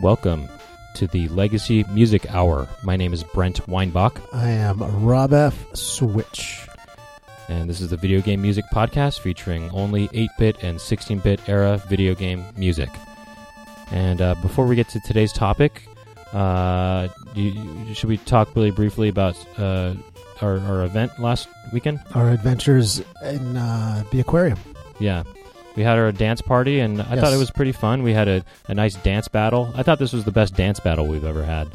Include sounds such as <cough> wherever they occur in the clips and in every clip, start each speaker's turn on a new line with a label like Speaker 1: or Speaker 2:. Speaker 1: welcome to the Legacy Music Hour. My name is Brent Weinbach,
Speaker 2: I am Rob F. Switch.
Speaker 1: and this is the Video Game Music Podcast featuring only 8 bit and 16 bit era video game music. And uh, before we get to today's topic, uh, you, you- should we talk really briefly about uh, our, our event last weekend?
Speaker 2: Our adventures in uh, the aquarium.
Speaker 1: Yeah. We had our dance party, and I thought
Speaker 2: Yes.
Speaker 1: it was pretty fun. We had a, a nice dance battle. I thought this was the best dance battle we've ever had.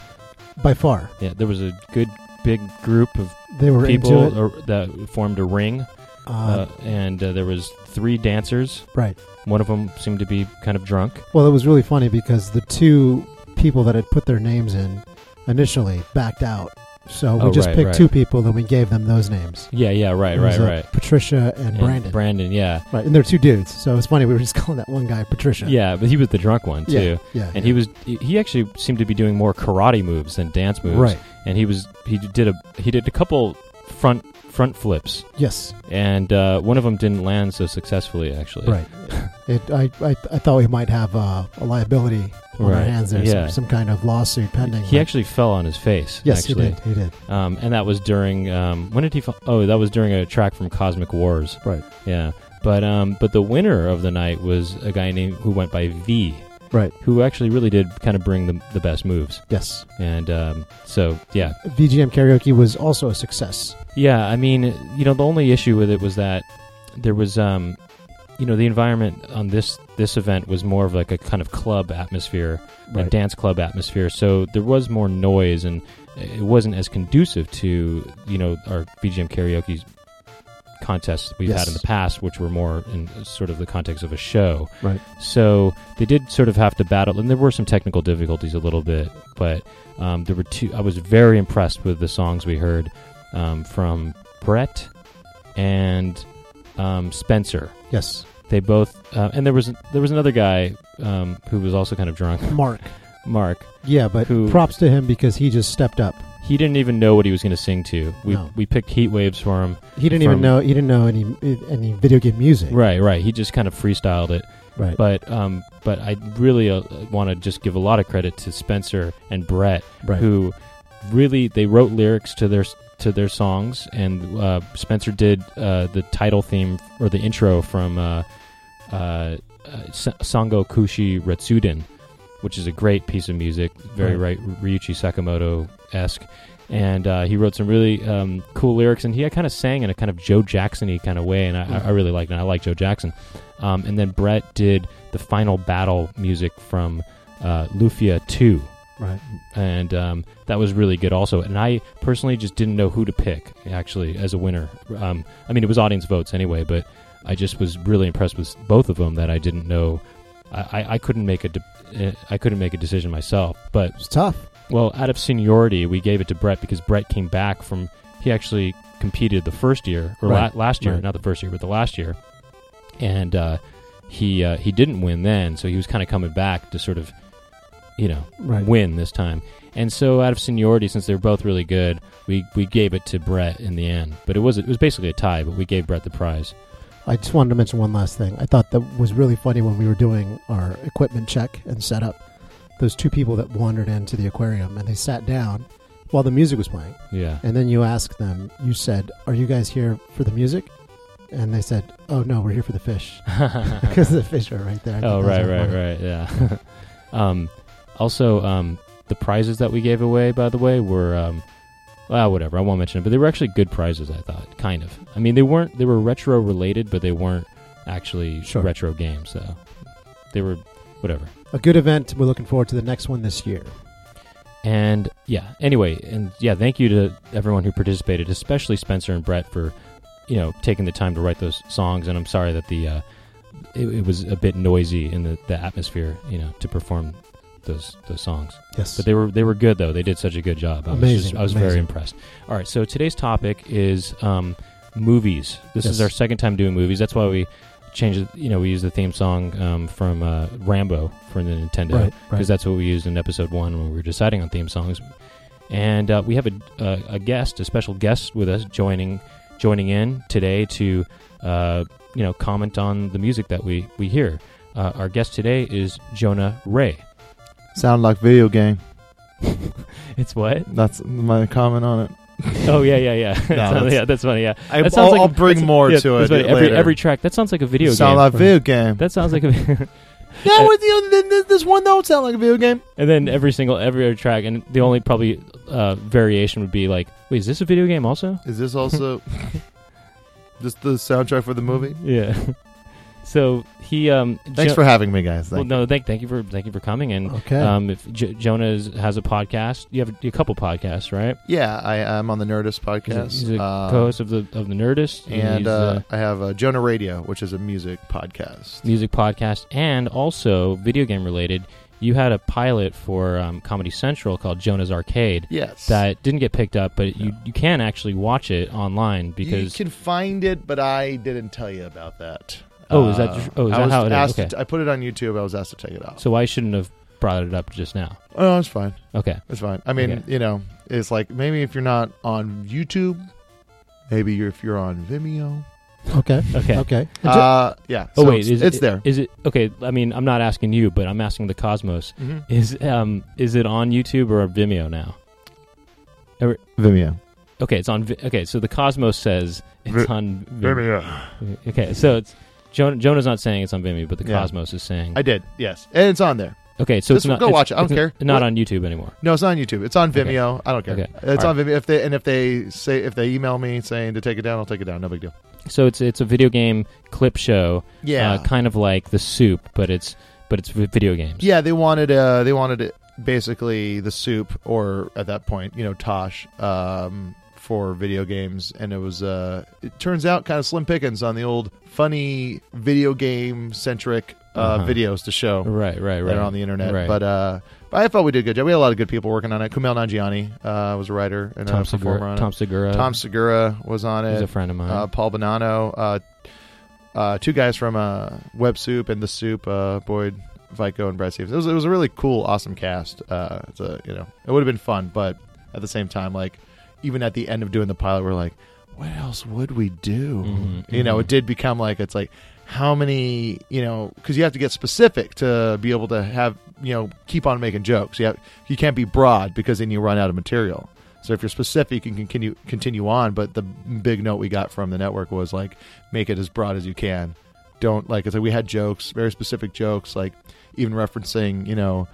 Speaker 2: By far,
Speaker 1: Yeah, there was a good big group of
Speaker 2: they were
Speaker 1: people
Speaker 2: into it.
Speaker 1: ar- that formed a ring,
Speaker 2: Uh,
Speaker 1: uh, and uh, there was three dancers.
Speaker 2: right.
Speaker 1: One of them seemed to be kind of drunk.
Speaker 2: Well, it was really funny because the two people that had put their names in initially backed out. So we
Speaker 1: Oh,
Speaker 2: just
Speaker 1: right,
Speaker 2: picked
Speaker 1: right.
Speaker 2: two people, then we gave them those names.
Speaker 1: Yeah, yeah, right,
Speaker 2: It was,
Speaker 1: right,
Speaker 2: uh,
Speaker 1: right.
Speaker 2: Patricia and, Brandon.
Speaker 1: Brandon, yeah,
Speaker 2: right, and they're two dudes. So it's funny we were just <laughs> calling that one guy Patricia.
Speaker 1: yeah, but he was the drunk one too,
Speaker 2: Yeah, yeah.
Speaker 1: and he was he- he actually seemed to be doing more karate moves than dance moves.
Speaker 2: right.
Speaker 1: and he was he did a he did a couple front front flips.
Speaker 2: Yes.
Speaker 1: and uh, one of them didn't land so successfully actually
Speaker 2: Right. It, I, I, I thought we might have uh, a liability on our
Speaker 1: Right.
Speaker 2: hands there,
Speaker 1: Yeah.
Speaker 2: some, some kind of lawsuit pending.
Speaker 1: he
Speaker 2: but-
Speaker 1: actually fell on his face
Speaker 2: yes,
Speaker 1: actually
Speaker 2: he did. He did.
Speaker 1: Um, and that was during um, when did he fall? oh that was during a track from cosmic wars
Speaker 2: Right.
Speaker 1: yeah but um, but the winner of the night was a guy named who went by v
Speaker 2: Right.
Speaker 1: who actually really did kind of bring the, the best moves
Speaker 2: Yes.
Speaker 1: and um, so yeah
Speaker 2: VGM karaoke was also a success.
Speaker 1: Yeah, I mean, you know, the only issue with it was that there was, um, you know, the environment on this this event was more of like a kind of club atmosphere, a
Speaker 2: Right.
Speaker 1: dance club atmosphere. So there was more noise, and it wasn't as conducive to you know our VGM karaoke contests we've had
Speaker 2: Yes.
Speaker 1: in the past, which were more in sort of the context of a show.
Speaker 2: Right.
Speaker 1: So they did sort of have to battle, and there were some technical difficulties a little bit, but um, there were two. I was very impressed with the songs we heard um, from Brett and um, Spencer.
Speaker 2: Yes.
Speaker 1: They both, uh, and there was there was another guy um, who was also kind of drunk, <laughs>
Speaker 2: Mark.
Speaker 1: Mark.
Speaker 2: Yeah, but
Speaker 1: Who-
Speaker 2: props to him because he just stepped up.
Speaker 1: He didn't even know what he was going to sing to. We
Speaker 2: No.
Speaker 1: we picked heat waves for him.
Speaker 2: He didn't
Speaker 1: From-
Speaker 2: even know. He didn't know any any video game music.
Speaker 1: Right, right. He just kind of freestyled it.
Speaker 2: Right.
Speaker 1: But um, but I really uh, want to just give a lot of credit to Spencer and Brett
Speaker 2: right.
Speaker 1: who really they wrote lyrics to their to their songs, and uh, Spencer did uh, the title theme or the intro from uh, uh, uh, S- Sango Kushi Retsuden, which is a great piece of music, very right, Ryuichi Sakamoto esque. And uh, he wrote some really um, cool lyrics, and he kind of sang in a kind of Joe Jackson-y kind of way, and I, I- I really liked it. I like Joe Jackson. Um, and then Brett did the final battle music from uh, Lufia 2
Speaker 2: Right.
Speaker 1: and um, that was really good also and i personally just didn't know who to pick actually as a winner um, i mean it was audience votes anyway but i just was really impressed with both of them that i didn't know i, I, I couldn't make a de- eh, i couldn't make a decision myself but
Speaker 2: It's tough.
Speaker 1: well out of seniority we gave it to brett because brett came back from he actually competed the first year or
Speaker 2: Right,
Speaker 1: la- last year
Speaker 2: right.
Speaker 1: not the first year but the last year and uh, he uh, he didn't win then so he was kind of coming back to sort of you know
Speaker 2: Right.
Speaker 1: win this time. And so, out of seniority, since they're both really good, we, we gave it to Brett in the end. But it was it was basically a tie, but we gave Brett the prize.
Speaker 2: I just wanted to mention one last thing. I thought that was really funny when we were doing our equipment check and setup. Those two people that wandered into the aquarium and they sat down while the music was playing. <laughs>
Speaker 1: Yeah,
Speaker 2: And then you asked them, you said, Are you guys here for the music? And they said, Oh, no, we're here for the fish. <laughs> Because the fish are right there.
Speaker 1: <laughs>
Speaker 2: I
Speaker 1: oh
Speaker 2: thought that
Speaker 1: right,
Speaker 2: was
Speaker 1: right,
Speaker 2: funny.
Speaker 1: right. Yeah. <laughs> um, also, um, the prizes that we gave away, by the way, were um, well, whatever. I won't mention it, but they were actually good prizes. I thought, kind of. I mean, they weren't. They were retro related, but they weren't actually
Speaker 2: Sure.
Speaker 1: retro games. So they were whatever.
Speaker 2: A good event. We're looking forward to the next one this year.
Speaker 1: And yeah, anyway, and yeah, thank you to everyone who participated, especially Spencer and Brett for, you know, taking the time to write those songs. And I'm sorry that the uh, it, it was a bit noisy in the, the atmosphere, you know, to perform those those songs.
Speaker 2: Yes.
Speaker 1: But they were they were good though. They did such a good job. I was, just-
Speaker 2: Amazing,
Speaker 1: I was very
Speaker 2: amazing.
Speaker 1: impressed. All right, so today's topic is um, movies. This is
Speaker 2: Yes.
Speaker 1: our second time doing movies. That's why we changed. it- You know, we used the theme song um, from uh, Rambo from the Nintendo
Speaker 2: right,
Speaker 1: because
Speaker 2: right.
Speaker 1: that's what we used in episode one when we were deciding on theme songs. And uh, we have a, a, a guest, a special guest with us joining joining in today to uh, you know comment on the music that we we hear. Uh, our guest today is Jonah Ray.
Speaker 3: Sound like video game.
Speaker 1: It's what?
Speaker 3: That's my comment on it.
Speaker 1: <laughs> Oh yeah, yeah,
Speaker 3: <laughs>
Speaker 1: yeah.
Speaker 3: that's-
Speaker 1: yeah, that's funny. Yeah,
Speaker 3: I,
Speaker 1: That sounds
Speaker 3: I'll,
Speaker 1: like-
Speaker 3: I'll bring
Speaker 1: that's-
Speaker 3: more
Speaker 1: yeah,
Speaker 3: to
Speaker 1: that's
Speaker 3: it.
Speaker 1: funny.
Speaker 3: later.
Speaker 1: Every every track that sounds like a video
Speaker 3: sound
Speaker 1: game.
Speaker 3: like video game.
Speaker 1: <laughs> that sounds like a.
Speaker 3: yeah, with you, th- th- this one don't sound like a video game.
Speaker 1: <laughs> and then every single every other track, and the only probably uh, variation would be like, wait, is this a video game also?
Speaker 3: Is this <laughs> also just the soundtrack for the movie?
Speaker 1: Yeah. <laughs> so he um.
Speaker 3: Thanks
Speaker 1: Jo-
Speaker 3: for having me, guys.
Speaker 1: Well,
Speaker 3: Thank
Speaker 1: no, thank thank you for thank you for coming. And
Speaker 2: Okay.
Speaker 1: um, if J- Jonah is, has a podcast, you have a, a couple podcasts, right?
Speaker 3: yeah, I, I'm on the
Speaker 1: He's
Speaker 3: Nerdist
Speaker 1: a-
Speaker 3: podcast.
Speaker 1: he's a
Speaker 3: uh,
Speaker 1: Co-host of the of the Nerdist
Speaker 3: and
Speaker 1: he's,
Speaker 3: uh, I have uh, Jonah Radio, which is a music podcast.
Speaker 1: music podcast and also video game related. You had a pilot for um, Comedy Central called Jonah's Arcade
Speaker 3: Yes,
Speaker 1: that didn't get picked up, but you you can actually watch it online because
Speaker 3: you can find it, but I didn't tell you about that. Uh,
Speaker 1: Oh, is that tr- oh, is
Speaker 3: I
Speaker 1: that
Speaker 3: was
Speaker 1: how it is?
Speaker 3: asked to
Speaker 1: Okay.
Speaker 3: t- I put it on YouTube. I was asked to take it off.
Speaker 1: so I shouldn't have brought it up just now.
Speaker 3: oh, it's fine. <laughs>
Speaker 1: Okay,
Speaker 3: It's fine. I mean,
Speaker 1: Okay.
Speaker 3: you know, it's like maybe if you're not on YouTube, maybe you're, if you're on Vimeo.
Speaker 2: okay.
Speaker 1: okay.
Speaker 2: Okay.
Speaker 3: Uh, yeah.
Speaker 1: Oh
Speaker 3: so
Speaker 1: wait,
Speaker 3: it's,
Speaker 1: is
Speaker 3: it's
Speaker 1: it,
Speaker 3: there.
Speaker 1: Is it okay? I mean, I'm not asking you, but I'm asking the Cosmos.
Speaker 3: Mhm.
Speaker 1: Is um is it on YouTube or Vimeo now?
Speaker 3: Vimeo.
Speaker 1: Okay, it's on. Vi- okay, so the Cosmos says it's
Speaker 3: Vi-
Speaker 1: on Vimeo. Okay, so it's Jonah, Jonah's not saying it's on Vimeo, but the
Speaker 3: Yeah.
Speaker 1: Cosmos is saying.
Speaker 3: I did. Yes, and it's on there.
Speaker 1: okay, so
Speaker 3: Just
Speaker 1: it's not.
Speaker 3: go
Speaker 1: it's-
Speaker 3: watch it. I don't
Speaker 1: it's
Speaker 3: care.
Speaker 1: Not
Speaker 3: What-
Speaker 1: on YouTube anymore.
Speaker 3: No, it's not on YouTube. It's on
Speaker 1: Okay.
Speaker 3: Vimeo. I don't care.
Speaker 1: Okay.
Speaker 3: It's
Speaker 1: All
Speaker 3: on Vimeo. If they and if they say if they email me saying to take it down, I'll take it down. No big deal.
Speaker 1: So it's it's a video game clip show, uh, kind of like the Soup, but it's but it's vi- video games.
Speaker 3: Yeah, they wanted uh they wanted it basically the soup or at that point, you know, Tosh um for video games and it was uh it turns out kind of slim pickings on the old funny video game centric uh
Speaker 1: Uh-huh.
Speaker 3: videos to show
Speaker 1: Right, right,
Speaker 3: that
Speaker 1: right.
Speaker 3: are on the internet.
Speaker 1: Right.
Speaker 3: But uh but I thought we did a good job. We had a lot of good people working on it. Kumail Nanjiani uh was a writer and
Speaker 1: Tom
Speaker 3: a performer
Speaker 1: Segura.
Speaker 3: on
Speaker 1: Tom Segura.
Speaker 3: it. Tom Segura was on
Speaker 1: is
Speaker 3: it.
Speaker 1: a friend of mine.
Speaker 3: Uh, Paul Bonanno, uh, uh, two guys from uh, Web Soup and The Soup, uh, Boyd Vico and Brad Stevens. It was, it was a really cool, awesome cast. Uh, it's a, you know, it would have been fun, but at the same time, like even at the end of doing the pilot, we're like, what else would we do?
Speaker 1: Mhm,
Speaker 3: you know,
Speaker 1: mhm.
Speaker 3: it did become like it's like how many you know because you have to get specific to be able to have you know keep on making jokes. You have, you can't be broad because then you run out of material. So if you're specific, you can continue continue on. But the big note we got from the network was like make it as broad as you can. Don't like it's like we had jokes, very specific jokes, like even referencing you know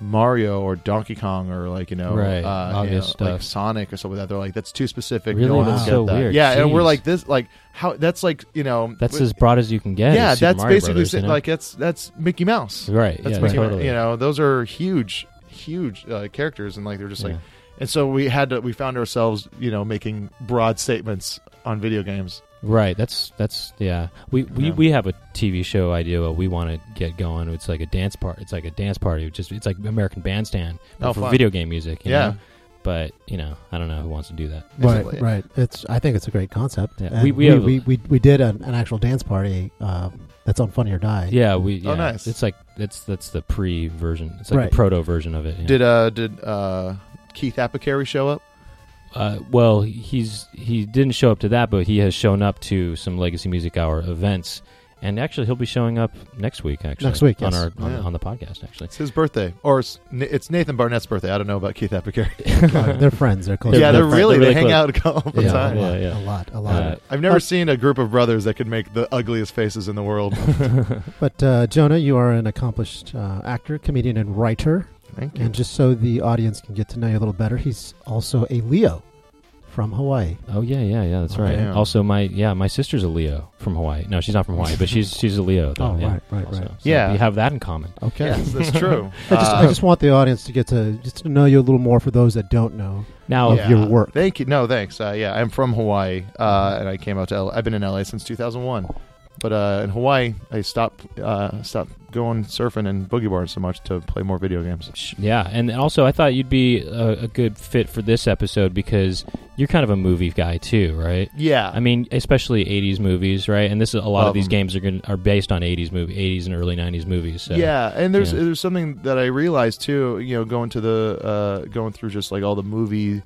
Speaker 3: Mario or Donkey Kong or like you know
Speaker 1: Right,
Speaker 3: uh, you
Speaker 1: obvious
Speaker 3: know,
Speaker 1: stuff.
Speaker 3: like Sonic or something like that. They're like that's too specific.
Speaker 1: Really?
Speaker 3: no one
Speaker 2: That's
Speaker 3: will get
Speaker 1: so
Speaker 3: that.
Speaker 1: weird.
Speaker 3: Yeah, and we're
Speaker 1: Jeez.
Speaker 3: like this like how that's like you know
Speaker 1: that's
Speaker 3: w-
Speaker 1: as broad as you can get.
Speaker 3: yeah
Speaker 1: is Super
Speaker 3: that's
Speaker 1: Mario
Speaker 3: basically
Speaker 1: Brothers,
Speaker 3: si-
Speaker 1: you know?
Speaker 3: like that's that's Mickey Mouse
Speaker 1: right.
Speaker 3: that's
Speaker 1: yeah,
Speaker 3: Mickey
Speaker 1: totally.
Speaker 3: Mouse you know those are huge huge uh, characters and like they're just like
Speaker 1: Yeah.
Speaker 3: and so we had to we found ourselves you know making broad statements on video games
Speaker 1: Right. That's that's yeah. We we,
Speaker 3: Yeah.
Speaker 1: we have a TV show idea what we want to get going. It's like a dance part. It's like a dance party. It's just it's like American Bandstand but
Speaker 3: Oh,
Speaker 1: for
Speaker 3: fun.
Speaker 1: video game music. you
Speaker 3: Yeah.
Speaker 1: know? But you know, I don't know who wants to do that.
Speaker 2: right.
Speaker 3: basically.
Speaker 2: Right. It's. I think it's a great concept.
Speaker 1: Yeah,
Speaker 2: And
Speaker 1: we-
Speaker 2: we,
Speaker 1: we
Speaker 2: we,
Speaker 1: have-
Speaker 2: we, we, did an, an actual dance party um, that's on Funny or Die.
Speaker 1: Yeah. We.
Speaker 3: Oh,
Speaker 1: yeah.
Speaker 3: nice.
Speaker 1: It's like that's that's the pre version. It's like
Speaker 2: Right.
Speaker 1: the proto version of it. yeah.
Speaker 3: did uh did uh Keith Apicary show up
Speaker 1: Uh, well, he's he didn't show up to that, but he has shown up to some Legacy Music Hour events, and actually he'll be showing up next week. Actually,
Speaker 2: Next week,
Speaker 1: on
Speaker 2: yes.
Speaker 1: our on,
Speaker 3: Yeah.
Speaker 1: on the podcast. Actually,
Speaker 3: it's his birthday or it's, Na- it's Nathan Barnett's birthday I don't know about Keith Apicary
Speaker 2: Uh, <laughs>
Speaker 1: <laughs>
Speaker 2: they're friends. They're close.
Speaker 3: yeah they're
Speaker 1: they're
Speaker 3: really they
Speaker 1: really
Speaker 3: hang
Speaker 1: close.
Speaker 3: out all the
Speaker 1: Yeah.
Speaker 3: time
Speaker 1: Yeah.
Speaker 2: A lot. A lot.
Speaker 1: Uh,
Speaker 3: I've never
Speaker 2: Uh,
Speaker 3: seen a group of brothers that could make the ugliest faces in the world
Speaker 1: <laughs>
Speaker 2: But uh, Jonah, you are an accomplished uh, actor, comedian, and writer.
Speaker 3: thank you
Speaker 2: And just so the audience can get to know you a little better, he's also a Leo from Hawaii.
Speaker 1: Oh yeah, yeah, yeah. That's
Speaker 2: Oh,
Speaker 1: right.
Speaker 3: yeah.
Speaker 1: Also, my yeah, my sister's a Leo from Hawaii. No, she's not from Hawaii, but she's she's a Leo. Though,
Speaker 2: Oh,
Speaker 1: yeah,
Speaker 2: right, right,
Speaker 1: also.
Speaker 2: right.
Speaker 1: So
Speaker 3: Yeah.
Speaker 1: we have that in common.
Speaker 2: Okay.
Speaker 3: <laughs> yes that's true
Speaker 2: I just, I
Speaker 3: Uh,
Speaker 2: just want the audience to get to just to know you a little more for those that don't know.
Speaker 1: Now,
Speaker 2: of Yeah. your work.
Speaker 3: Uh, Thank you. No, thanks. Uh, yeah, I'm from Hawaii, uh, and I came out to. L- I've been in LA since 2001, but uh, in Hawaii, I stopped uh, stopped going surfing and boogie bars so much to play more video games.
Speaker 1: sh- yeah, and also I thought you'd be a, a good fit for this episode because you're kind of a movie guy too, right?
Speaker 3: Yeah,
Speaker 1: I mean, especially '80s movies, right? And this is a lot of
Speaker 3: Love
Speaker 1: these
Speaker 3: 'em.
Speaker 1: games are going are based on '80s movie, '80s and early '90s movies. So.
Speaker 3: yeah, and there's
Speaker 1: yeah.
Speaker 3: there's something that I realized too. You know, going to the uh, going through just like all the movie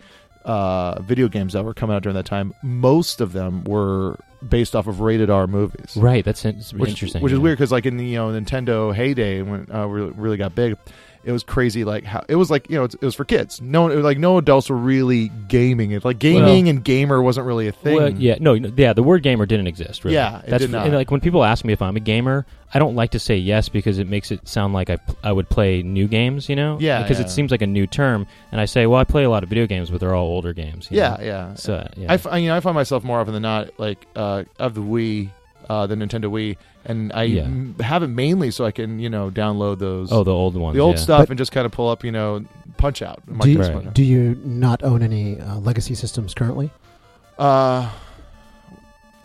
Speaker 3: uh, video games that were coming out during that time. Most of them were based off of rated R movies.
Speaker 1: right. That's in- it's
Speaker 3: which,
Speaker 1: interesting.
Speaker 3: Which is
Speaker 1: yeah.
Speaker 3: weird because like in the you know Nintendo heyday when uh, we really got big, it was crazy. Like how it was like you know it's, it was for kids. No, one- it was like no adults were really gaming it. Like gaming and gamer wasn't really a thing.
Speaker 1: Well, yeah, no, no, yeah. The word gamer didn't exist. Really.
Speaker 3: Yeah, it
Speaker 1: that's
Speaker 3: did not.
Speaker 1: and, like when people ask me if I'm a gamer, I don't like to say yes because it makes it sound like I, p- I would play new games. You know,
Speaker 3: Yeah,
Speaker 1: because
Speaker 3: yeah.
Speaker 1: it seems like a new term, and I say, well, I play a lot of video games, but they're all older games. you
Speaker 3: yeah,
Speaker 1: know?
Speaker 3: yeah.
Speaker 1: So yeah,
Speaker 3: I, f- I- you know, I find myself more often than not like uh, of the Wii, uh, the Nintendo Wii, and I
Speaker 1: Yeah.
Speaker 3: m- have it mainly so I can you know download those
Speaker 1: oh, the old ones,
Speaker 3: the old
Speaker 1: yeah.
Speaker 3: stuff
Speaker 2: But-
Speaker 3: and just kind of pull up you know Punch Out.
Speaker 2: Do you,
Speaker 1: Right.
Speaker 2: do you not own any uh, legacy systems currently?
Speaker 3: uh,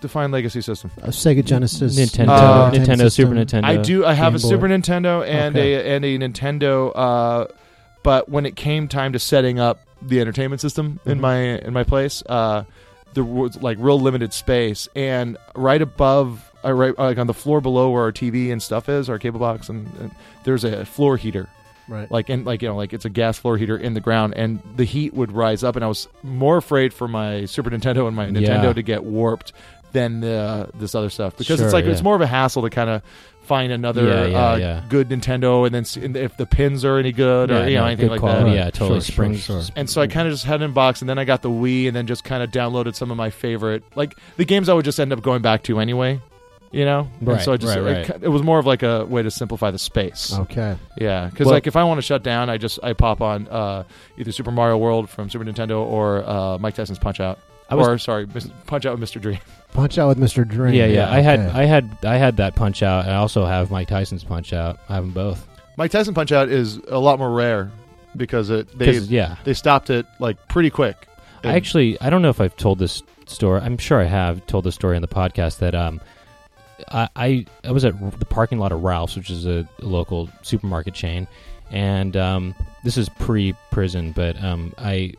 Speaker 3: define legacy system.
Speaker 2: Uh, Sega Genesis,
Speaker 1: Nintendo,
Speaker 3: Uh,
Speaker 1: Nintendo, Super
Speaker 2: system.
Speaker 1: Nintendo.
Speaker 3: I do. I have
Speaker 2: Game
Speaker 3: a
Speaker 2: Boy.
Speaker 3: Super Nintendo and
Speaker 2: Okay.
Speaker 3: a and a Nintendo. Uh, but when it came time to setting up the entertainment system in
Speaker 2: Mhm.
Speaker 3: my in my place, uh, there was like real limited space, and right above, uh, right like on the floor below where our TV and stuff is, our cable box, and, and there's a floor heater
Speaker 2: Right.
Speaker 3: like and like you know like it's a gas floor heater in the ground and the heat would rise up and i was more afraid for my super nintendo and my nintendo
Speaker 1: Yeah.
Speaker 3: to get warped than the, this other stuff because
Speaker 1: Sure,
Speaker 3: it's like
Speaker 1: yeah.
Speaker 3: it's more of a hassle to kind of find another
Speaker 1: Yeah, yeah,
Speaker 3: uh,
Speaker 1: yeah.
Speaker 3: good nintendo and then see and if the pins are any good
Speaker 1: yeah,
Speaker 3: or uh, you know
Speaker 1: no,
Speaker 3: anything
Speaker 1: good
Speaker 3: like
Speaker 1: quality,
Speaker 3: that
Speaker 1: Yeah, totally.
Speaker 4: Sure, sure,
Speaker 1: Spring.
Speaker 4: sure.
Speaker 3: and so I kind of just had an inbox, and then I got the Wii, and then just kind of downloaded some of my favorite, like the games I would just end up going back to anyway, you know. and
Speaker 1: Right,
Speaker 3: so I just
Speaker 1: right,
Speaker 3: It,
Speaker 1: right.
Speaker 3: it was more of like a way to simplify the space.
Speaker 2: okay.
Speaker 3: Yeah, because
Speaker 1: Well-
Speaker 3: like if I want to shut down, I just I pop on uh, either Super Mario World from Super Nintendo or uh, Mike Tyson's Punch Out,
Speaker 1: I was
Speaker 3: or sorry, Mis- Punch Out with Mr. Dream.
Speaker 2: Punch out with Mr. Dream.
Speaker 1: Yeah, yeah. I had,
Speaker 2: okay.
Speaker 1: I had, I had that punch out. and I also have Mike Tyson's punch out. I have them both.
Speaker 3: <laughs> Mike Tyson Punch Out is a lot more rare because it they
Speaker 1: 'Cause, yeah,
Speaker 3: they stopped it like pretty quick.
Speaker 1: I
Speaker 3: And-
Speaker 1: actually, I don't know if I've told this story. I'm sure I have told this story on the podcast that um, I I, I was at the parking lot of Ralph's, which is a, local supermarket chain, and um, this is pre-prison, but um, I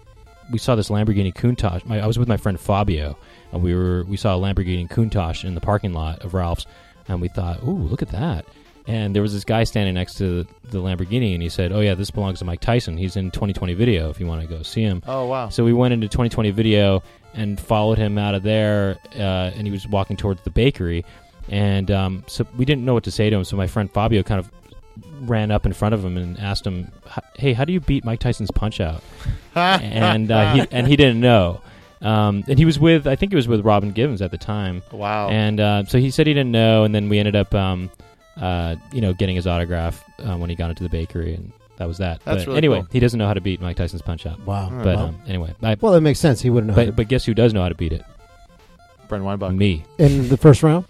Speaker 1: we saw this Lamborghini Countach. My, I was with my friend Fabio, and we were we saw a Lamborghini Countach in the parking lot of Ralph's, and we thought, "Ooh, look at that!" And there was this guy standing next to the, the Lamborghini, and he said, "Oh yeah, this belongs to Mike Tyson. He's in 2020 video. If you want to go see him."
Speaker 3: Oh <laughs> wow,
Speaker 1: So we went into 2020 video and followed him out of there, uh, and he was walking towards the bakery, and um, so we didn't know what to say to him. So my friend Fabio kind of ran up in front of him and asked him, "H- "Hey, how do you beat Mike Tyson's punch
Speaker 3: <laughs>
Speaker 1: out?" and uh, he and he didn't know. Um, and he was with, I think he was with Robin Gibbons at the time,
Speaker 3: wow,
Speaker 1: and uh, so he said he didn't know. And then we ended up, um, uh, you know, getting his autograph uh, when he got into the bakery, and that was that.
Speaker 3: That's
Speaker 1: but
Speaker 3: really
Speaker 1: anyway,
Speaker 3: cool.
Speaker 1: he doesn't know how to beat Mike Tyson's punch out.
Speaker 2: Wow.
Speaker 3: But,
Speaker 1: But
Speaker 2: well,
Speaker 1: um, anyway, I,
Speaker 2: well, it makes sense. He wouldn't know. how to-
Speaker 1: but, but guess who does know how to beat it?
Speaker 3: Brent Weinbach.
Speaker 1: Me.
Speaker 2: in the first round,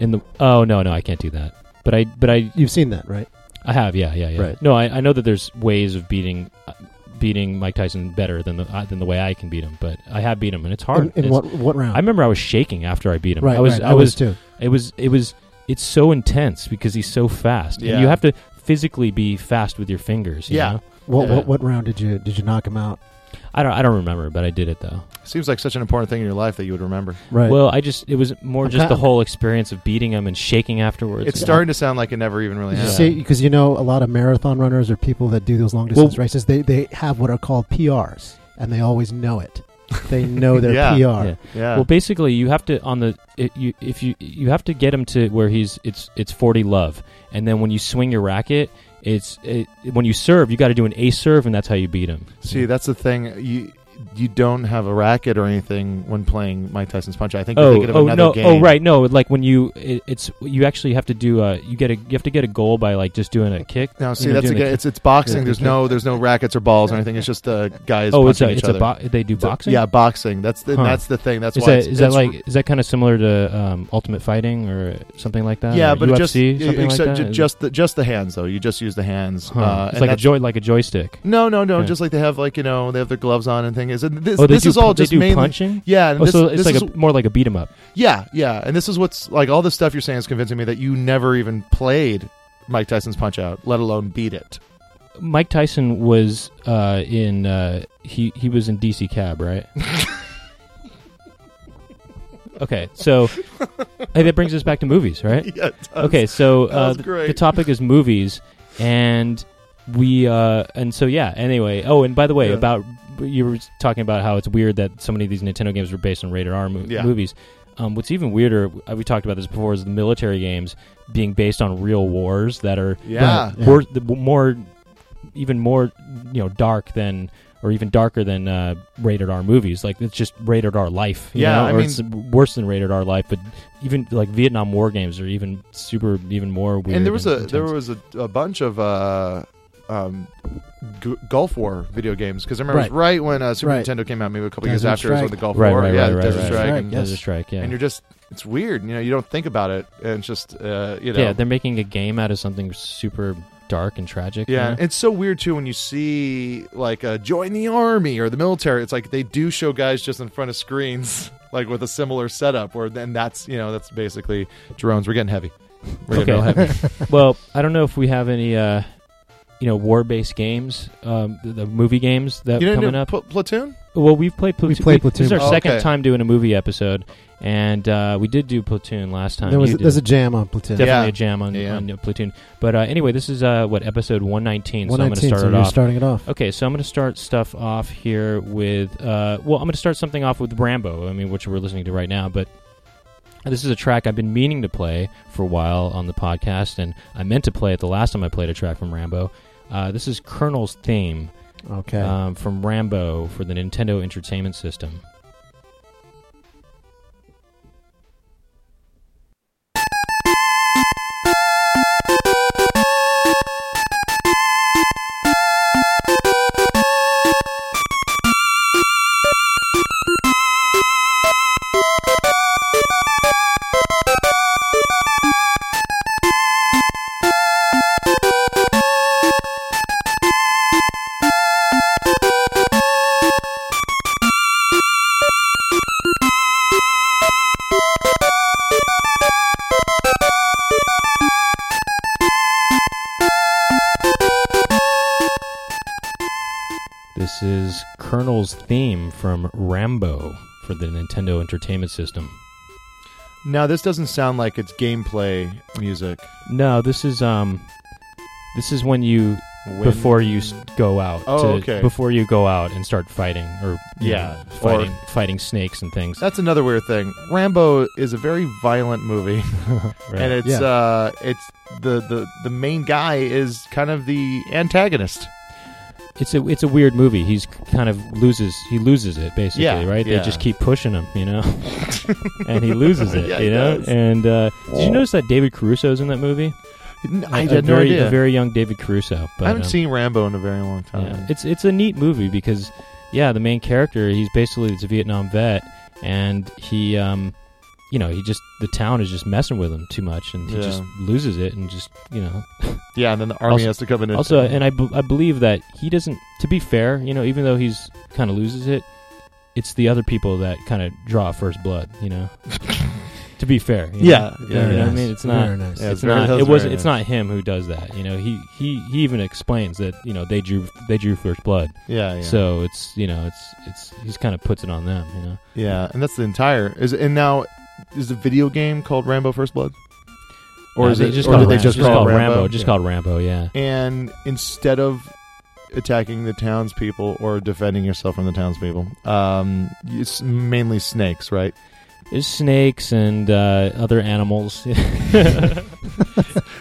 Speaker 1: In the oh no no I can't do that. But I but I
Speaker 2: you've seen that, right?
Speaker 1: I have yeah yeah yeah.
Speaker 2: Right.
Speaker 1: No I, I know that there's ways of beating uh, beating Mike Tyson better than the uh, than the way I can beat him. But I have beat him and it's hard.
Speaker 2: In, in
Speaker 1: It's-
Speaker 2: what what round?
Speaker 1: I remember I was shaking after I beat him.
Speaker 2: right.
Speaker 1: I was
Speaker 2: right,
Speaker 1: I, was,
Speaker 2: too.
Speaker 1: it was it was it's so intense because he's so fast
Speaker 3: Yeah.
Speaker 1: and you have to physically be fast with your fingers. you
Speaker 3: Yeah.
Speaker 1: know?
Speaker 2: What,
Speaker 1: uh,
Speaker 3: Yeah.
Speaker 2: what what round did you did you knock him out?
Speaker 1: I don't I don't remember, but I did it though.
Speaker 3: Seems like such an important thing in your life that you would remember.
Speaker 2: Right.
Speaker 1: Well, I just it was more
Speaker 2: I
Speaker 1: just the
Speaker 2: can't-
Speaker 1: whole experience of beating him and shaking afterwards.
Speaker 3: It's
Speaker 1: Yeah.
Speaker 3: starting to sound like it never even really
Speaker 2: You
Speaker 1: Yeah.
Speaker 3: happened.
Speaker 2: see, because you know, a lot of marathon runners or people that do those long distance races, they, they have what are called PRs, and they always know it. They know their
Speaker 3: <laughs> Yeah.
Speaker 2: PR.
Speaker 1: Yeah.
Speaker 3: Yeah.
Speaker 1: Well, basically, you have to on the it, you if you you have to get him to where he's it's it's forty love, and then when you swing your racket, it's it, when you serve, you got to do an ace serve, and that's how you beat him.
Speaker 3: See, that's the thing. You you don't have a racket or anything when playing Mike Tyson's Punch. Out. I think you're
Speaker 1: oh
Speaker 3: thinking of
Speaker 1: oh
Speaker 3: another
Speaker 1: no
Speaker 3: game.
Speaker 1: oh right no like when you it, it's you actually have to do uh you get a you have to get a goal by like just doing a kick.
Speaker 3: No, see,
Speaker 1: know,
Speaker 3: that's
Speaker 1: doing
Speaker 3: again,
Speaker 1: the-
Speaker 3: it's it's
Speaker 1: <laughs>
Speaker 3: boxing.
Speaker 1: yeah,
Speaker 3: there's
Speaker 1: the-
Speaker 3: no there's no rackets or balls or anything. It's just uh, guys.
Speaker 1: oh, it's
Speaker 3: punching
Speaker 1: a
Speaker 3: each
Speaker 1: it's
Speaker 3: other.
Speaker 1: a bo- they do
Speaker 3: It's a-
Speaker 1: boxing.
Speaker 3: yeah, boxing. That's the
Speaker 1: Huh.
Speaker 3: that's the thing. That's
Speaker 1: Is
Speaker 3: why
Speaker 1: that,
Speaker 3: it's,
Speaker 1: is that
Speaker 3: it's-
Speaker 1: like is that kind of similar to um, Ultimate Fighting or something like that?
Speaker 3: yeah,
Speaker 1: or
Speaker 3: but it
Speaker 1: UFC,
Speaker 3: just
Speaker 1: something like
Speaker 3: except
Speaker 1: that?
Speaker 3: ju- just the just the hands though. You just use the hands.
Speaker 1: Huh.
Speaker 3: Uh,
Speaker 1: it's
Speaker 3: and
Speaker 1: like a
Speaker 3: that's-
Speaker 1: joy like a joystick.
Speaker 3: No, no, no.
Speaker 1: Yeah.
Speaker 3: Just like they have like you know they have their gloves on and things. And this
Speaker 1: oh, they
Speaker 3: this
Speaker 1: do,
Speaker 3: is all
Speaker 1: they
Speaker 3: just
Speaker 1: do
Speaker 3: mainly
Speaker 1: punching.
Speaker 3: yeah. And
Speaker 1: Oh,
Speaker 3: this,
Speaker 1: so it's
Speaker 3: this
Speaker 1: like
Speaker 3: is,
Speaker 1: a, more like a beat 'em up.
Speaker 3: yeah, yeah. And this is what's like all this stuff you're saying is convincing me that you never even played Mike Tyson's Punch Out, let alone beat it.
Speaker 1: Mike Tyson was uh, in uh, he he was in DC Cab,
Speaker 3: <laughs>
Speaker 1: right? okay, so hey, that brings us back to movies,
Speaker 3: <laughs>
Speaker 1: right?
Speaker 3: Yeah, it does.
Speaker 1: Okay, so
Speaker 3: That
Speaker 1: uh,
Speaker 3: was
Speaker 1: the,
Speaker 3: great.
Speaker 1: the topic is movies, and we uh, and so yeah. Anyway, oh, and by the way,
Speaker 3: Yeah.
Speaker 1: about you were talking about how it's weird that so many of these Nintendo games were based on rated R mo-
Speaker 3: Yeah.
Speaker 1: movies. Um, what's even weirder, uh, we talked about this before, is the military games being based on real wars that are
Speaker 3: Yeah.
Speaker 2: Yeah.
Speaker 1: wor- the more even more you know dark than or even darker than uh, rated R movies. Like it's just rated R life. you
Speaker 3: Yeah,
Speaker 1: know?
Speaker 3: I
Speaker 1: or
Speaker 3: mean-
Speaker 1: it's worse than rated R life. But even like Vietnam War games are even super even more weird.
Speaker 3: and there was a there
Speaker 1: intense.
Speaker 3: was a, a bunch of uh, um, Gu- Gulf War video games because I remember it was right when uh, Super
Speaker 2: Right.
Speaker 3: Nintendo came out, maybe a couple
Speaker 2: Desert
Speaker 3: years after it was
Speaker 2: Strike.
Speaker 3: when the Gulf
Speaker 1: Right,
Speaker 3: War,
Speaker 1: right,
Speaker 3: yeah,
Speaker 1: right, right,
Speaker 3: Desert
Speaker 1: right.
Speaker 3: Strike,
Speaker 2: Strike,
Speaker 3: and,
Speaker 2: yeah.
Speaker 1: There's a strike. Yeah.
Speaker 3: and you're just it's weird, you know, you don't think about it, and it's just uh, you know,
Speaker 1: Yeah, they're making a game out of something super dark and tragic. you
Speaker 3: Yeah,
Speaker 1: know?
Speaker 3: it's so weird too when you see like uh, join the army or the military. It's like they do show guys just in front of screens, <laughs> like with a similar setup. Or then that's you know that's basically Jerome's. We're getting heavy. We're getting
Speaker 2: <laughs>
Speaker 1: Okay.
Speaker 3: real heavy.
Speaker 1: well, I don't know if we have any, uh, you know, war-based games, um, the, the movie games that
Speaker 3: you didn't
Speaker 1: coming
Speaker 3: do
Speaker 1: up.
Speaker 3: Pl- platoon?
Speaker 1: Well, we've played Platoon.
Speaker 2: We played
Speaker 1: This is our
Speaker 2: Platoon.
Speaker 3: Oh,
Speaker 1: second
Speaker 3: okay.
Speaker 1: time doing a movie episode, and uh, we did do Platoon last time.
Speaker 2: There was
Speaker 1: You did.
Speaker 2: there's a jam on Platoon.
Speaker 1: definitely
Speaker 3: Yeah.
Speaker 1: a jam on,
Speaker 3: Yeah.
Speaker 1: on uh, Platoon. But uh, anyway, this is uh, what episode one nineteen. So I'm going to
Speaker 2: 119,
Speaker 1: start
Speaker 2: so
Speaker 1: it
Speaker 2: you're
Speaker 1: off.
Speaker 2: starting it off.
Speaker 1: Okay, so I'm going to start stuff off here with. Uh, well, I'm going to start something off with Rambo. I mean, which we're listening to right now, but this is a track I've been meaning to play for a while on the podcast, and I meant to play it the last time I played a track from Rambo. Uh, this is Colonel's theme
Speaker 2: Okay.
Speaker 1: um, from Rambo for the Nintendo Entertainment System. This is Colonel's theme from Rambo for the Nintendo Entertainment System.
Speaker 3: Now this doesn't sound like it's gameplay music.
Speaker 1: No, this is um, this is when you before you s- go out.
Speaker 3: Oh,
Speaker 1: to,
Speaker 3: okay.
Speaker 1: Before you go out and start fighting, or you
Speaker 3: Yeah,
Speaker 1: know,
Speaker 3: or-
Speaker 1: fighting fighting snakes and things.
Speaker 3: That's another weird thing. Rambo is a very violent movie, <laughs>
Speaker 1: right.
Speaker 3: <laughs> and it's
Speaker 2: Yeah.
Speaker 3: uh, it's the, the the main guy is kind of the antagonist.
Speaker 1: it's a it's a weird movie. He's kind of loses he loses it basically,
Speaker 3: Yeah,
Speaker 1: right?
Speaker 3: yeah.
Speaker 1: They just keep pushing him, you
Speaker 3: <laughs>
Speaker 1: know, and he loses it,
Speaker 3: Yeah,
Speaker 1: you
Speaker 3: he
Speaker 1: know.
Speaker 3: does.
Speaker 1: And uh, did you notice that David Caruso's in that movie?
Speaker 3: I
Speaker 1: A- a
Speaker 3: had no
Speaker 1: very,
Speaker 3: idea.
Speaker 1: A very young David Caruso. But,
Speaker 3: I haven't
Speaker 1: um,
Speaker 3: seen Rambo in a very long time.
Speaker 1: Yeah. Um, It's it's a neat movie because yeah, the main character he's basically he's a Vietnam vet and he um you know, he just the town is just messing with him too much and he
Speaker 3: Yeah.
Speaker 1: just loses it and just, you know.
Speaker 3: Yeah, and then the army
Speaker 1: Also-
Speaker 3: has to come in. and-
Speaker 1: <laughs> Also <laughs> and I, b- I believe that he doesn't to be fair, you know, even though he's kind of loses it, it's the other people that kind of draw first blood, you know. to be fair. you know?
Speaker 3: yeah, yeah,
Speaker 1: you
Speaker 2: Very
Speaker 1: know what I
Speaker 2: nice.
Speaker 1: mean? It's not-
Speaker 2: Very nice.
Speaker 3: Yeah,
Speaker 1: It's
Speaker 3: very- that
Speaker 1: not.
Speaker 3: was
Speaker 1: It wasn't.
Speaker 3: very
Speaker 1: It's
Speaker 3: nice.
Speaker 1: not him who does that. You know, he, he he even explains that you know they drew they drew first blood.
Speaker 3: yeah, yeah.
Speaker 1: So it's you know it's it's he's kind of puts it on them. You know,
Speaker 3: yeah, and that's the entire is. And now is the video game called Rambo First Blood, or
Speaker 1: Uh,
Speaker 3: is
Speaker 1: they
Speaker 3: it
Speaker 1: just
Speaker 3: or
Speaker 1: call
Speaker 3: did
Speaker 1: it
Speaker 3: they
Speaker 1: Ram-
Speaker 3: just call it
Speaker 1: Rambo?
Speaker 3: Rambo?
Speaker 1: Just
Speaker 3: Yeah.
Speaker 1: called Rambo. Yeah.
Speaker 3: And instead of attacking the townspeople or defending yourself from the townspeople, um, it's mainly snakes, right?
Speaker 1: There's snakes and uh, other animals. <laughs>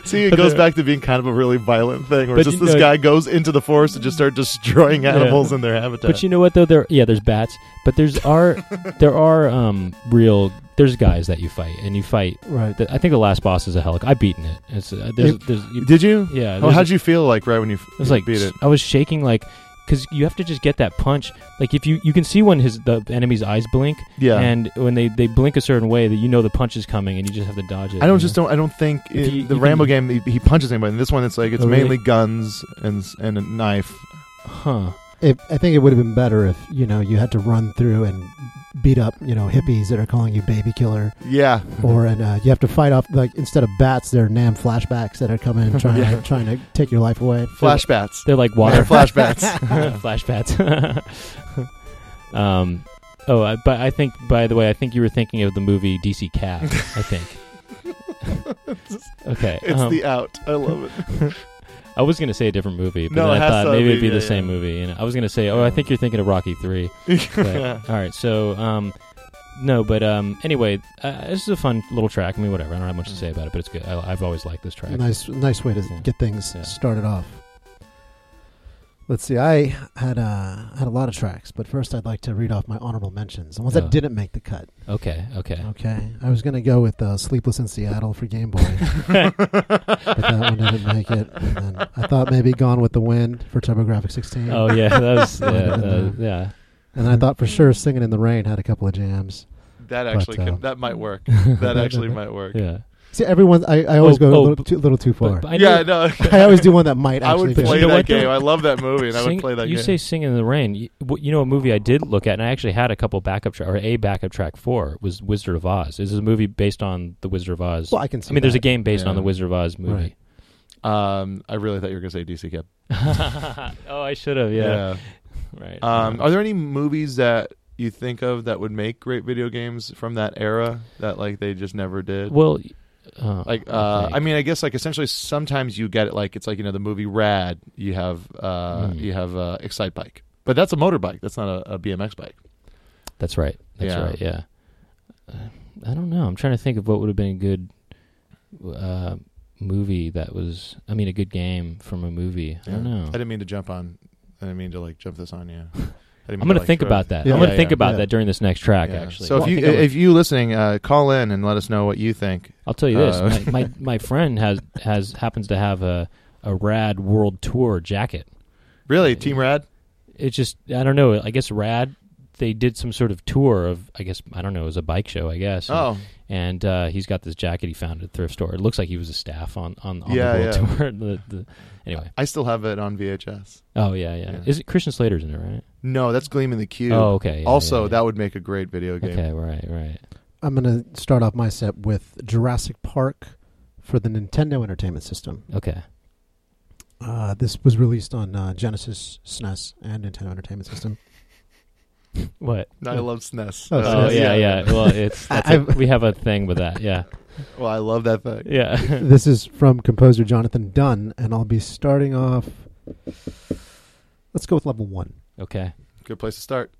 Speaker 3: See, it goes back to being kind of a really violent thing, where
Speaker 1: But
Speaker 3: just
Speaker 1: you
Speaker 3: this
Speaker 1: know-
Speaker 3: guy goes into the forest and just start destroying
Speaker 1: Yeah.
Speaker 3: animals in their habitat.
Speaker 1: but you know what though? There yeah, there's bats. But there's are there are um real there's guys that you fight and you fight.
Speaker 2: Right.
Speaker 1: The, I think the last boss is a helic. I beaten it. It's uh, there's,
Speaker 3: You-
Speaker 1: there's you,
Speaker 3: did you?
Speaker 1: yeah.
Speaker 3: oh,
Speaker 1: there's-
Speaker 3: how'd you feel like right when you,
Speaker 1: I was like,
Speaker 3: beat it?
Speaker 1: I was shaking like, because you have to just get that punch. Like if you you can see when his the enemy's eyes blink,
Speaker 3: Yeah,
Speaker 1: and when they they blink a certain way, that you know the punch is coming, and you just have to dodge it.
Speaker 3: I
Speaker 1: you
Speaker 3: don't
Speaker 1: know?
Speaker 3: just don't. I don't think
Speaker 1: If
Speaker 3: in
Speaker 1: you-
Speaker 3: the
Speaker 1: you
Speaker 3: Rambo
Speaker 1: can-
Speaker 3: game he, he punches anybody. In this one, it's like it's
Speaker 1: Oh, really?
Speaker 3: mainly guns and s- and a knife.
Speaker 1: huh.
Speaker 2: It, I think it would have been better if you know you had to run through and beat up you know hippies that are calling you baby killer,
Speaker 3: Yeah,
Speaker 2: or and uh, you have to fight off like instead of bats, there are Nam flashbacks that are coming <laughs> and trying
Speaker 3: Yeah.
Speaker 2: trying to take your life away.
Speaker 3: flashbats.
Speaker 1: They're like
Speaker 3: Water
Speaker 1: water
Speaker 3: <laughs> flashbats.
Speaker 1: <laughs> flashbats. <laughs> um. Oh, I, but I think. By the way, I think you were thinking of the movie DC Cat.
Speaker 3: <laughs>
Speaker 1: I think. okay.
Speaker 3: It's
Speaker 1: um,
Speaker 3: the out. I love it.
Speaker 1: I was gonna say a different movie, but
Speaker 3: No, it
Speaker 1: then I
Speaker 3: has
Speaker 1: thought
Speaker 3: to
Speaker 1: maybe it'd
Speaker 3: be-
Speaker 1: be the
Speaker 3: yeah,
Speaker 1: same
Speaker 3: yeah.
Speaker 1: movie. And I was gonna say, oh, I think you're thinking of Rocky
Speaker 3: <laughs>
Speaker 1: Three. But-
Speaker 3: Yeah.
Speaker 1: All <laughs> right, so um, no, but um, anyway, uh, this is a fun little track. I mean, whatever. I don't have much to
Speaker 3: Mm.
Speaker 1: say about it, but it's good. I, I've always liked this track.
Speaker 2: Nice nice way to
Speaker 1: Yeah.
Speaker 2: get things
Speaker 1: Yeah.
Speaker 2: started off. Let's see. I had uh, had a lot of tracks, but first I'd like to read off my honorable mentions, the ones
Speaker 1: Oh.
Speaker 2: that didn't make the cut.
Speaker 1: Okay, okay.
Speaker 2: Okay, I was gonna go with uh, "Sleepless in Seattle" for Game Boy, but that one didn't make it. And then I thought maybe "Gone with the Wind" for TurboGrafx 16,
Speaker 1: Oh yeah, that was yeah, uh, yeah.
Speaker 2: <laughs> and I thought for sure "Singing in the Rain" had a couple of jams.
Speaker 3: That actually
Speaker 2: But, uh,
Speaker 3: could, that
Speaker 2: <laughs>
Speaker 3: might work. That actually might work.
Speaker 1: yeah.
Speaker 2: See, everyone, I, I always
Speaker 1: Oh,
Speaker 2: go a
Speaker 1: oh,
Speaker 2: little
Speaker 1: but-
Speaker 2: too, little too far.
Speaker 1: But- but I
Speaker 3: yeah,
Speaker 1: know-
Speaker 3: no. <laughs>
Speaker 2: <laughs> I always do one that might.
Speaker 3: I
Speaker 2: Actually
Speaker 3: would
Speaker 2: fit.
Speaker 3: play
Speaker 1: You know
Speaker 3: that
Speaker 1: what, though?
Speaker 3: game. I love that movie, and I would
Speaker 1: Sing-
Speaker 3: play that
Speaker 1: you
Speaker 3: game.
Speaker 1: say "Singing in the Rain." You, wh- you know, a movie I did look at, and I actually had a couple backup track or a backup track for was Wizard of Oz. This is a movie based on the Wizard of Oz.
Speaker 2: Well, I can see.
Speaker 1: I mean, there's a
Speaker 2: that.
Speaker 1: game based
Speaker 3: Yeah.
Speaker 1: on the Wizard of Oz movie.
Speaker 3: um, I really thought you were going to say DC Cap.
Speaker 1: <laughs> oh, I should have. Yeah. Right.
Speaker 3: Um, are there any movies that you think of that would make great video games from that era that like they just never did?
Speaker 1: well, uh,
Speaker 3: like uh,
Speaker 1: okay.
Speaker 3: I mean, I guess like essentially sometimes you get it like it's like you know the movie Rad. You have uh,
Speaker 1: Mm.
Speaker 3: you have uh, Excite Bike, but that's a motorbike. That's not a, a BMX bike.
Speaker 1: that's right. That's
Speaker 3: Yeah.
Speaker 1: right. Yeah. Uh, I don't know. I'm trying to think of what would have been a good uh, movie that was. I mean, a good game from a movie. I don't
Speaker 3: Yeah.
Speaker 1: know.
Speaker 3: I didn't mean to jump on. I didn't mean to like jump this on you. I didn't
Speaker 1: I'm going
Speaker 3: mean
Speaker 1: to
Speaker 3: like,
Speaker 1: think
Speaker 3: throw-
Speaker 1: about that.
Speaker 2: Yeah,
Speaker 1: I'm going to
Speaker 3: yeah,
Speaker 1: think
Speaker 3: yeah.
Speaker 1: about
Speaker 2: Yeah.
Speaker 1: that during this next track.
Speaker 3: Yeah.
Speaker 1: Actually,
Speaker 3: So
Speaker 1: Well, I
Speaker 3: if you
Speaker 1: think I would-
Speaker 3: if you listening, uh, call in and let us know what you think.
Speaker 1: I'll tell you this:
Speaker 3: Uh,
Speaker 1: my, my
Speaker 3: <laughs>
Speaker 1: my friend has has happens to have a a rad world tour jacket.
Speaker 3: Really, Team Rad?
Speaker 1: It's just I don't know. I guess rad. They did some sort of tour of I guess I don't know. It was a bike show, I guess.
Speaker 3: Oh,
Speaker 1: and uh, he's got this jacket he found at a thrift store. It looks like he was a staff on on, on
Speaker 3: Yeah,
Speaker 1: the world
Speaker 3: yeah.
Speaker 1: tour. <laughs> the, the, anyway,
Speaker 3: I still have it on VHS.
Speaker 1: oh yeah, yeah,
Speaker 3: Yeah.
Speaker 1: Is it Christian Slater's in it, right?
Speaker 3: No, that's Gleam in the Cube.
Speaker 1: Oh, okay. yeah,
Speaker 3: also,
Speaker 1: yeah, yeah.
Speaker 3: that would make a great video game.
Speaker 1: Okay, right, right.
Speaker 2: I'm gonna start off my set with Jurassic Park for the Nintendo Entertainment System.
Speaker 1: Okay.
Speaker 2: Uh, this was released on uh, Genesis, SNES, and Nintendo Entertainment
Speaker 1: <laughs>
Speaker 2: System.
Speaker 1: What?
Speaker 3: I love E SNES.
Speaker 2: Oh,
Speaker 1: Oh
Speaker 2: SNES,
Speaker 3: Uh,
Speaker 1: yeah, yeah. Well, <laughs> it's that's a,
Speaker 2: I've-
Speaker 1: we have a thing with that. <laughs> Yeah,
Speaker 3: Well, I love that fact.
Speaker 1: yeah. <laughs>
Speaker 2: this is from composer Jonathan Dunn, and I'll be starting off. Let's go with level one.
Speaker 1: okay.
Speaker 3: Good place to start.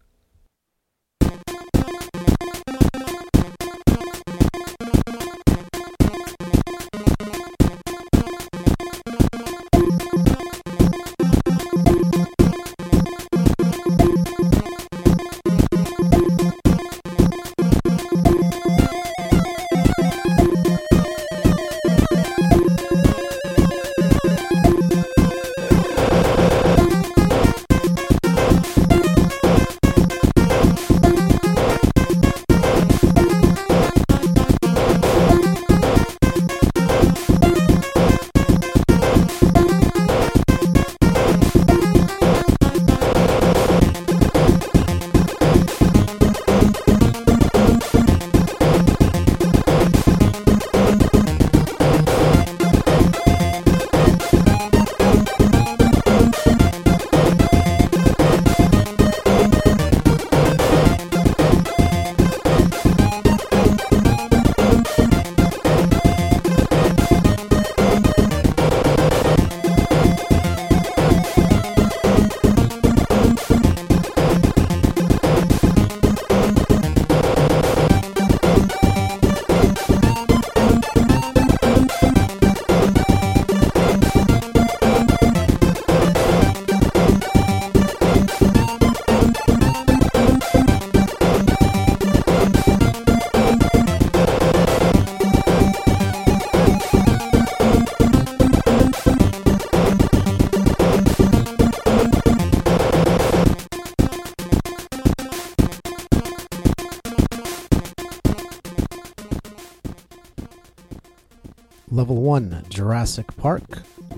Speaker 2: Level one, Jurassic Park,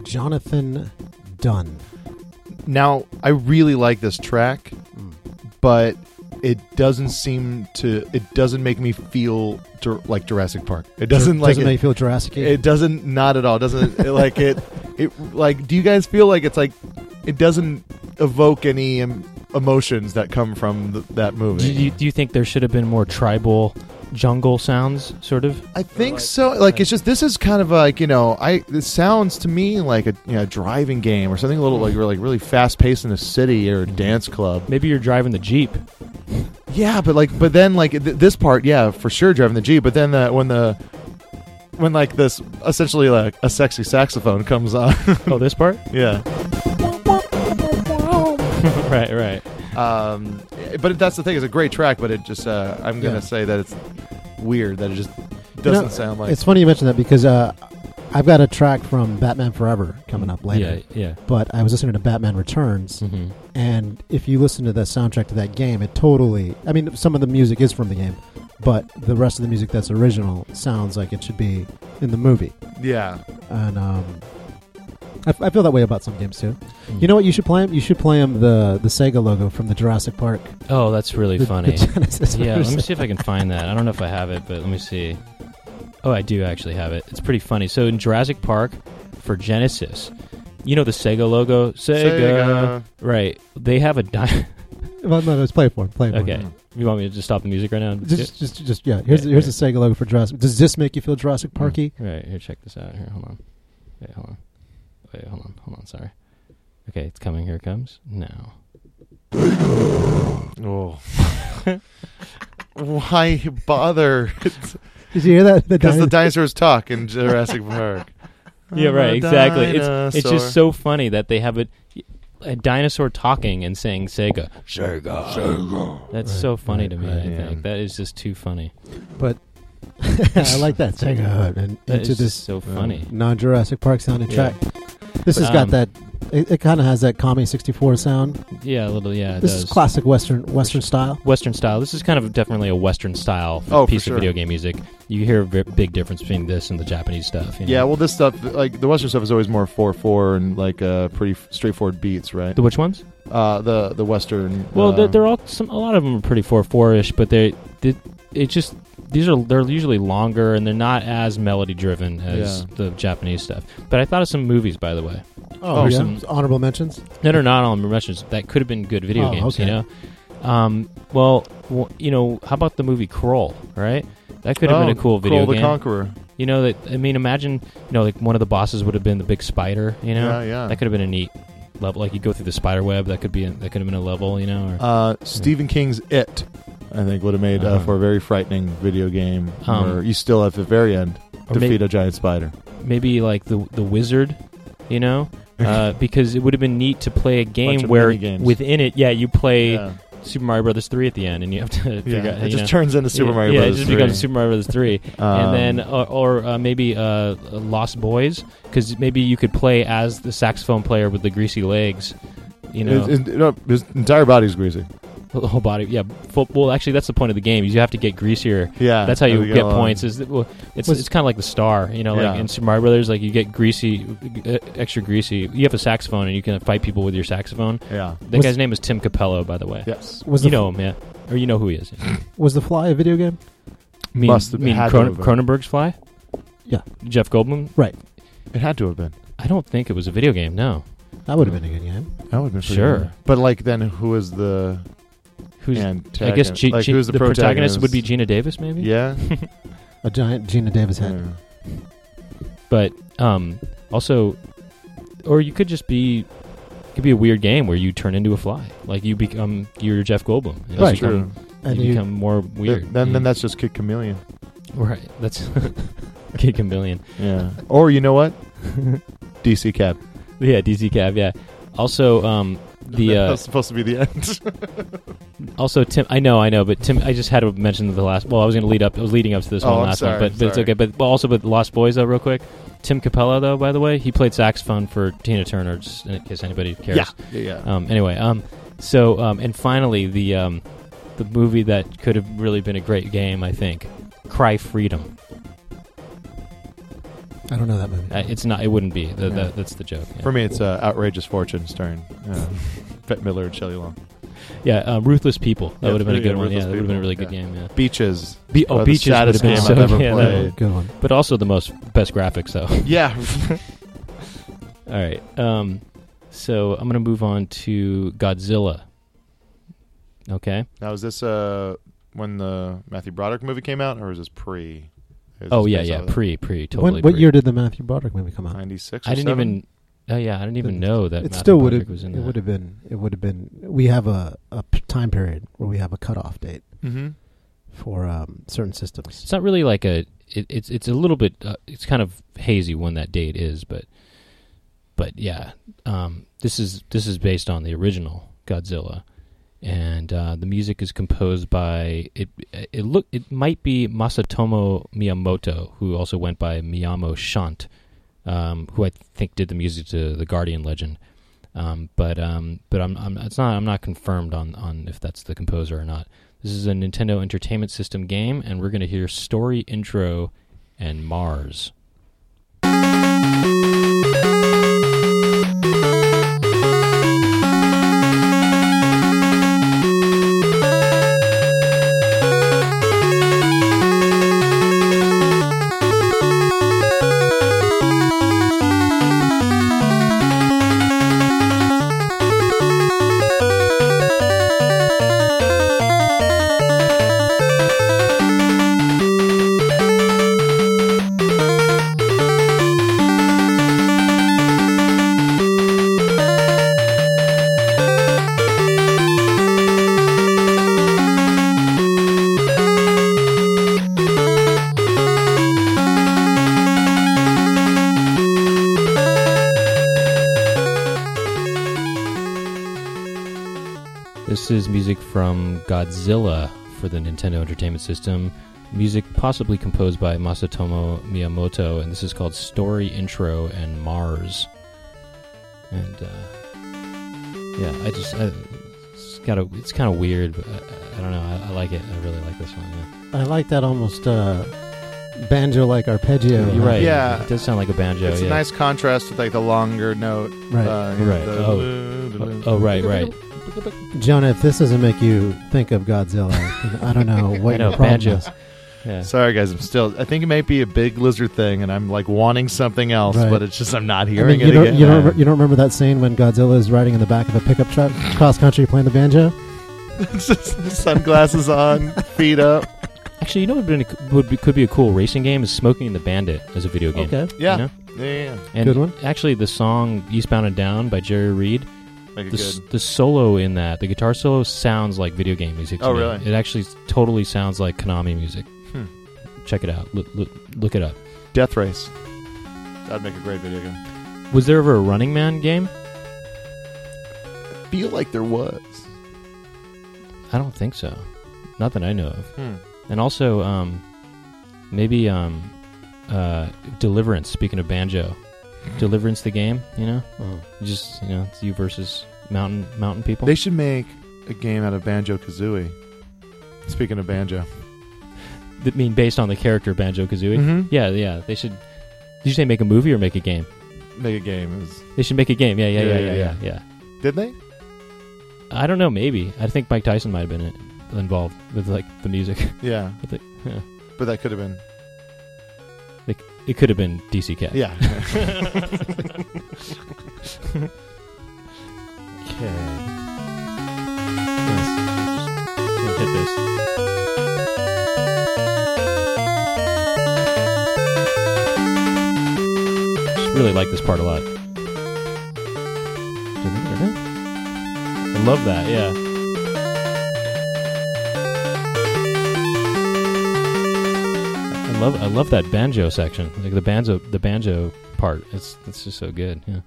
Speaker 2: Jonathan Dunn.
Speaker 3: Now, I really like this track,
Speaker 2: Mm.
Speaker 3: but it doesn't seem to. It doesn't make me feel jur- like Jurassic Park. It doesn't like
Speaker 2: doesn't
Speaker 3: it,
Speaker 2: make you feel Jurassic.
Speaker 3: it doesn't not at all. Doesn't it, like it. <laughs> It like. Do you guys feel like it's like? It doesn't evoke any em- emotions that come from th- that movie.
Speaker 1: Do you, do you think there should have been more tribal jungle sounds, sort of?
Speaker 3: I think
Speaker 1: like-
Speaker 3: so. Like it's just this is kind of like you know I this sounds to me like a you know, driving game or something a little like really, like really fast paced in a city or a
Speaker 2: Mm-hmm.
Speaker 3: dance club.
Speaker 1: Maybe you're driving the jeep.
Speaker 3: Yeah, but like but then like th- this part yeah for sure driving the jeep. But then the, when the when like this <laughs> essentially like a sexy saxophone comes on
Speaker 1: Oh, this part?
Speaker 3: yeah
Speaker 4: Bye.
Speaker 1: <laughs> right, right.
Speaker 3: Um, but that's the thing; it's a great track, but it just uh, I'm gonna
Speaker 2: Yeah.
Speaker 3: say that it's weird that it just doesn't
Speaker 2: know,
Speaker 3: sound like
Speaker 2: it's funny you mentioned that because uh, I've got a track from Batman Forever coming up later.
Speaker 1: Yeah,
Speaker 2: But I was listening to Batman Returns,
Speaker 1: yeah. hmm
Speaker 2: and if you listen to the soundtrack to that game, it totally. I mean, some of the music is from the game, but the rest of the music that's original sounds like it should be in the movie.
Speaker 3: yeah.
Speaker 2: And um, I, f- I feel that way about some games too.
Speaker 3: Hmm.
Speaker 2: You know what? You should play 'em- You should play 'em the the Sega logo from the Jurassic Park.
Speaker 1: Oh, that's really
Speaker 2: the- the
Speaker 1: funny.
Speaker 2: Genesis
Speaker 1: yeah, let
Speaker 2: version.
Speaker 1: me see if I can find that. I don't know if I have it, but let me see. Oh, I do actually have it. It's pretty funny. So in Jurassic Park for Genesis, you know the Sega logo, Sega,
Speaker 3: Sega.
Speaker 1: right? They have a. Di- <laughs>
Speaker 2: Well, no, let's play it for 'em, Play it for 'em.
Speaker 1: okay, you want me to just stop the music right now? and do
Speaker 2: Just, just, just, yeah. Here's
Speaker 1: Yeah,
Speaker 2: here's
Speaker 1: yeah. Hmm.
Speaker 2: the Sega logo for Jurassic. Does this make you feel Jurassic
Speaker 1: it?
Speaker 2: Parky?
Speaker 1: Right here, check this out. Here, hold on. Wait, hold on. Wait, hold on. Hold on. Sorry. Okay, it's coming. Here it comes now.
Speaker 3: Oh. <laughs> Why bother?
Speaker 1: <laughs>
Speaker 2: Did you hear that? The
Speaker 3: Because the
Speaker 2: dino-
Speaker 3: dinosaurs talk in Jurassic Park.
Speaker 1: <laughs> Yeah,
Speaker 3: I'm
Speaker 1: right.
Speaker 3: a
Speaker 1: Exactly. It's it's
Speaker 3: dinosaur.
Speaker 1: just so funny that they have a, a dinosaur talking and saying Sega. Sega. That's
Speaker 2: Right,
Speaker 1: so funny
Speaker 2: right,
Speaker 1: to me.
Speaker 2: right,
Speaker 1: I
Speaker 3: yeah.
Speaker 1: think that is just too funny.
Speaker 2: but <laughs> I like that Sega and
Speaker 1: That
Speaker 2: into
Speaker 1: is
Speaker 2: this
Speaker 1: just so funny.
Speaker 2: non Jurassic Park sounding
Speaker 1: Yeah.
Speaker 2: track. This has got
Speaker 1: Um,
Speaker 2: that. It, it kind of has that Kami sixty four sound.
Speaker 1: Yeah, a little. Yeah, it
Speaker 2: This
Speaker 1: does.
Speaker 2: is classic Western Western style.
Speaker 1: Western style. This is kind of definitely a Western style
Speaker 3: Oh, for
Speaker 1: piece
Speaker 3: sure.
Speaker 1: of video game music. You hear a ve- big difference between this and the Japanese stuff. you know?
Speaker 3: Yeah, well, this stuff, like the Western stuff, is always more four four and like uh, pretty f- straightforward beats, right?
Speaker 1: The which ones?
Speaker 3: Uh, the the Western.
Speaker 1: Well,
Speaker 3: uh,
Speaker 1: they're, they're all some. A lot of them are pretty four four ish, but they, they it just these are they're usually longer and they're not as melody driven as
Speaker 3: Yeah.
Speaker 1: the Japanese stuff. But I thought of some movies, by the way.
Speaker 3: Oh,
Speaker 2: yeah.
Speaker 1: some-
Speaker 2: honorable mentions.
Speaker 1: No, no, not all mentions. That could have been good video
Speaker 2: Oh,
Speaker 1: games, you
Speaker 2: okay.
Speaker 1: know. Um, well, w- you know, how about the movie Kroll? Right, that could have
Speaker 3: oh,
Speaker 1: been a cool video
Speaker 3: Crawl the
Speaker 1: game.
Speaker 3: Conqueror.
Speaker 1: you know, that I mean, imagine, you know, like one of the bosses would have been the big spider. You know,
Speaker 3: Yeah, yeah.
Speaker 1: that could have been a neat level. Like you go through the spider web. That could be a, that could have been a level. You know, or,
Speaker 3: Uh, Stephen King's It, I think, would have made uh,
Speaker 1: Uh-huh.
Speaker 3: for a very frightening video game
Speaker 1: Um,
Speaker 3: where you still at the very end
Speaker 1: or may-
Speaker 3: defeat a giant spider.
Speaker 1: maybe like the the wizard. You
Speaker 3: <laughs>
Speaker 1: know, uh, because it would have been neat to play a game
Speaker 3: of
Speaker 1: where
Speaker 3: minigames.
Speaker 1: within it, yeah, you play
Speaker 3: yeah,
Speaker 1: Super Mario Brothers three at the end, and you have to
Speaker 3: yeah.
Speaker 1: figure out.
Speaker 3: it
Speaker 1: you
Speaker 3: just
Speaker 1: know.
Speaker 3: turns into Super
Speaker 1: Yeah,
Speaker 3: Mario
Speaker 1: Yeah,
Speaker 3: Brothers.
Speaker 1: it just
Speaker 3: 3.
Speaker 1: becomes Super Mario Brothers three,
Speaker 3: Um,
Speaker 1: and then or, or uh, maybe uh, Lost Boys because maybe you could play as the saxophone player with the greasy legs. You know,
Speaker 3: His, his- no, his entire body's greasy.
Speaker 1: the whole body. Yeah, full, well, actually, that's the point of the game. Is you have to get greasier.
Speaker 3: Yeah,
Speaker 1: That's how you
Speaker 3: Uh, we go
Speaker 1: get
Speaker 3: along.
Speaker 1: points. Is that, well, it's
Speaker 2: Was-
Speaker 1: it's kind of like the star. You know,
Speaker 3: Yeah.
Speaker 1: like in Super Mario Brothers, like you get greasy, uh, extra greasy. You have a saxophone, and you can fight people with your saxophone.
Speaker 3: Yeah.
Speaker 1: That
Speaker 2: Was-
Speaker 1: guy's name is Tim Capello, by the way.
Speaker 3: Yes.
Speaker 2: Was the
Speaker 1: You know him, yeah, or you know who he is.
Speaker 2: was the Fly a video game?
Speaker 1: Mean,
Speaker 3: Must have-
Speaker 1: mean
Speaker 3: had to
Speaker 1: Cronen-
Speaker 3: have been.
Speaker 1: Cronenberg's Fly?
Speaker 2: Yeah.
Speaker 1: Jeff Goldblum?
Speaker 3: It had to have been.
Speaker 1: I don't think it was a video game, no.
Speaker 2: That would have been a good game.
Speaker 3: That would have been pretty
Speaker 1: Sure.
Speaker 3: good. But like, then who was the?
Speaker 1: Who's I
Speaker 3: antagonist?
Speaker 1: guess G-
Speaker 3: like,
Speaker 1: G-
Speaker 3: who's
Speaker 1: the protagonist would be Gina Davis maybe?
Speaker 3: Yeah.
Speaker 2: A giant Gina Davis head.
Speaker 3: yeah.
Speaker 1: But um also or you could just be it could be a weird game where you turn into a fly. Like you become you're Jeff Goldblum. You
Speaker 2: Right.
Speaker 1: become-
Speaker 3: True.
Speaker 2: And
Speaker 1: Hmm. you,
Speaker 2: you-
Speaker 1: become more weird.
Speaker 3: Th- Then, then
Speaker 1: Mm.
Speaker 3: that's just Kid Chameleon.
Speaker 1: right. That's <laughs> Kid Chameleon.
Speaker 3: Yeah. Or you know what? DC Cap.
Speaker 1: Yeah, DZ Cab, yeah. Also, um
Speaker 3: <laughs>
Speaker 1: the
Speaker 3: that
Speaker 1: uh,
Speaker 3: was supposed to be the end. <laughs>
Speaker 1: Also, Tim, I know, I know, but Tim, I just had to mention the last. Well, I was going to lead up. I was leading up to this
Speaker 3: Oh,
Speaker 1: one
Speaker 3: I'm
Speaker 1: last
Speaker 3: sorry,
Speaker 1: one, but, but it's
Speaker 3: sorry.
Speaker 1: okay. But well, also, but Lost Boys though, real quick. Tim Capella though, by the way, he played saxophone for Tina Turner, just in case anybody cares.
Speaker 3: yeah. yeah.
Speaker 1: Um. Anyway, um. So, um, and finally, the um, the movie that could have really been a great game, I think. Cry Freedom.
Speaker 2: I don't know that movie.
Speaker 1: Uh, it's not. It wouldn't be. The,
Speaker 3: Yeah.
Speaker 1: the, that's the joke. Yeah.
Speaker 3: For me, it's uh, Outrageous Fortune starring
Speaker 1: <laughs>
Speaker 3: uh, Bette Miller and Shelley Long.
Speaker 1: yeah uh, Ruthless People. That
Speaker 3: Yeah,
Speaker 1: would have been a
Speaker 3: yeah,
Speaker 1: good one. Yeah,
Speaker 3: Ruthless
Speaker 1: that would have been a
Speaker 3: People,
Speaker 1: really good
Speaker 3: yeah.
Speaker 1: game. Yeah.
Speaker 3: Beaches.
Speaker 1: Be- oh,
Speaker 3: Probably the
Speaker 1: Beaches would have
Speaker 3: saddest
Speaker 1: been
Speaker 3: game
Speaker 1: so.
Speaker 3: I've ever
Speaker 1: yeah,
Speaker 2: Oh,
Speaker 1: that-
Speaker 3: played.
Speaker 2: good one.
Speaker 1: but also the most best graphics though.
Speaker 3: Yeah. <laughs>
Speaker 1: All right. Um, so I'm going to move on to Godzilla. Okay.
Speaker 3: now, is this uh, when the Matthew Broderick movie came out, or is this pre? Is
Speaker 1: Oh
Speaker 3: this
Speaker 1: yeah,
Speaker 3: based
Speaker 1: yeah.
Speaker 3: off of
Speaker 1: Pre, pre, totally.
Speaker 2: when, what
Speaker 1: pre.
Speaker 2: year did the Matthew Broderick movie come out?
Speaker 3: 96 or
Speaker 1: I didn't
Speaker 3: 7?
Speaker 1: even. Oh yeah, I didn't even
Speaker 2: It-
Speaker 1: know that.
Speaker 2: it
Speaker 1: Matthew
Speaker 2: still would have.
Speaker 1: Broderick was in
Speaker 2: It
Speaker 1: that.
Speaker 2: would have been. It would have been. We have a, a p- time period where we have a cutoff date
Speaker 3: Mhm.
Speaker 2: for um, certain systems.
Speaker 1: It's not really like a. It, it's it's a little bit. Uh, it's kind of hazy when that date is, but but yeah. Um, this is this is based on the original Godzilla, and uh, the music is composed by it. It look it might be Masatomo Miyamoto, who also went by Miyamo Shant, um, who I think did the music to the Guardian Legend. Um, but um, but I'm, I'm it's not I'm not confirmed on on if that's the composer or not. This is a Nintendo Entertainment System game, and we're going to hear story intro and Mars. This is music from Godzilla for the Nintendo Entertainment System. Music possibly composed by Masatomo Miyamoto, and this is called Story Intro and Mars. And uh, yeah, I just I, it's kind of it's kind of weird, but uh, I, I don't know. I, I like it. I really like this one. Yeah.
Speaker 2: I like that almost uh, banjo like arpeggio.
Speaker 1: You're right.
Speaker 3: Yeah.
Speaker 1: it does sound like a banjo.
Speaker 3: it's
Speaker 1: yeah.
Speaker 3: a nice contrast with like the longer note.
Speaker 2: Right.
Speaker 3: Uh, you know,
Speaker 1: Right.
Speaker 3: the-
Speaker 1: oh, oh, right, right.
Speaker 3: <laughs>
Speaker 2: Jonah, if this doesn't make you think of Godzilla, then I
Speaker 1: <laughs>
Speaker 2: don't know what
Speaker 1: I know,
Speaker 2: your problem
Speaker 1: banjo.
Speaker 2: is.
Speaker 1: Yeah.
Speaker 3: Sorry guys, I'm still. I think it might be a big lizard thing, and I'm like wanting something else,
Speaker 2: Right.
Speaker 3: but it's just I'm not
Speaker 2: I mean,
Speaker 3: hearing
Speaker 2: you,
Speaker 3: it
Speaker 2: don't,
Speaker 3: again.
Speaker 2: you,
Speaker 3: <laughs>
Speaker 2: don't, re- you don't remember that scene when Godzilla is riding in the back of a pickup truck cross country playing the banjo?
Speaker 3: It's just sunglasses on, feet up.
Speaker 1: Actually, you know what would, be, would be, could be a cool racing game is Smoking the Bandit as a video game.
Speaker 2: Okay.
Speaker 3: Yeah,
Speaker 1: You know?
Speaker 3: yeah, yeah.
Speaker 1: And
Speaker 2: Good one.
Speaker 1: Actually, the song "Eastbound and Down" by Jerry Reed,
Speaker 3: yeah. Make it
Speaker 1: the, s-
Speaker 3: good.
Speaker 1: the solo in that, the guitar solo sounds like video game music. to
Speaker 3: Oh,
Speaker 1: me.
Speaker 3: really?
Speaker 1: It actually s- totally sounds like Konami music.
Speaker 3: Hmm.
Speaker 1: Check it out. Look, look, look it up.
Speaker 3: Death Race. That'd make a great video game.
Speaker 1: Was there ever a Running Man game?
Speaker 3: I feel like there was.
Speaker 1: I don't think so. Not that I know of.
Speaker 3: Hmm.
Speaker 1: And also, um, maybe um, uh, Deliverance. Speaking of banjo, Deliverance, the game. You know, just you know, it's you versus mountain mountain people.
Speaker 3: They should make a game out of Banjo Kazooie. Speaking of banjo,
Speaker 1: I mean, based on the character Banjo Kazooie.
Speaker 3: Mhm.
Speaker 1: Yeah, yeah. They should. Did you say make a movie or make a game?
Speaker 3: make a game. It was-
Speaker 1: They should make a game. Yeah, yeah, yeah, yeah, yeah. yeah,
Speaker 3: did they?
Speaker 1: I don't know. Maybe I think Mike Tyson might have been in- involved with like the music. <laughs>
Speaker 3: Yeah,
Speaker 1: I think- yeah.
Speaker 3: but that could have been.
Speaker 1: It could have been DC Cat.
Speaker 3: <laughs> Yeah.
Speaker 1: Okay. hit this. Just really like this part a lot. I love that. Yeah. I love I love that banjo section, like the banjo the banjo part. It's it's just so good. <laughs> Yeah.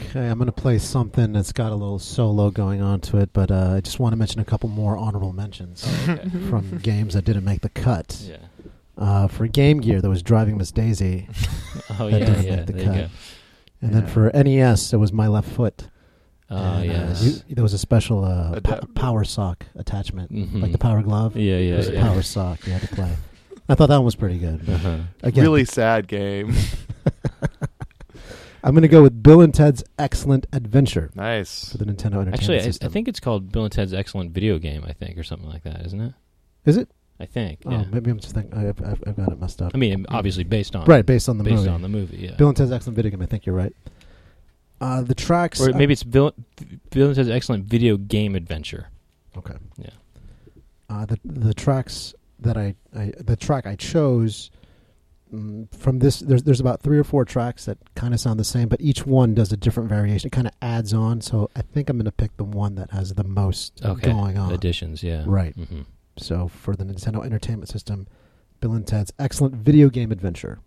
Speaker 2: Okay, I'm going to play something that's got a little solo going on to it, but uh, I just want to mention a couple more honorable mentions
Speaker 1: <laughs>
Speaker 2: from games that didn't make the cut.
Speaker 1: yeah.
Speaker 2: Uh, for Game Gear, there was Driving Miss Daisy,
Speaker 1: Oh
Speaker 2: That
Speaker 1: yeah,
Speaker 2: doesn't
Speaker 1: yeah.
Speaker 2: make the
Speaker 1: there
Speaker 2: cut.
Speaker 1: you go.
Speaker 2: and then
Speaker 3: Yeah.
Speaker 2: for NES, it was My Left Foot.
Speaker 1: Oh
Speaker 2: And, uh,
Speaker 1: yes.
Speaker 2: you- there was a special uh,
Speaker 3: Adap-
Speaker 2: po- power sock attachment,
Speaker 1: Mhm.
Speaker 2: like the power glove.
Speaker 1: Yeah,
Speaker 2: It
Speaker 1: yeah.
Speaker 2: was a
Speaker 1: yeah.
Speaker 2: power sock you had to play. I thought that one was pretty good. But
Speaker 1: Uh-huh.
Speaker 2: again,
Speaker 3: Really sad game.
Speaker 2: I'm going to go with Bill and Ted's Excellent Adventure
Speaker 3: nice.
Speaker 2: for the Nintendo Entertainment
Speaker 1: Actually, I, I
Speaker 2: System.
Speaker 1: think it's called Bill and Ted's Excellent Video Game, I think, or something like that, isn't it?
Speaker 2: Is it?
Speaker 1: I think.
Speaker 2: Oh,
Speaker 1: yeah.
Speaker 2: maybe I'm just thinking. I've, I've, I've got it messed up.
Speaker 1: I mean, obviously based on
Speaker 2: right, based on the
Speaker 1: based
Speaker 2: movie.
Speaker 1: on the movie. Yeah.
Speaker 2: Bill and Ted's Excellent Video Game. I think you're right. Uh, the tracks.
Speaker 1: or maybe it's Bill, Bill and Ted's Excellent Video Game Adventure.
Speaker 2: Okay.
Speaker 1: Yeah.
Speaker 2: Uh, the the tracks that I, I the track I chose mm, from this there's there's about three or four tracks that kind of sound the same, but each one does a different variation. It kind of adds on. So I think I'm going to pick the one that has the most
Speaker 1: Okay.
Speaker 2: going on.
Speaker 1: Editions. Yeah.
Speaker 2: Uh-huh. Right.
Speaker 1: hmm
Speaker 2: So for the Nintendo Entertainment System, Bill and Ted's Excellent Video Game Adventure.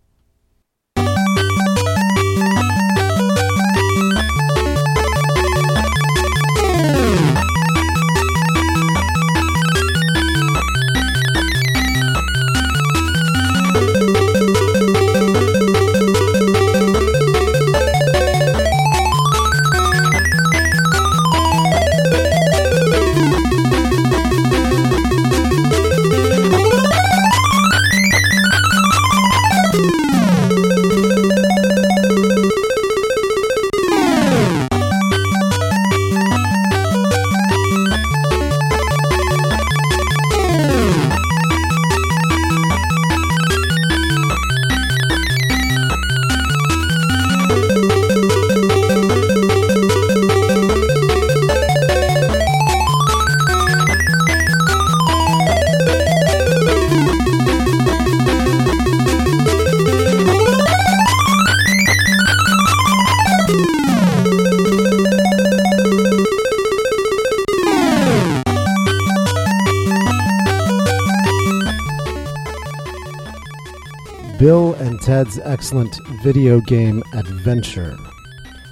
Speaker 2: Bill and Ted's Excellent Video Game Adventure.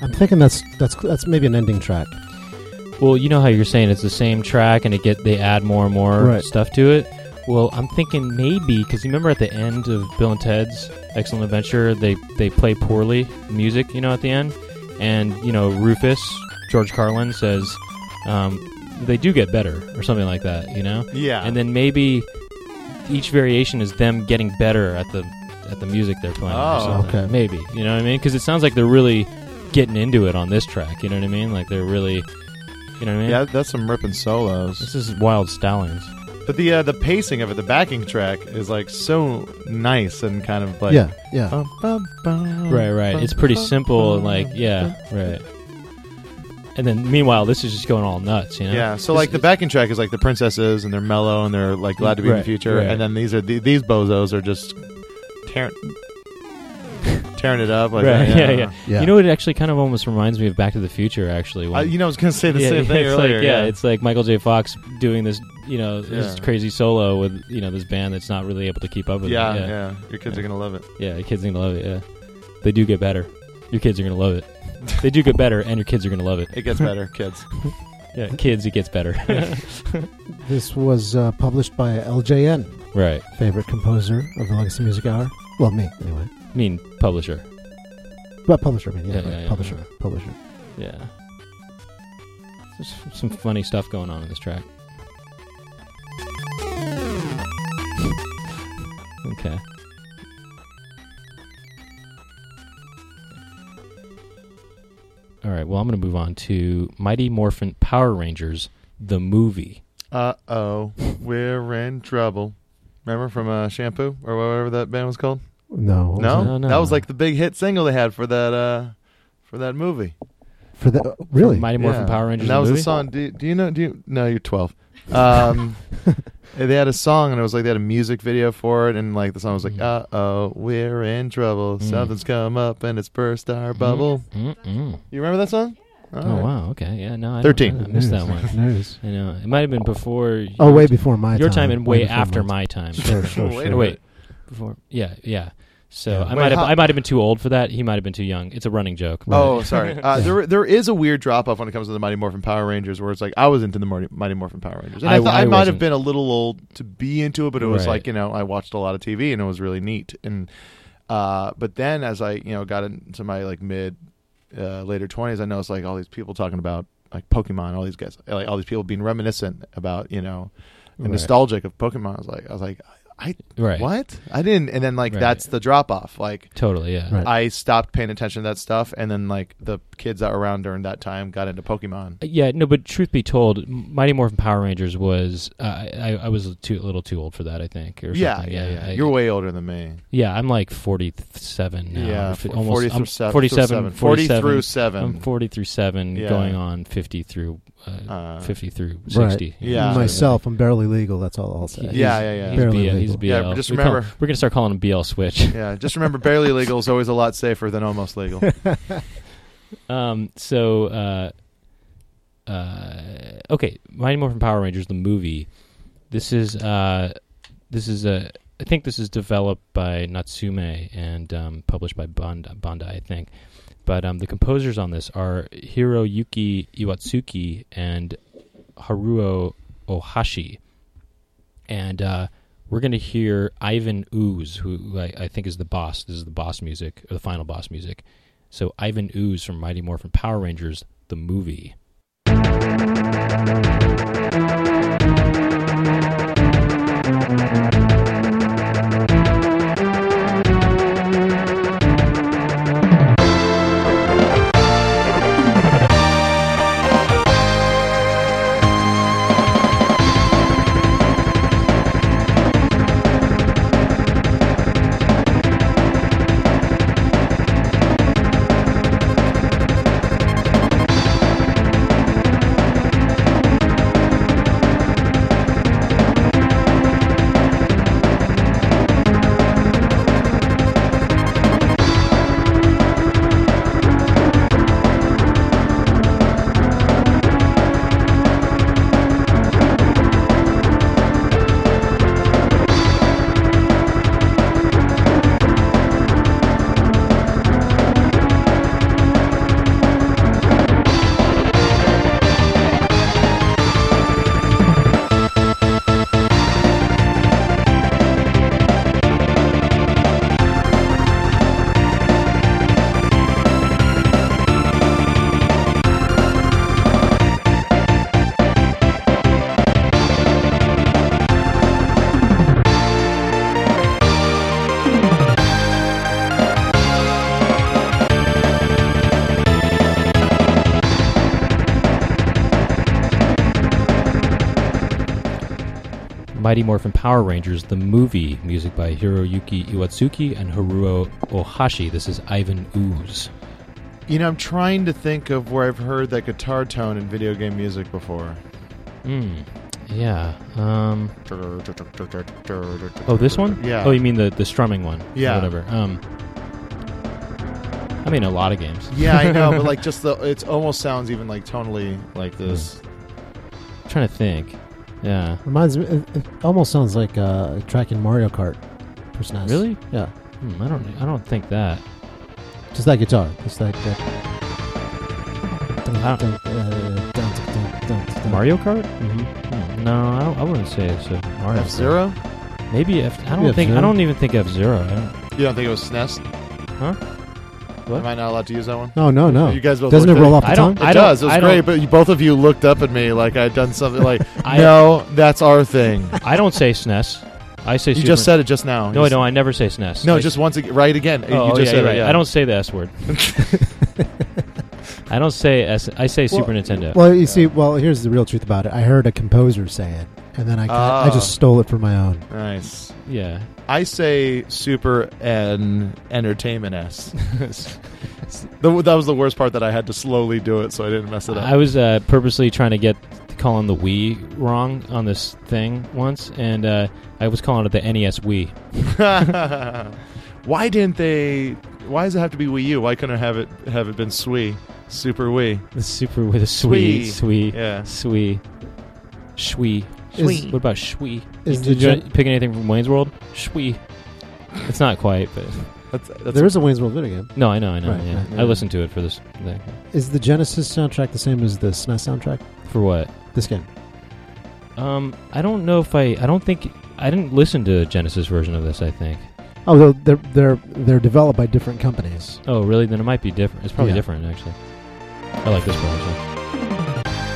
Speaker 2: I'm thinking that's that's that's maybe an ending track.
Speaker 1: Well, you know how you're saying it's the same track, and it get they add more and more
Speaker 2: Right.
Speaker 1: stuff to it. Well, I'm thinking maybe because you remember at the end of Bill and Ted's Excellent Adventure, they they play poorly music, you know, at the end, and you know Rufus George Carlin says um, they do get better or something like that, you know,
Speaker 3: Yeah.
Speaker 1: and then maybe each variation is them getting better at the at the music they're playing. or
Speaker 3: Oh.
Speaker 1: something.
Speaker 2: Okay.
Speaker 1: maybe you know what I mean? Because it sounds like they're really getting into it on this track. You know what I mean? Like they're really, you know what I mean?
Speaker 3: yeah, that's some ripping solos.
Speaker 1: This is wild stylings.
Speaker 3: But the uh, the pacing of it, the backing track is like so nice and kind of like
Speaker 2: yeah, yeah.
Speaker 3: Bum, bum, bum,
Speaker 1: Right, right.
Speaker 3: bum,
Speaker 1: It's pretty
Speaker 3: bum,
Speaker 1: simple and
Speaker 3: bum,
Speaker 1: like yeah, right. And then meanwhile, this is just going all nuts, you know?
Speaker 3: Yeah, so
Speaker 1: This
Speaker 3: like the
Speaker 1: is-
Speaker 3: backing track is like the princesses and they're mellow and they're like glad to be in
Speaker 1: Right,
Speaker 3: the future,
Speaker 1: right.
Speaker 3: and then these are the, these bozos are just tearing tearing it up. Like
Speaker 1: Right,
Speaker 3: that,
Speaker 1: yeah, yeah.
Speaker 2: yeah.
Speaker 1: You know, it actually kind of almost reminds me of Back to the Future, actually.
Speaker 3: I,
Speaker 1: when-
Speaker 3: you know, I was gonna say the same thing
Speaker 1: it's
Speaker 3: earlier.
Speaker 1: Like, yeah, it's like Michael J. Fox doing this, you know, this
Speaker 3: Yeah.
Speaker 1: crazy solo with you know this band that's not really able to keep up with.
Speaker 3: yeah,
Speaker 1: it.
Speaker 3: yeah, Your kids
Speaker 1: Yeah.
Speaker 3: are gonna love it.
Speaker 1: yeah, Your kids are gonna love it. Yeah, they do get better. Your kids are gonna love it. They do get better, and your kids are gonna love it.
Speaker 3: It gets better, kids.
Speaker 1: Yeah, kids, it gets
Speaker 3: <laughs>
Speaker 1: better. <laughs>
Speaker 2: This was uh, published by LJN,
Speaker 1: right.
Speaker 2: favorite composer of the Legacy Music Hour. Well, me anyway.
Speaker 1: I mean, publisher.
Speaker 2: Well, publisher, I mean, yeah,
Speaker 1: Yeah,
Speaker 2: right,
Speaker 1: yeah, yeah.
Speaker 2: publisher, publisher.
Speaker 1: Yeah. There's <laughs> f- some funny stuff going on in this track. Okay. All right, well, I'm going to move on to Mighty Morphin Power Rangers, the movie.
Speaker 3: Uh oh, we're in trouble. Remember from uh, Shampoo or whatever that band was called?
Speaker 2: No, what was
Speaker 3: No?
Speaker 2: it?
Speaker 1: No, no.
Speaker 3: that was like the big hit single they had for that uh, for that movie.
Speaker 2: for that uh, really.
Speaker 1: Mighty Morphin
Speaker 3: Yeah.
Speaker 1: Power Rangers,
Speaker 3: And that
Speaker 1: the
Speaker 3: was
Speaker 1: movie?
Speaker 3: the song. Do you, do you know? Do you? No, you're 12.
Speaker 1: <laughs>
Speaker 3: Um, they had a song, and it was like they had a music video for it, and like the song was like,
Speaker 1: Mm.
Speaker 3: "Uh oh, we're in trouble.
Speaker 1: Mm.
Speaker 3: Something's come up, and it's burst our bubble."
Speaker 1: Mm-mm.
Speaker 3: You remember that song?
Speaker 1: Oh, wow. Okay. Yeah, no, I, don't-
Speaker 3: 13.
Speaker 1: I don't- I missed that one.
Speaker 2: News.
Speaker 1: I know. It might have been before.
Speaker 2: Oh, way before my
Speaker 1: your
Speaker 2: time.
Speaker 1: time and way,
Speaker 2: before
Speaker 1: after my time.
Speaker 2: Sure, sure,
Speaker 3: Wait a
Speaker 2: sure.
Speaker 1: <laughs>
Speaker 3: minute.
Speaker 1: Wait, before? Yeah, yeah. So
Speaker 2: Yeah.
Speaker 1: I
Speaker 3: Wait,
Speaker 1: might have
Speaker 3: how-
Speaker 1: I might have been too old for that. He might have been too young. It's a running joke.
Speaker 2: Right.
Speaker 1: <laughs>
Speaker 3: Oh, sorry. Uh,
Speaker 2: Yeah.
Speaker 3: There, there is a weird drop off when it comes to the Mighty Morphin Power Rangers, where it's like I was into the Mighty, Mighty Morphin Power Rangers, and I,
Speaker 1: I-
Speaker 3: thought
Speaker 1: I
Speaker 3: I might have
Speaker 1: wasn't.
Speaker 3: been a little old to be into it, but it was
Speaker 1: Right.
Speaker 3: like you know I watched a lot of TV and it was really neat. And uh, but then as I you know got into my like mid uh, later twenties, I noticed like all these people talking about like Pokemon, all these guys, like all these people being reminiscent about you know and
Speaker 1: Right.
Speaker 3: nostalgic of Pokemon. I was like, I was like,
Speaker 1: Right.
Speaker 3: what? I didn't. And then like
Speaker 1: Right.
Speaker 3: that's the drop off, like.
Speaker 1: Totally. Yeah.
Speaker 2: Right.
Speaker 3: I stopped paying attention to that stuff, and then like the kids that were around during that time got into Pokemon.
Speaker 1: Uh, Yeah, no, but truth be told, M- Mighty Morphin Power Rangers was uh, I, I was too, a little too old for that, I think. Or
Speaker 3: Yeah, yeah,
Speaker 1: something.
Speaker 3: yeah,
Speaker 1: I-
Speaker 3: You're way older than me.
Speaker 1: yeah, I'm like 47 now.
Speaker 3: yeah,
Speaker 1: F-
Speaker 3: f-
Speaker 1: almost.
Speaker 3: 40
Speaker 1: I'm
Speaker 3: through seven,
Speaker 1: 47,
Speaker 3: 40
Speaker 1: 47.
Speaker 3: through seven.
Speaker 1: I'm 40 through seven,
Speaker 3: Yeah.
Speaker 1: going on 50 through uh,
Speaker 3: Uh,
Speaker 1: 50 through
Speaker 2: Right.
Speaker 1: 60.
Speaker 3: Yeah.
Speaker 1: So,
Speaker 2: Myself, I'm barely legal. That's all I'll say.
Speaker 1: he's-
Speaker 3: Yeah, yeah, yeah.
Speaker 1: He's,
Speaker 2: Barely
Speaker 1: BL, he's
Speaker 2: legal.
Speaker 1: BL.
Speaker 3: Yeah, but just
Speaker 1: We call-
Speaker 3: remember-
Speaker 1: we're gonna start calling him BL Switch.
Speaker 3: Yeah, just remember, barely legal is always a lot safer than almost
Speaker 1: <laughs>
Speaker 3: legal.
Speaker 1: Um, so, uh, uh, okay, Mighty Morphin Power Rangers the movie. This is uh, this is a I think this is developed by Natsume and um, published by Bond, Bandai, I think. But um, the composers on this are Hiroyuki Iwatsuki and Haruo Ohashi, and uh, we're going to hear Ivan Ooze, who, who I, I think is the boss. This is the boss music, or the final boss music. So Ivan Ooze from Mighty Morphin Power Rangers, the movie. Mighty Morphin Power Rangers, the movie, music by Hiroyuki Iwatsuki and Haruo Ohashi. This is Ivan Ooze.
Speaker 3: You know, I'm trying to think of where I've heard that guitar tone in video game music before.
Speaker 1: Hmm. Yeah. Um, oh, this one?
Speaker 3: Yeah.
Speaker 1: Oh, you mean the, the strumming one?
Speaker 3: Yeah.
Speaker 1: Whatever. Um, I mean, a lot of games.
Speaker 3: yeah, I
Speaker 1: <laughs>
Speaker 3: know, but like just the it almost sounds even like tonally like this.
Speaker 1: I'm trying to think. Yeah.
Speaker 2: Reminds me, it, it almost sounds like uh, a track in Mario Kart for SNES.
Speaker 1: Really?
Speaker 2: Yeah.
Speaker 1: Hmm, I don't. I don't think that.
Speaker 2: Just that guitar. Just like that.
Speaker 1: Ah.
Speaker 2: Dun, dun, dun, dun, dun, dun, Mm-hmm. dun.
Speaker 1: Mario Kart? Hmm, No, I, don't, I wouldn't say it's a Mario.
Speaker 3: F Zero?
Speaker 1: Kart. Maybe F. I don't
Speaker 2: Maybe
Speaker 1: think. I
Speaker 2: F-Zero.
Speaker 1: don't even think F Zero.
Speaker 3: You don't think it was SNES?
Speaker 1: Huh? What?
Speaker 3: Am I not allowed to use that one?
Speaker 2: No, no, no.
Speaker 3: You guys both
Speaker 2: Doesn't it
Speaker 3: looked at
Speaker 2: roll off the
Speaker 1: I
Speaker 2: tongue?
Speaker 1: don't-
Speaker 3: It does. It was
Speaker 1: I don't-
Speaker 3: great, but you, both of you looked up at me like I'd
Speaker 1: <laughs>
Speaker 3: done something. Like,
Speaker 1: I-
Speaker 3: no, that's
Speaker 1: <laughs>
Speaker 3: our thing.
Speaker 1: I don't say SNES. I say.
Speaker 3: You
Speaker 1: Super E
Speaker 3: just said it just now.
Speaker 1: No,
Speaker 3: You
Speaker 1: I don't. I never say SNES.
Speaker 3: s- No,
Speaker 1: I
Speaker 3: just once. ag- Right again.
Speaker 1: Oh,
Speaker 3: you
Speaker 1: oh,
Speaker 3: just
Speaker 1: yeah,
Speaker 3: said
Speaker 1: you're
Speaker 3: it,
Speaker 1: right.
Speaker 3: yeah.
Speaker 1: I don't say the S
Speaker 3: <laughs>
Speaker 1: word. I don't say S. I say Super Nintendo.
Speaker 2: Well, you see, well, here's the real truth about it. I heard a composer say it, and then I, got, I
Speaker 3: Ah.
Speaker 2: just stole it for my own.
Speaker 3: Nice.
Speaker 1: yeah.
Speaker 3: I say super and
Speaker 1: <laughs>
Speaker 3: entertainment s. <laughs> The- that was the worst part that I had to slowly do it so I didn't mess it up.
Speaker 1: I was uh, purposely trying to get calling the Wii wrong on this thing once, and uh, I was calling it the NES Wii. <laughs>
Speaker 3: <laughs> why didn't they? Why does it have to be Wii U? Why couldn't it have it have it been Swii, Super Wii?
Speaker 1: The Super with a Swee, Swee,
Speaker 3: Yeah. Mm.
Speaker 1: Swee, Shwee.
Speaker 2: Is-
Speaker 1: What about Shwee?
Speaker 2: Is
Speaker 1: Did
Speaker 2: the
Speaker 1: you
Speaker 2: gen-
Speaker 1: pick anything from Wayne's World? Shwee. It's not quite, but
Speaker 3: That's, that's
Speaker 2: There is a Wayne's World video game.
Speaker 1: no, I know, I know.
Speaker 2: Right,
Speaker 1: yeah.
Speaker 2: right,
Speaker 1: I
Speaker 3: yeah.
Speaker 1: listened to it for this thing.
Speaker 2: Is the Genesis soundtrack the same as the SNES soundtrack?
Speaker 1: for what?
Speaker 2: This game.
Speaker 1: Um, I don't know if I. I don't think I didn't listen to the Genesis version of this. I think.
Speaker 2: Although Oh, they're they're they're developed by different companies.
Speaker 1: Oh, really? Then it might be different. It's probably
Speaker 2: Yeah.
Speaker 1: different, actually. I like this one. Actually.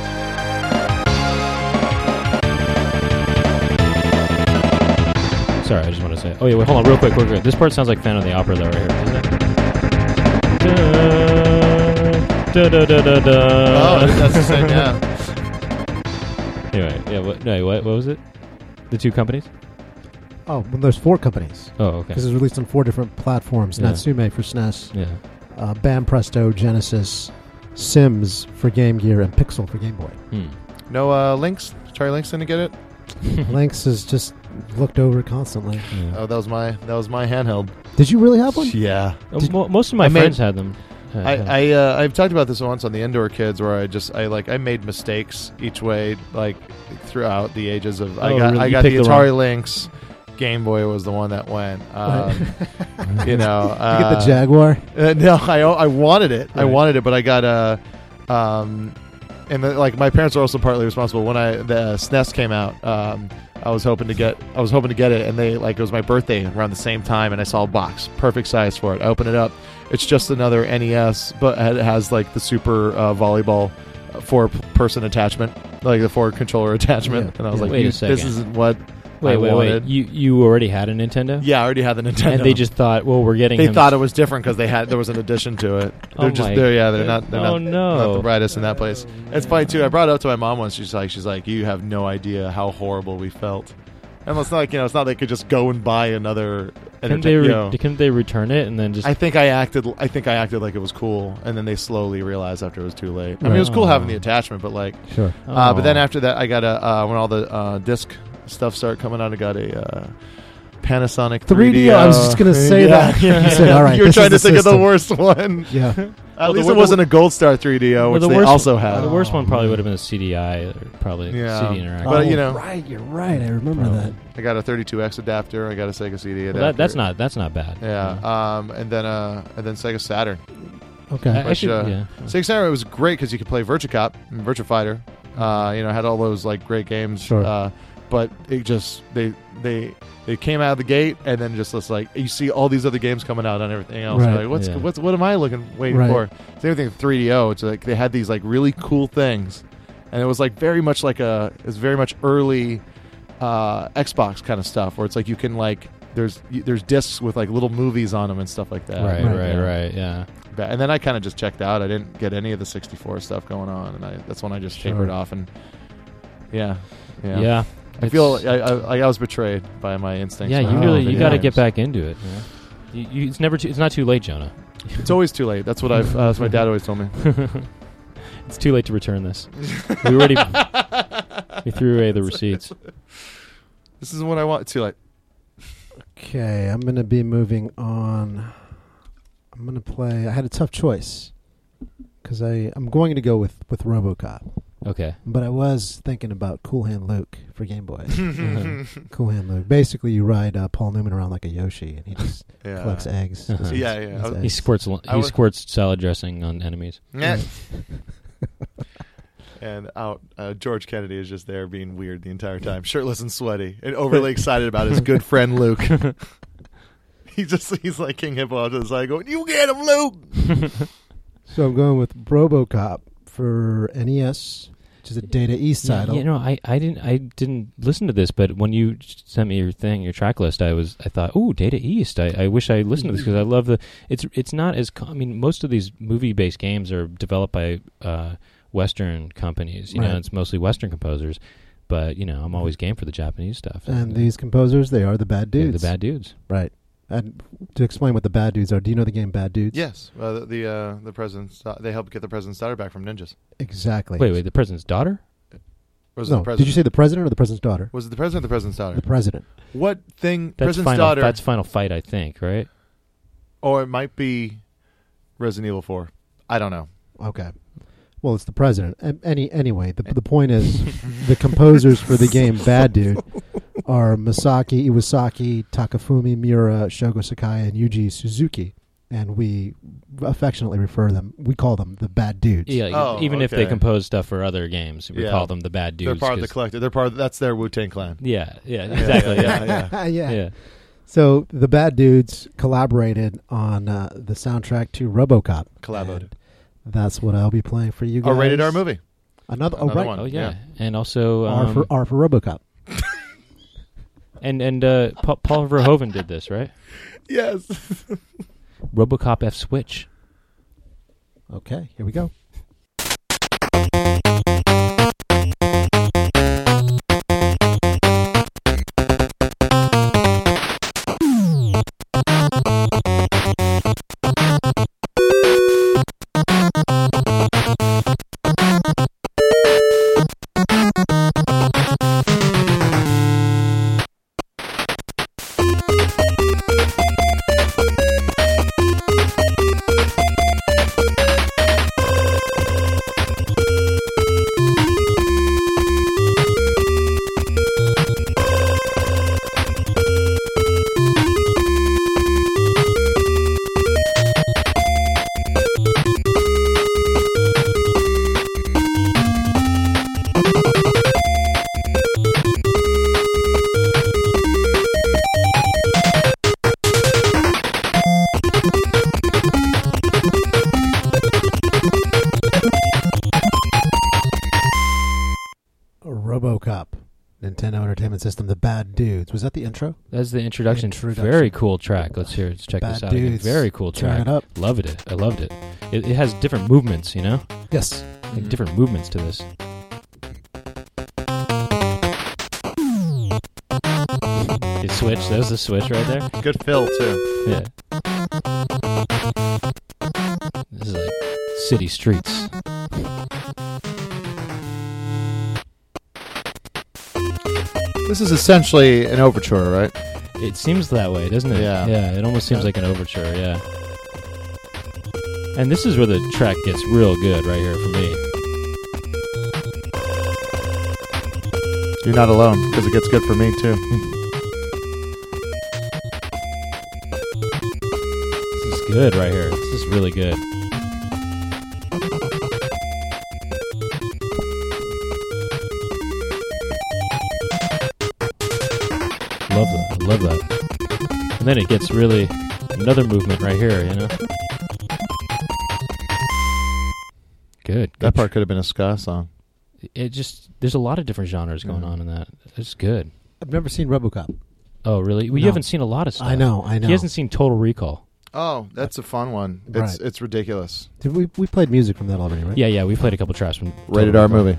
Speaker 1: Sorry, I just want to say. Oh yeah, wait, hold on, real quick, real quick. This part sounds like Phantom of the Opera, though, right here. Isn't it? Da, da, da, da, da. <laughs>
Speaker 3: oh, that's the same. Yeah.
Speaker 1: Anyway, yeah. What, no, what, what was it? The two companies?
Speaker 2: Oh, well, there's four companies
Speaker 1: Oh, okay.
Speaker 2: because it's released on four different platforms.
Speaker 1: Yeah.
Speaker 2: Natsume for SNES,
Speaker 1: Yeah.
Speaker 2: uh, Bam Presto, Genesis, Sims for Game Gear, and Pixel for Game Boy.
Speaker 1: Hmm.
Speaker 3: No uh, links. Charlie Links didn't get it.
Speaker 2: Lynx is just looked over constantly.
Speaker 1: Yeah.
Speaker 3: Oh, that was my that was my handheld.
Speaker 2: Did you really have one?
Speaker 3: Yeah.
Speaker 1: Uh,
Speaker 2: Did-
Speaker 1: mo- most of my
Speaker 3: I made-
Speaker 1: friends had them. Uh, yeah.
Speaker 3: I, I uh, I've talked about this once on the indoor kids where I just I like I made mistakes each way like throughout the ages of I
Speaker 1: Oh,
Speaker 3: got
Speaker 1: really?
Speaker 3: I
Speaker 1: You
Speaker 3: got the
Speaker 1: picked the
Speaker 3: Atari Lynx, Game Boy was the one that went. Um,
Speaker 2: <laughs>
Speaker 3: you know,
Speaker 2: you get
Speaker 3: uh,
Speaker 2: the Jaguar.
Speaker 3: Uh, <laughs> no, I, I wanted it. I
Speaker 1: Right.
Speaker 3: wanted it, but I got Uh, um, and the, like my parents are also partly responsible. When I the uh, SNES E came out, um, I was hoping to get I was hoping to get it, and they like it was my birthday around the same time, and I saw a box, perfect size for it. I open it up, it's just another NES, but it has like the super uh, volleyball uh, four person attachment, like the four controller <laughs> attachment,
Speaker 2: Yeah.
Speaker 3: and I was
Speaker 2: Yeah.
Speaker 3: like,
Speaker 1: Wait a
Speaker 3: "You- this
Speaker 1: second.
Speaker 3: isn't what
Speaker 1: wait,
Speaker 3: I
Speaker 1: wait,
Speaker 3: wanted.
Speaker 1: wait. You you already had a Nintendo?
Speaker 3: Yeah, I already had the
Speaker 1: <laughs>
Speaker 3: Nintendo.
Speaker 1: And they just thought, well, we're getting.
Speaker 3: They
Speaker 1: him
Speaker 3: thought it was different because they had there was an addition to it.
Speaker 1: Oh
Speaker 3: They're just
Speaker 1: my
Speaker 3: they're yeah they're not they're
Speaker 1: Oh,
Speaker 3: not,
Speaker 1: no.
Speaker 3: not the brightest in that place.
Speaker 1: Oh,
Speaker 3: it's funny too. I brought it up to my mom once. She's like she's like you have no idea how horrible we felt. And it's not like you know it's not they could just go and buy another.
Speaker 1: Can
Speaker 3: entertain-
Speaker 1: they
Speaker 3: you
Speaker 1: re-
Speaker 3: know.
Speaker 1: can they return it and then just?
Speaker 3: I think I acted I think I acted like it was cool, and then they slowly realized after it was too late. I mean it was cool having
Speaker 2: Oh.
Speaker 3: the attachment, but like
Speaker 2: Sure.
Speaker 3: uh, but then
Speaker 1: Oh.
Speaker 3: after that, I got a uh, when all the uh, disc stuff started coming out, I got a uh, Panasonic 3D.
Speaker 2: 3DO. I was just gonna say that. <laughs> You
Speaker 3: <laughs>
Speaker 2: said, all right,
Speaker 3: uh, you were
Speaker 2: this
Speaker 3: trying
Speaker 2: is the
Speaker 3: to think of the
Speaker 2: system.
Speaker 3: worst one.
Speaker 2: Yeah.
Speaker 3: At
Speaker 1: the
Speaker 3: least
Speaker 1: wor-
Speaker 3: it wasn't a Gold Star 3DO,
Speaker 1: Well,
Speaker 3: oh, which
Speaker 1: the
Speaker 3: they
Speaker 1: worst-
Speaker 3: also had.
Speaker 1: the worst one
Speaker 2: Oh,
Speaker 1: probably
Speaker 2: man.
Speaker 1: would have been the CDI, or probably
Speaker 3: Yeah.
Speaker 1: CD Interact.
Speaker 3: But,
Speaker 2: Oh,
Speaker 3: you know-
Speaker 2: right. You're right. I remember
Speaker 1: Probably.
Speaker 2: that.
Speaker 3: I got a 32X adapter. I got a Sega CD
Speaker 1: Well,
Speaker 3: adapter.
Speaker 1: that, that's not that's not bad.
Speaker 3: Yeah, um, and then uh, and then Sega Saturn.
Speaker 2: Okay.
Speaker 1: I- I
Speaker 3: Which,
Speaker 1: should-
Speaker 3: uh,
Speaker 1: yeah.
Speaker 3: Sega Saturn was great because you could play Virtua Cop and Virtua Fighter. Uh, you know, had all those like great games.
Speaker 2: Sure.
Speaker 3: Uh, but it just they they they came out of the gate and then just was like you see all these other games coming out on everything else.
Speaker 2: Right.
Speaker 3: Like, what's
Speaker 1: Yeah.
Speaker 3: what's what am I looking waiting
Speaker 2: Right.
Speaker 3: for? Same thing with 3DO. It's like they had these like really cool things, and it was like very much like a it was very much early uh, Xbox kind of stuff where it's like you can like. There's y- there's discs with like little movies on them and stuff like that.
Speaker 1: right,
Speaker 2: Right,
Speaker 1: right,
Speaker 3: Yeah.
Speaker 1: right. Yeah.
Speaker 3: Ba- And then I kind of just checked out. I didn't get any of the 64 stuff going on, and I, that's when I just
Speaker 2: Sure.
Speaker 3: tapered off. And yeah,
Speaker 1: yeah,
Speaker 3: yeah, I feel I, I, I was betrayed by my instincts.
Speaker 1: yeah,
Speaker 3: when
Speaker 1: you
Speaker 3: I
Speaker 2: Oh,
Speaker 1: really
Speaker 3: was
Speaker 1: you
Speaker 3: in
Speaker 1: got to
Speaker 3: the
Speaker 1: get
Speaker 3: games.
Speaker 1: back into it. You, you, it's never too, it's not too late, Jonah.
Speaker 3: It's always too late. That's what I've. Uh, that's what my dad always told me.
Speaker 1: <laughs> it's too late to return this. We
Speaker 3: <laughs>
Speaker 1: already we threw
Speaker 2: <laughs>
Speaker 1: away the receipts.
Speaker 3: This is what I
Speaker 1: <laughs>
Speaker 3: want. Too late.
Speaker 2: Okay, I'm gonna be moving on. I'm gonna play. I had a tough choice because I I'm going to go with with RoboCop,
Speaker 1: Okay.
Speaker 2: but I was thinking about Cool Hand Luke for Game
Speaker 3: <laughs>
Speaker 2: Boy.
Speaker 3: yeah.
Speaker 2: cool Hand Luke. Basically, you ride uh, Paul Newman around like a Yoshi, and he just collects eggs.
Speaker 1: Uh-huh.
Speaker 3: Yeah, yeah.
Speaker 2: His
Speaker 3: I-
Speaker 1: He
Speaker 2: eggs.
Speaker 1: squirts lo-
Speaker 3: I
Speaker 1: he
Speaker 3: was-
Speaker 1: squirts salad dressing on enemies.
Speaker 3: Yeah. <laughs> and out, uh, George Kennedy is just there being weird the entire time, shirtless and sweaty, and overly excited about his good friend <laughs> Luke. he just he's like King Hippo out to the side, going, "You get him, Luke."
Speaker 2: So I'm going with RoboCop for NES, which is a Data East
Speaker 1: Yeah,
Speaker 2: title.
Speaker 1: you know, I, I didn't I didn't listen to this, but when you sent me your thing, your track list, I was I thought, ooh, Data East. I, I wish I listened to this because I love the. It's it's not as com- I mean, most of these movie based games are developed by uh, Western companies. You know,
Speaker 2: Right. Mm-hmm.
Speaker 1: it's mostly Western composers, but you know, I'm always game for the Japanese stuff.
Speaker 2: and these composers, they are the bad
Speaker 1: They're
Speaker 2: dudes.
Speaker 1: the bad dudes.
Speaker 2: Right. And to explain what the bad dudes are, do you know the game Bad Dudes?
Speaker 3: Yes, uh, the the, uh, the president's da- they helped get the president's daughter back from ninjas.
Speaker 2: Exactly.
Speaker 1: Wait, wait, the president's daughter?
Speaker 3: Or was it
Speaker 2: no,
Speaker 3: the
Speaker 2: did
Speaker 3: president?
Speaker 2: you say the president or the president's daughter?
Speaker 3: was it the president or the
Speaker 2: <laughs>
Speaker 3: president's daughter?
Speaker 2: The president.
Speaker 3: what thing?
Speaker 1: That's
Speaker 3: president's
Speaker 1: final.
Speaker 3: daughter,
Speaker 1: That's final fight, I think. Right?
Speaker 3: or it might be Resident Evil Four. I don't know.
Speaker 2: Okay. Well, it's the president. An- Any anyway, the the point
Speaker 3: <laughs>
Speaker 2: is, the composers for the game Bad Dude are Masaki Iwasaki, Takafumi Miura, Shogo Sakai, and Yuji Suzuki, and we affectionately refer them. We call them the Bad Dudes.
Speaker 1: Yeah.
Speaker 3: Oh,
Speaker 1: even if they
Speaker 3: okay.
Speaker 1: compose stuff for other games, we
Speaker 3: Yeah.
Speaker 1: call them the bad dudes.
Speaker 3: They're part of the
Speaker 1: 'cause-
Speaker 3: collective. They're part. Of, that's their Wu Tang Clan.
Speaker 1: yeah. Yeah. Exactly. yeah.
Speaker 3: <laughs> yeah,
Speaker 2: <laughs> yeah.
Speaker 1: <laughs> yeah.
Speaker 2: So the Bad Dudes collaborated on uh, the soundtrack to RoboCop.
Speaker 3: Collabed.
Speaker 2: And That's what I'll be playing for you guys.
Speaker 3: A rated R movie.
Speaker 2: Another, oh,
Speaker 3: Another
Speaker 2: right.
Speaker 3: one.
Speaker 1: Oh yeah. and also
Speaker 2: R
Speaker 1: um,
Speaker 2: for R for RoboCop.
Speaker 1: and and uh, Pa- Paul Verhoeven did this right.
Speaker 3: Yes.
Speaker 1: RoboCop F Switch.
Speaker 2: Okay, here we go. RoboCop, Nintendo Entertainment System, The Bad Dudes. Was that the intro?
Speaker 1: That's the introduction.
Speaker 2: Introduction.
Speaker 1: Very cool track. Let's hear. Let's check this
Speaker 2: Bad
Speaker 1: out. again.
Speaker 2: dudes.
Speaker 1: Very cool
Speaker 2: Turn
Speaker 1: track.
Speaker 2: it up.
Speaker 1: Loved it. I loved it. It, it has different movements. You know,
Speaker 2: Yes.
Speaker 1: like different movements to this. The switch. There's the switch right there.
Speaker 3: Good fill too.
Speaker 1: Yeah. This is like city streets.
Speaker 3: This is essentially an overture, right?
Speaker 1: It seems that way, doesn't it?
Speaker 3: Yeah.
Speaker 1: Yeah, it almost seems
Speaker 2: Yeah.
Speaker 1: like an overture, yeah. And this is where the track gets real good right here for me.
Speaker 3: You're not alone because it gets good for me too.
Speaker 1: This is good right here. This is really good. Love that. I love that. And then it gets really another movement right here, you know? Good.
Speaker 3: That
Speaker 1: Good
Speaker 3: part could have been a ska song.
Speaker 1: it just there's a lot of different genres going
Speaker 3: Mhm.
Speaker 1: on in that. It's good.
Speaker 2: I've never seen RoboCop.
Speaker 1: Oh, really? Well, you
Speaker 2: No.
Speaker 1: haven't seen a lot of stuff.
Speaker 2: I know, I know.
Speaker 1: He hasn't seen Total Recall.
Speaker 3: Oh, that's a fun one. It's it's ridiculous.
Speaker 2: Did we, we played music from that already, right?
Speaker 1: Yeah, yeah. We played a couple tracks from Total
Speaker 3: Rated R
Speaker 1: Recall.
Speaker 3: movie.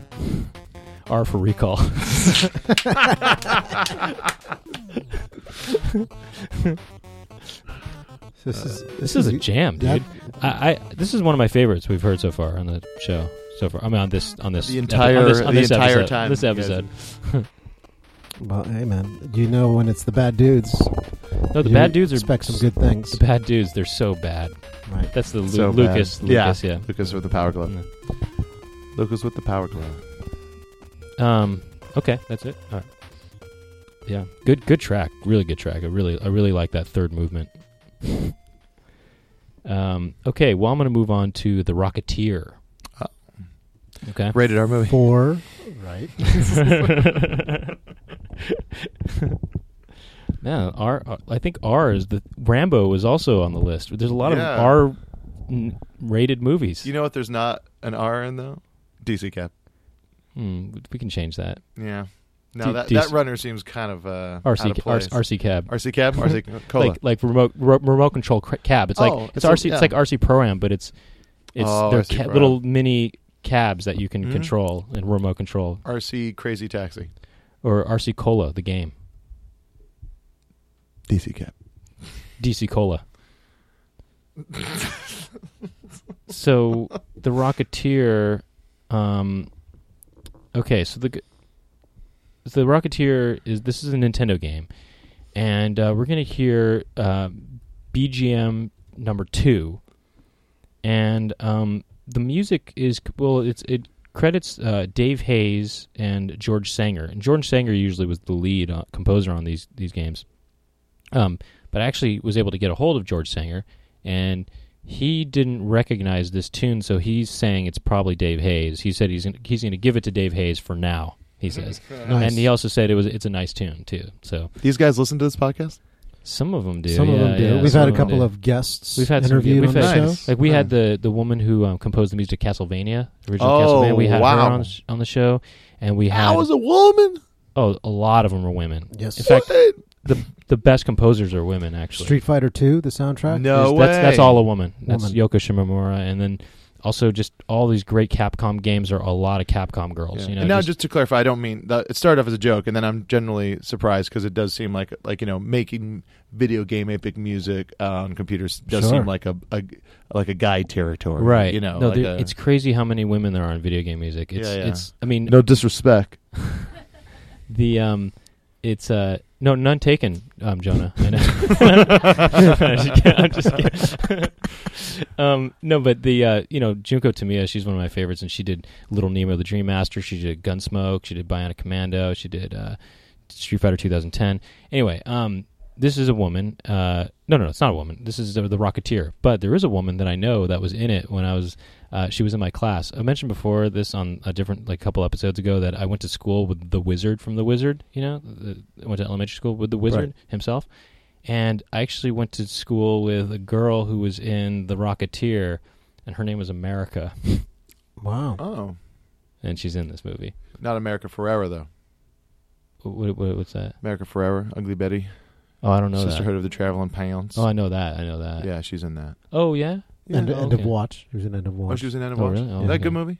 Speaker 1: R for recall.
Speaker 2: This is this,
Speaker 1: Uh, This is a jam,
Speaker 2: that-
Speaker 1: dude. I, I this is one of my favorites we've heard so far on the show. So far, I mean on this on this
Speaker 3: The
Speaker 1: epi-
Speaker 3: entire-
Speaker 1: on this, on
Speaker 3: the
Speaker 1: this
Speaker 3: entire
Speaker 1: episode,
Speaker 3: time
Speaker 1: This
Speaker 3: you guys-
Speaker 1: episode.
Speaker 2: Well, hey man, you know when it's the bad dudes.
Speaker 1: No, Oh, the
Speaker 2: you
Speaker 1: bad dudes are
Speaker 2: expect some good things.
Speaker 1: The bad dudes, they're so bad.
Speaker 2: Right.
Speaker 1: That's the Lu-
Speaker 3: So bad.
Speaker 1: Lucas.
Speaker 3: Yeah.
Speaker 1: Lucas, yeah.
Speaker 3: Lucas with the power glove. Lucas with the power glove.
Speaker 1: Um. Okay, that's it. All right. Yeah, good, good track. Really good track. I really, I really like that third movement. <laughs> um. Okay. Well, I'm going to move on to the Rocketeer.
Speaker 3: Uh.
Speaker 1: Okay.
Speaker 3: Rated R movie.
Speaker 2: Four,
Speaker 3: <laughs>
Speaker 1: <laughs>
Speaker 2: right?
Speaker 1: No, R. uh, I think R is the Rambo was also on the list. There's a lot
Speaker 3: Yeah.
Speaker 1: of R n- rated movies.
Speaker 3: You know what? There's not an R in though. DC Cap.
Speaker 1: Hmm, we can change that.
Speaker 3: Yeah.
Speaker 1: D-
Speaker 3: No, that,
Speaker 1: DC
Speaker 3: that runner seems kind of uh, out of
Speaker 1: RC,
Speaker 3: place.
Speaker 1: RC cab.
Speaker 3: RC Cab. RC Cola.
Speaker 1: Like like remote ro- remote control cr- cab. It's
Speaker 3: Oh,
Speaker 1: like it's,
Speaker 3: it's a-
Speaker 1: RC.
Speaker 3: yeah.
Speaker 1: It's like RC program, but it's it's
Speaker 3: Oh,
Speaker 1: they're
Speaker 3: RC
Speaker 1: ca-
Speaker 3: Pro-Am.
Speaker 1: little mini cabs that you can
Speaker 3: Mhm.
Speaker 1: control and remote control
Speaker 3: RC Crazy Taxi.
Speaker 1: or RC Cola, the game.
Speaker 3: DC Cap.
Speaker 1: DC Cola. so the Rocketeer, um, okay, so the g- so the Rocketeer is this is a Nintendo game, and uh, we're gonna hear uh, BGM number two, and um, the music is well, it's it credits uh, Dave Hayes and George Sanger, and George Sanger usually was the lead uh, composer on these these games. Um, but I actually was able to get a hold of George Sanger, and he didn't recognize this tune, so he's saying it's probably Dave Hayes. He said he's gonna, he's going to give it to Dave Hayes for now. He says,
Speaker 2: Nice.
Speaker 1: and he also said it was it's a nice tune too. So
Speaker 3: These guys listen to this podcast.
Speaker 1: some of them do.
Speaker 2: Some of
Speaker 1: yeah,
Speaker 2: them do.
Speaker 1: yeah,
Speaker 2: we've
Speaker 1: some
Speaker 2: had a
Speaker 1: them
Speaker 2: couple
Speaker 1: do.
Speaker 2: of guests
Speaker 1: We've had some-
Speaker 2: interviewed
Speaker 1: we've
Speaker 2: on
Speaker 1: had-
Speaker 2: the
Speaker 3: Nice.
Speaker 2: show.
Speaker 1: Like we
Speaker 3: Yeah.
Speaker 1: had the the woman who um, composed the music to Castlevania, the original
Speaker 3: Oh,
Speaker 1: Castlevania. We had
Speaker 3: wow.
Speaker 1: her on, the sh- on the show, and we had
Speaker 3: I was a woman.
Speaker 1: oh a lot of them were women.
Speaker 2: Yes.
Speaker 1: In fact, the the best composers are women actually.
Speaker 2: Street Fighter Two, the soundtrack.
Speaker 3: No way.
Speaker 1: There's- That's, that's all a woman. That's
Speaker 2: Woman.
Speaker 1: Yoko Shimomura, and then also just all these great Capcom games are a lot of Capcom girls.
Speaker 3: Yeah.
Speaker 1: You know,
Speaker 3: and now,
Speaker 1: just-
Speaker 3: just, to clarify, I don't mean that it started off as a joke, and then I'm generally surprised because it does seem like like you know making video game epic music uh, on computers does
Speaker 2: Sure.
Speaker 3: seem like a, a like a guy territory,
Speaker 1: right.
Speaker 3: You know,
Speaker 1: no,
Speaker 3: like
Speaker 1: there-
Speaker 3: a-
Speaker 1: it's crazy how many women there are in video game music. It's,
Speaker 3: Yeah, yeah.
Speaker 1: it's. I mean,
Speaker 3: no disrespect.
Speaker 1: the um, it's uh, no none taken. Um, Jonah. <laughs> I know. <laughs> I'm just kidding. I'm just kidding. <laughs> um, no, but the uh, you know Junko Tamiya, she's one of my favorites, and she did Little Nemo, the Dream Master. She did Gunsmoke. She did Bionic Commando. She did uh, Street Fighter 2010. Anyway, um, this is a woman. Uh, no, no, it's not a woman. This is the, the Rocketeer. But there is a woman that I know that was in it when I was. Uh, she was in my class. I mentioned before this on a different, like, couple episodes ago that I went to school with the Wizard from the Wizard. You know, the, I went to elementary school with the Wizard himself, and I actually went to school with a girl who was in the Rocketeer, and her name was America,
Speaker 2: Wow.
Speaker 3: Oh,
Speaker 1: and she's in this movie.
Speaker 3: not America Forever though.
Speaker 1: What, what, what's that?
Speaker 3: America Forever, Ugly Betty,
Speaker 1: Oh, I don't know
Speaker 3: Sisterhood of the Traveling Pants.
Speaker 1: that. Oh, I know that. I know that.
Speaker 3: yeah, she's in that.
Speaker 1: Oh yeah.
Speaker 2: End,
Speaker 1: Yeah,
Speaker 2: end
Speaker 1: okay.
Speaker 2: of Watch. He was an End of
Speaker 3: Oh,
Speaker 2: Watch.
Speaker 3: she was in End of
Speaker 1: Oh,
Speaker 3: Watch.
Speaker 1: really? Oh,
Speaker 3: Is that a
Speaker 1: okay.
Speaker 3: good movie?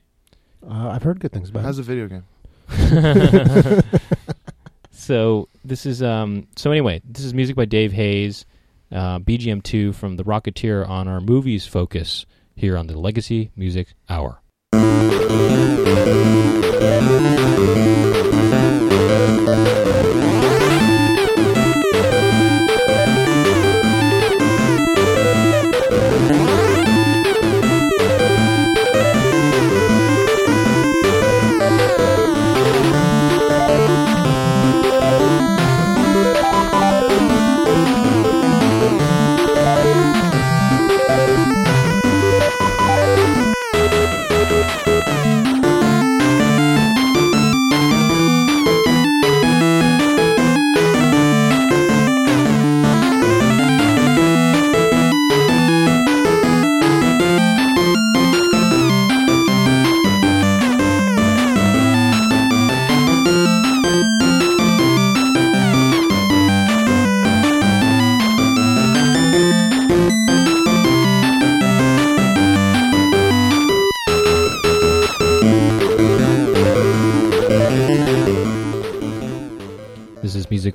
Speaker 2: uh, I've heard good things about.
Speaker 3: How's
Speaker 2: it.
Speaker 3: the video game?
Speaker 1: <laughs> so this is um so anyway this is music by dave hayes uh, bgm2 from the rocketeer on our movies focus here on the legacy music hour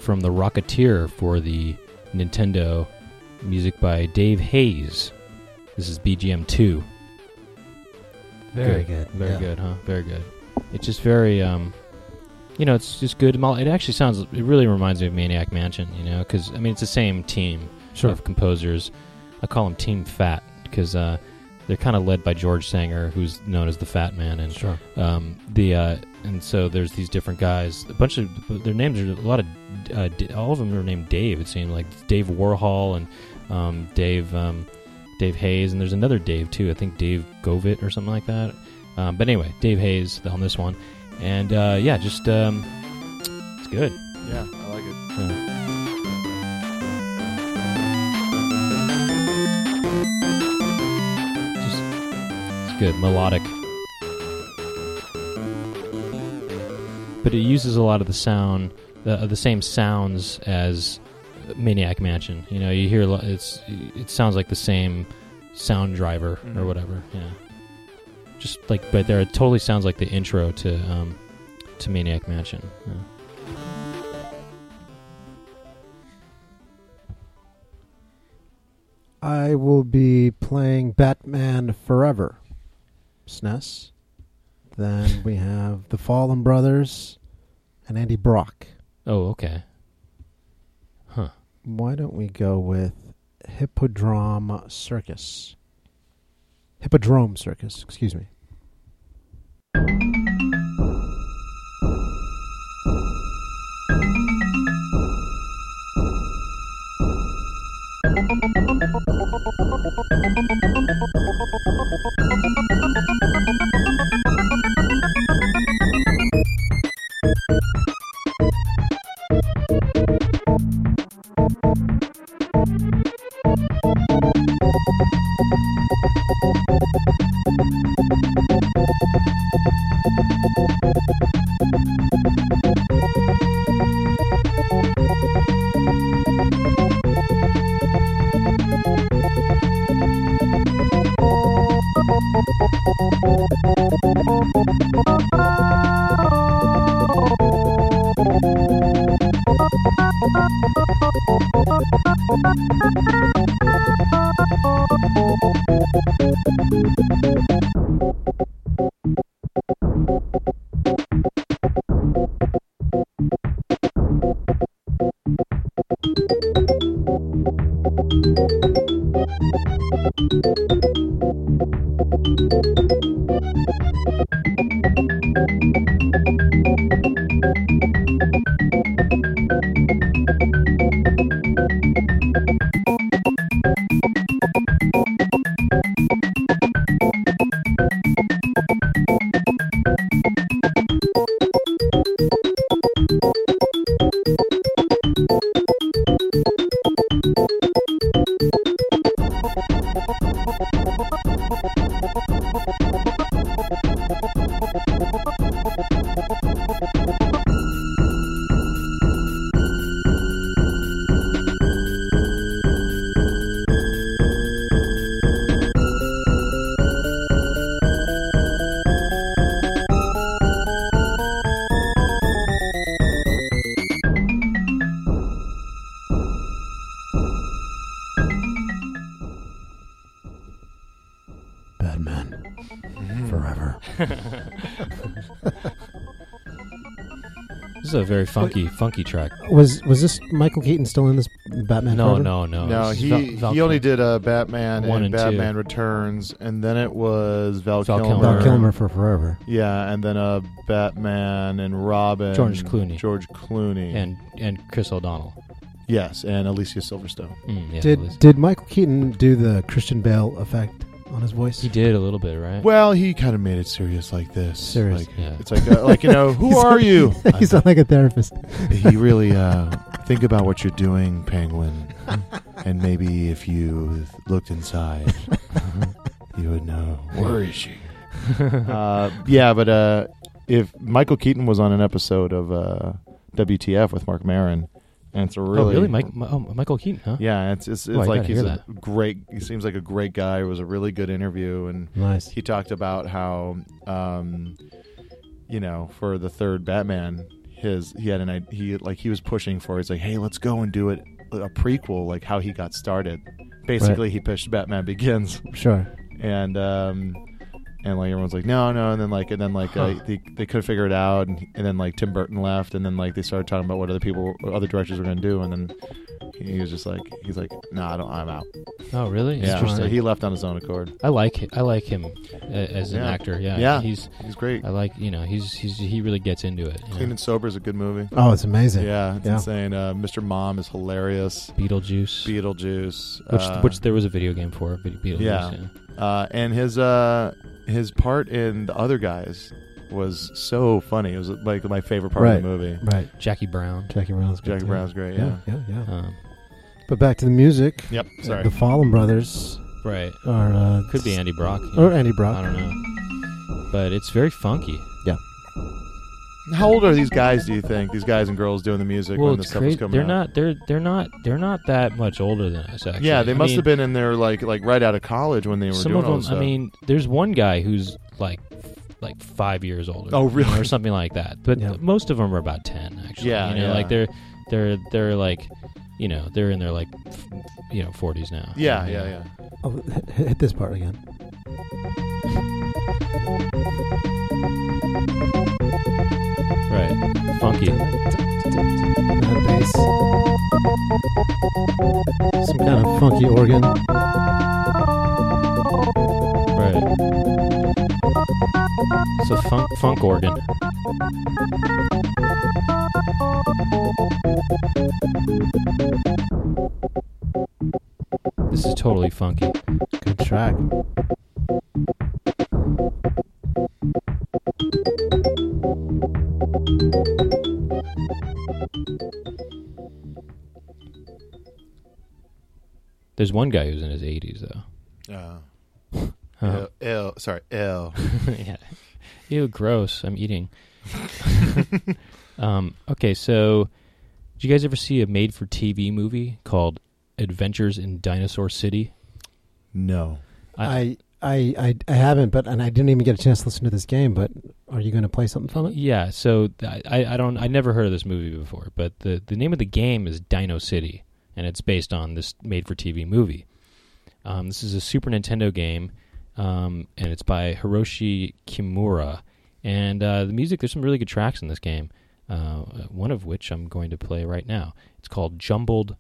Speaker 1: from The Rocketeer for the Nintendo, music by Dave Hayes. This is BGM 2.
Speaker 2: Very good,
Speaker 1: Very
Speaker 2: yeah.
Speaker 1: good, huh? Very good. It's just very, um, you know, it's just good. Mol- It actually sounds, it really reminds me of Maniac Mansion, you know, because, I mean, it's the same team
Speaker 2: Sure.
Speaker 1: of composers. I call them Team Fat because uh, they're kind of led by George Sanger, who's known as the Fat Man, and
Speaker 2: Sure.
Speaker 1: um, the uh, and so there's these different guys. A bunch of their names are a lot of uh, D- all of them are named Dave. It seemed like Dave Warhol and um, Dave um, Dave Hayes, and there's another Dave too. I think Dave Govit or something like that. Um, but anyway, Dave Hayes on this one, and uh, yeah, just um, it's good.
Speaker 3: Yeah, I like it.
Speaker 1: Just, it's good, melodic. But it uses a lot of the sound, uh, the same sounds as Maniac Mansion. You know, you hear a lo- it's it sounds like the same sound driver or
Speaker 3: Mhm.
Speaker 1: whatever. Yeah, just like right there, it totally sounds like the intro to um, to Maniac Mansion. Yeah.
Speaker 2: I will be playing Batman Forever, SNES. Then we have the Fallen Brothers and Andy Brock.
Speaker 1: Oh, okay.
Speaker 2: Why don't we go with Hippodrome Circus? Hippodrome Circus, excuse me. Batman Mm-hmm. Forever.
Speaker 1: This is a very funky, funky track.
Speaker 2: Was was this Michael Keaton still in this Batman?
Speaker 1: No,
Speaker 2: Forever?
Speaker 1: no, no.
Speaker 3: no,
Speaker 1: This is
Speaker 3: he
Speaker 1: Val-
Speaker 3: he
Speaker 1: Val-
Speaker 3: only did uh, Batman
Speaker 1: One and
Speaker 3: and,
Speaker 1: two.
Speaker 3: Batman Returns, and then it was Val,
Speaker 1: Val
Speaker 3: Kilmer.
Speaker 2: Val Kilmer for Forever.
Speaker 3: Yeah, and then uh, Batman and Robin.
Speaker 1: George Clooney.
Speaker 3: George Clooney.
Speaker 1: and and Chris O'Donnell.
Speaker 3: yes, and Alicia Silverstone.
Speaker 1: Mm, yeah,
Speaker 2: did
Speaker 1: at least.
Speaker 2: did Michael Keaton do the Christian Bale effect on his voice?
Speaker 1: he did a little bit, right?
Speaker 3: Well, he kind of made it serious like this.
Speaker 2: Serious.
Speaker 3: Like,
Speaker 1: yeah.
Speaker 3: it's like uh, like you
Speaker 2: <laughs>
Speaker 3: know, who
Speaker 1: <laughs>
Speaker 2: He's
Speaker 3: are
Speaker 2: like-
Speaker 3: you?
Speaker 2: He's not like a therapist.
Speaker 3: you really uh,
Speaker 2: <laughs>
Speaker 3: think about what you're doing, Penguin, and maybe if you looked inside, <laughs> you would know. Where is she? <laughs> uh, yeah, but uh, if Michael Keaton was on an episode of uh, WTF with Mark Maron, and it's a
Speaker 1: Oh,
Speaker 3: really,
Speaker 1: really? Mike, Mi- oh, Michael Keaton, huh?
Speaker 3: Yeah, it's it's, it's
Speaker 1: Oh, I
Speaker 3: like
Speaker 1: gotta
Speaker 3: he's
Speaker 1: hear
Speaker 3: a great. He seems like a great guy. It was a really good interview, and
Speaker 2: Nice.
Speaker 3: he talked about how um, you know for the third batman his he had an i- he like he was pushing for. He's like, hey, let's go and do it a prequel, like how he got started. Basically, he pitched Batman Begins,
Speaker 2: Sure.
Speaker 3: and um, and like everyone's like, no, no, and then like and then like uh,
Speaker 1: Huh.
Speaker 3: they they couldn't figure it out, and, and then like Tim Burton left, and then like they started talking about what other people, what other directors were going to do, and then he was just like, he's like, no, I don't, I'm out.
Speaker 1: Oh, really?
Speaker 3: Yeah,
Speaker 1: Interesting.
Speaker 3: so he left on his own accord.
Speaker 1: I like hi- I like him uh, as an
Speaker 3: Yeah.
Speaker 1: actor. Yeah,
Speaker 3: Yeah.
Speaker 1: He's
Speaker 3: He's great.
Speaker 1: I like you know he's he's he really gets into it. you
Speaker 3: Clean
Speaker 1: know.
Speaker 3: and Sober is a good movie.
Speaker 2: Oh, it's amazing.
Speaker 3: Yeah, it's
Speaker 2: Yeah.
Speaker 3: insane. Uh, Mr. Mom is hilarious.
Speaker 1: Beetlejuice,
Speaker 3: Beetlejuice,
Speaker 1: which
Speaker 3: uh,
Speaker 1: which there was a video game for Be- Beetlejuice.
Speaker 3: Yeah. uh, and his uh, his part in the other guys was so funny. It was like my favorite part of the movie.
Speaker 2: Right.
Speaker 1: Jackie Brown.
Speaker 2: Jackie Brown's good
Speaker 3: Jackie
Speaker 2: too.
Speaker 3: Brown's great. Yeah.
Speaker 2: Yeah. Yeah.
Speaker 1: Um,
Speaker 2: But back to the music.
Speaker 3: Yep. Sorry.
Speaker 2: The Fallen Brothers
Speaker 1: right.
Speaker 2: are uh,
Speaker 1: Could be Andy Brock. you
Speaker 2: or
Speaker 1: know.
Speaker 2: Andy
Speaker 1: I
Speaker 2: Brock.
Speaker 1: don't know. But it's very funky.
Speaker 3: <laughs> How old are these guys? Do you think these guys and girls doing the music
Speaker 1: well,
Speaker 3: when this
Speaker 1: it's
Speaker 3: stuff
Speaker 1: crazy.
Speaker 3: was coming
Speaker 1: They're
Speaker 3: out?
Speaker 1: not. They're they're not. They're not that much older than us. Actually.
Speaker 3: yeah, they
Speaker 1: I
Speaker 3: must
Speaker 1: mean,
Speaker 3: have been in their like like right out of college when they were
Speaker 1: Some
Speaker 3: doing
Speaker 1: of
Speaker 3: all
Speaker 1: them.
Speaker 3: this
Speaker 1: I
Speaker 3: stuff.
Speaker 1: mean, there's one guy who's like f- like five years older.
Speaker 3: <laughs> Oh,
Speaker 1: you know,
Speaker 3: really?
Speaker 1: Or something like that. But
Speaker 2: Yeah.
Speaker 1: most of them are about ten. Actually.
Speaker 3: Yeah,
Speaker 1: You know,
Speaker 3: yeah.
Speaker 1: like they're they're they're like you know they're in their like f- you know forties now.
Speaker 3: yeah, yeah, yeah.
Speaker 2: Oh, hit, hit this part again.
Speaker 1: Right. Funky.
Speaker 2: That bass. Some kind of funky organ.
Speaker 1: Right. It's a funk funk organ. This is totally funky.
Speaker 2: Good track.
Speaker 1: There's one guy who's in his 80s though. Uh-huh.
Speaker 3: Uh,
Speaker 1: Huh.
Speaker 3: ew, ew, sorry,
Speaker 1: <laughs>
Speaker 3: ew.
Speaker 1: yeah. Ew, gross. I'm eating. um, okay, so did you guys ever see a made-for-TV movie called Adventures in Dinosaur City?
Speaker 3: No.
Speaker 2: I, I I I haven't, but and I didn't even get a chance to listen to this game. But are you going to play something from it?
Speaker 1: Yeah, so th- I, I don't I never heard of this movie before, but the the name of the game is Dino City, and it's based on this made for TV movie. Um, this is a Super Nintendo game, um, and it's by Hiroshi Kimura. And uh, the music, there's some really good tracks in this game. Uh, one of which I'm going to play right now. It's called Jumbled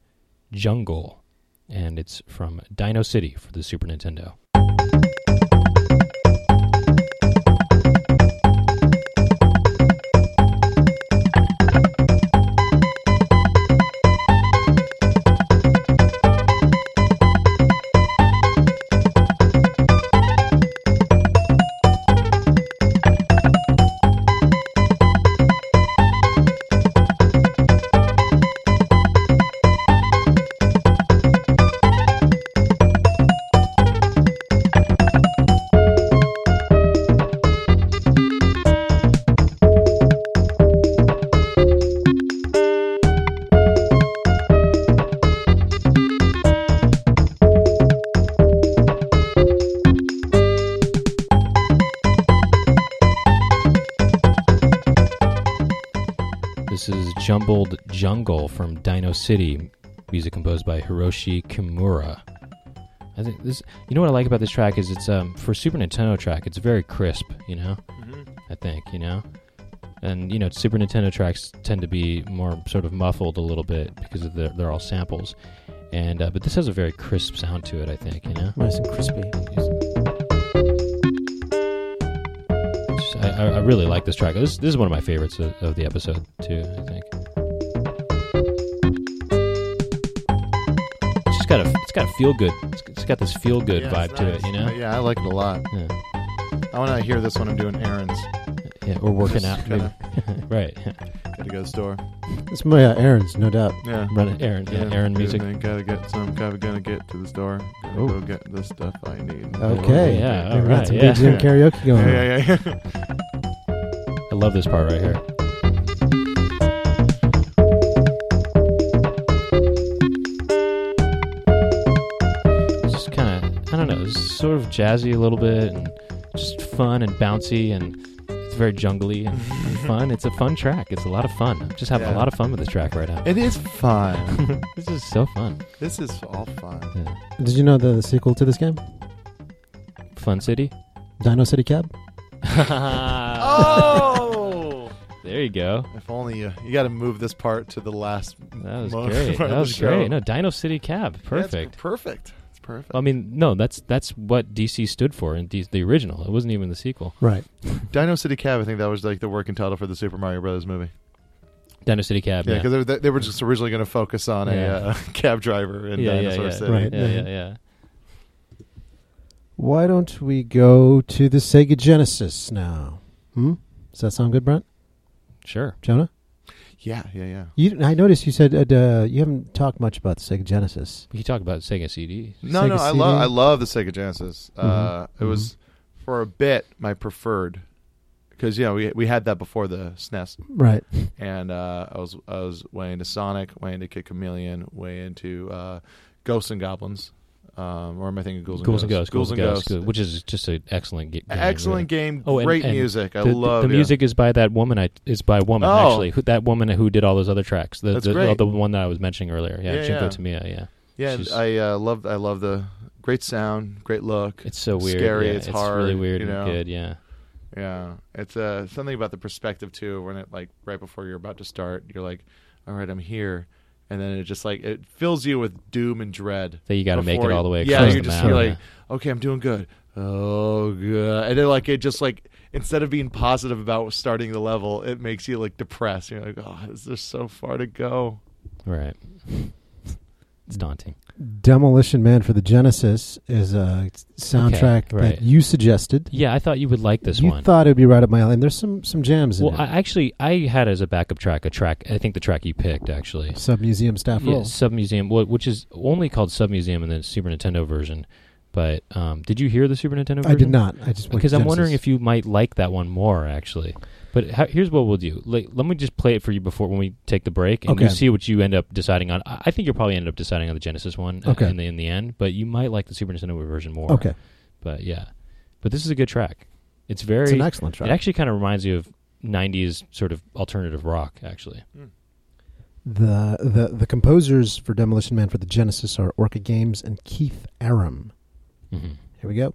Speaker 1: Jungle, and it's from Dino City for the Super Nintendo. This is Jumbled Jungle from Dino City, music composed by Hiroshi Kimura. I think this. You know what I like about this track is it's um for a Super Nintendo track. It's very crisp. You know,
Speaker 3: Mm-hmm.
Speaker 1: I think you know, and you know Super Nintendo tracks tend to be more sort of muffled a little bit because of the, they're all samples, and uh, but this has a very crisp sound to it. I think you know.
Speaker 2: Nice and crispy.
Speaker 1: Just- I, I- I really like this track. This, this is one of my favorites of, of the episode too. I think. It's just got a it's got a feel good. It's, it's got this feel good
Speaker 3: Yeah,
Speaker 1: vibe
Speaker 3: it's
Speaker 1: to
Speaker 3: nice.
Speaker 1: it, you know.
Speaker 3: Yeah, I like it a lot.
Speaker 1: Yeah,
Speaker 3: I want to hear this when I'm doing errands.
Speaker 1: yeah or working out,
Speaker 3: Just kinda
Speaker 1: maybe. <laughs> right?
Speaker 3: Gotta go to the store.
Speaker 2: It's my uh, errands, no doubt.
Speaker 3: Yeah.
Speaker 1: Running errand, yeah, errand
Speaker 3: good
Speaker 1: music.
Speaker 3: thing. Gotta get some. Gotta, gotta get to the store. Gotta
Speaker 1: Oh.
Speaker 3: go get the stuff I need.
Speaker 2: Okay.
Speaker 1: Yeah,
Speaker 2: We've
Speaker 1: all
Speaker 2: got
Speaker 1: right,
Speaker 2: some
Speaker 1: yeah.
Speaker 2: good Jim karaoke going
Speaker 3: Yeah,
Speaker 2: on.
Speaker 3: yeah, yeah. yeah.
Speaker 1: I love this part right here. It's Just kind of, I don't know, it's sort of jazzy a little bit and just fun and bouncy and It's very jungly
Speaker 3: <laughs>
Speaker 1: and, and fun. It's a fun track. It's a lot of fun. I'm just having
Speaker 3: Yeah.
Speaker 1: a lot of fun with this track right now.
Speaker 3: <laughs> It is fun.
Speaker 1: <laughs> this is so fun.
Speaker 3: this is all fun.
Speaker 1: Yeah.
Speaker 2: Did you know the, the sequel to this game?
Speaker 1: Fun
Speaker 3: <laughs>
Speaker 1: City. <laughs>
Speaker 2: Dino City Cab?
Speaker 3: Oh!
Speaker 1: There you go.
Speaker 3: <laughs> if only uh, you, you got to move this part to the last.
Speaker 1: That was
Speaker 3: Most <laughs>
Speaker 1: great.
Speaker 3: part
Speaker 1: That
Speaker 3: of
Speaker 1: was
Speaker 3: the show.
Speaker 1: great. No, Dino City Cab.
Speaker 3: Yeah,
Speaker 1: Perfect. Um,
Speaker 3: it's perfect. It's perfect.
Speaker 1: I mean, no, that's that's what DC stood for in D- the original. It wasn't even the sequel.
Speaker 2: Right.
Speaker 3: Dino City Cab. I think that was like the working title for the Super Mario Brothers movie.
Speaker 1: Dino City Cab.
Speaker 3: Yeah, because they, they were just originally going to focus on
Speaker 1: Yeah.
Speaker 3: a uh, <laughs> cab driver in
Speaker 1: yeah, yeah,
Speaker 3: Dinosaur
Speaker 1: yeah.
Speaker 3: City.
Speaker 2: Right.
Speaker 1: yeah, yeah, yeah.
Speaker 2: Why don't we go to the Sega Genesis now? Hmm? Does that sound good, Brent?
Speaker 1: Sure.
Speaker 2: Jonah?
Speaker 3: Yeah, yeah, yeah.
Speaker 2: You, I noticed you said uh, you haven't talked much about the Sega Genesis.
Speaker 1: We could talk about Sega Mm-hmm. CD.
Speaker 3: No,
Speaker 2: Sega
Speaker 3: no, I
Speaker 2: CD?
Speaker 3: love I love the Sega Genesis. Uh,
Speaker 2: Mhm,
Speaker 3: It was for a bit my preferred because you know we we had that before the SNES,
Speaker 2: Right.
Speaker 3: and uh, I was I was way into Sonic, way into Kid Chameleon, way into uh, Ghosts and Goblins, um, or am I thinking Ghouls and
Speaker 1: Ghouls and Ghosts.
Speaker 3: Ghosts?
Speaker 1: Ghouls and Ghosts. good, Which is just an excellent ga- game.
Speaker 3: Excellent game,
Speaker 1: Oh, and-
Speaker 3: great
Speaker 1: and
Speaker 3: music. I
Speaker 1: the,
Speaker 3: love
Speaker 1: the
Speaker 3: yeah.
Speaker 1: music is by that woman. I is by a woman
Speaker 3: Oh.
Speaker 1: actually. Who, that woman who did all those other tracks. The,
Speaker 3: That's
Speaker 1: the,
Speaker 3: great.
Speaker 1: the one that I was mentioning earlier. Yeah,
Speaker 3: Yeah,
Speaker 1: Jinko
Speaker 3: yeah.
Speaker 1: Tamiya. Yeah,
Speaker 3: Yeah, and
Speaker 1: She's-
Speaker 3: I uh, love I love the great sound, great look.
Speaker 1: it's so weird.
Speaker 3: Scary,
Speaker 1: yeah,
Speaker 3: it's hard,
Speaker 1: really weird
Speaker 3: you
Speaker 1: and
Speaker 3: know.
Speaker 1: good. Yeah,
Speaker 3: Yeah, it's uh, something about the perspective too. When it like right before you're about to start, you're like, "All right, I'm here," and then it just like it fills you with doom and dread.
Speaker 1: that you got to make it
Speaker 3: before you-
Speaker 1: all the way.
Speaker 3: Yeah,
Speaker 1: across
Speaker 3: you're
Speaker 1: the
Speaker 3: just
Speaker 1: map.
Speaker 3: you're like, "Okay, I'm doing good." Oh, good. And then like it just like instead of being positive about starting the level, it makes you like depressed. You're like, "Oh, is there so far to go?"
Speaker 1: <laughs> right. It's daunting.
Speaker 2: Demolition Man for the Genesis is a soundtrack
Speaker 1: Okay, right.
Speaker 2: that you suggested.
Speaker 1: Yeah, I thought you would like this
Speaker 2: you
Speaker 1: one.
Speaker 2: thought it would be right up my alley. And there's some, some jams in
Speaker 1: well,
Speaker 2: it.
Speaker 1: I, actually, I had as a backup track a track. I think the track you picked actually.
Speaker 2: Sub Museum Staff
Speaker 1: Yeah,
Speaker 2: Roll.
Speaker 1: Sub Museum, wh- which is only called Sub Museum in the Super Nintendo version. But um, did you hear the Super Nintendo version?
Speaker 2: I did not. I just went
Speaker 1: Because
Speaker 2: to
Speaker 1: I'm wondering
Speaker 2: Genesis.
Speaker 1: if you might like that one more, actually. But how, here's what we'll do. Like, let me just play it for you before when we take the break, and
Speaker 2: Okay.
Speaker 1: we'll see what you end up deciding on. I I think you'll probably end up deciding on the Genesis one uh,
Speaker 2: Okay.
Speaker 1: in the in the end, but you might like the Super Nintendo version more.
Speaker 2: Okay.
Speaker 1: But yeah, but this is a good track. It's very.
Speaker 2: It's an excellent track.
Speaker 1: It actually kind of reminds you of '90s sort of alternative rock, actually.
Speaker 2: The, the the composers for Demolition Man for the Genesis are Orca Games and Keith Aram.
Speaker 1: hmm
Speaker 2: Here we go.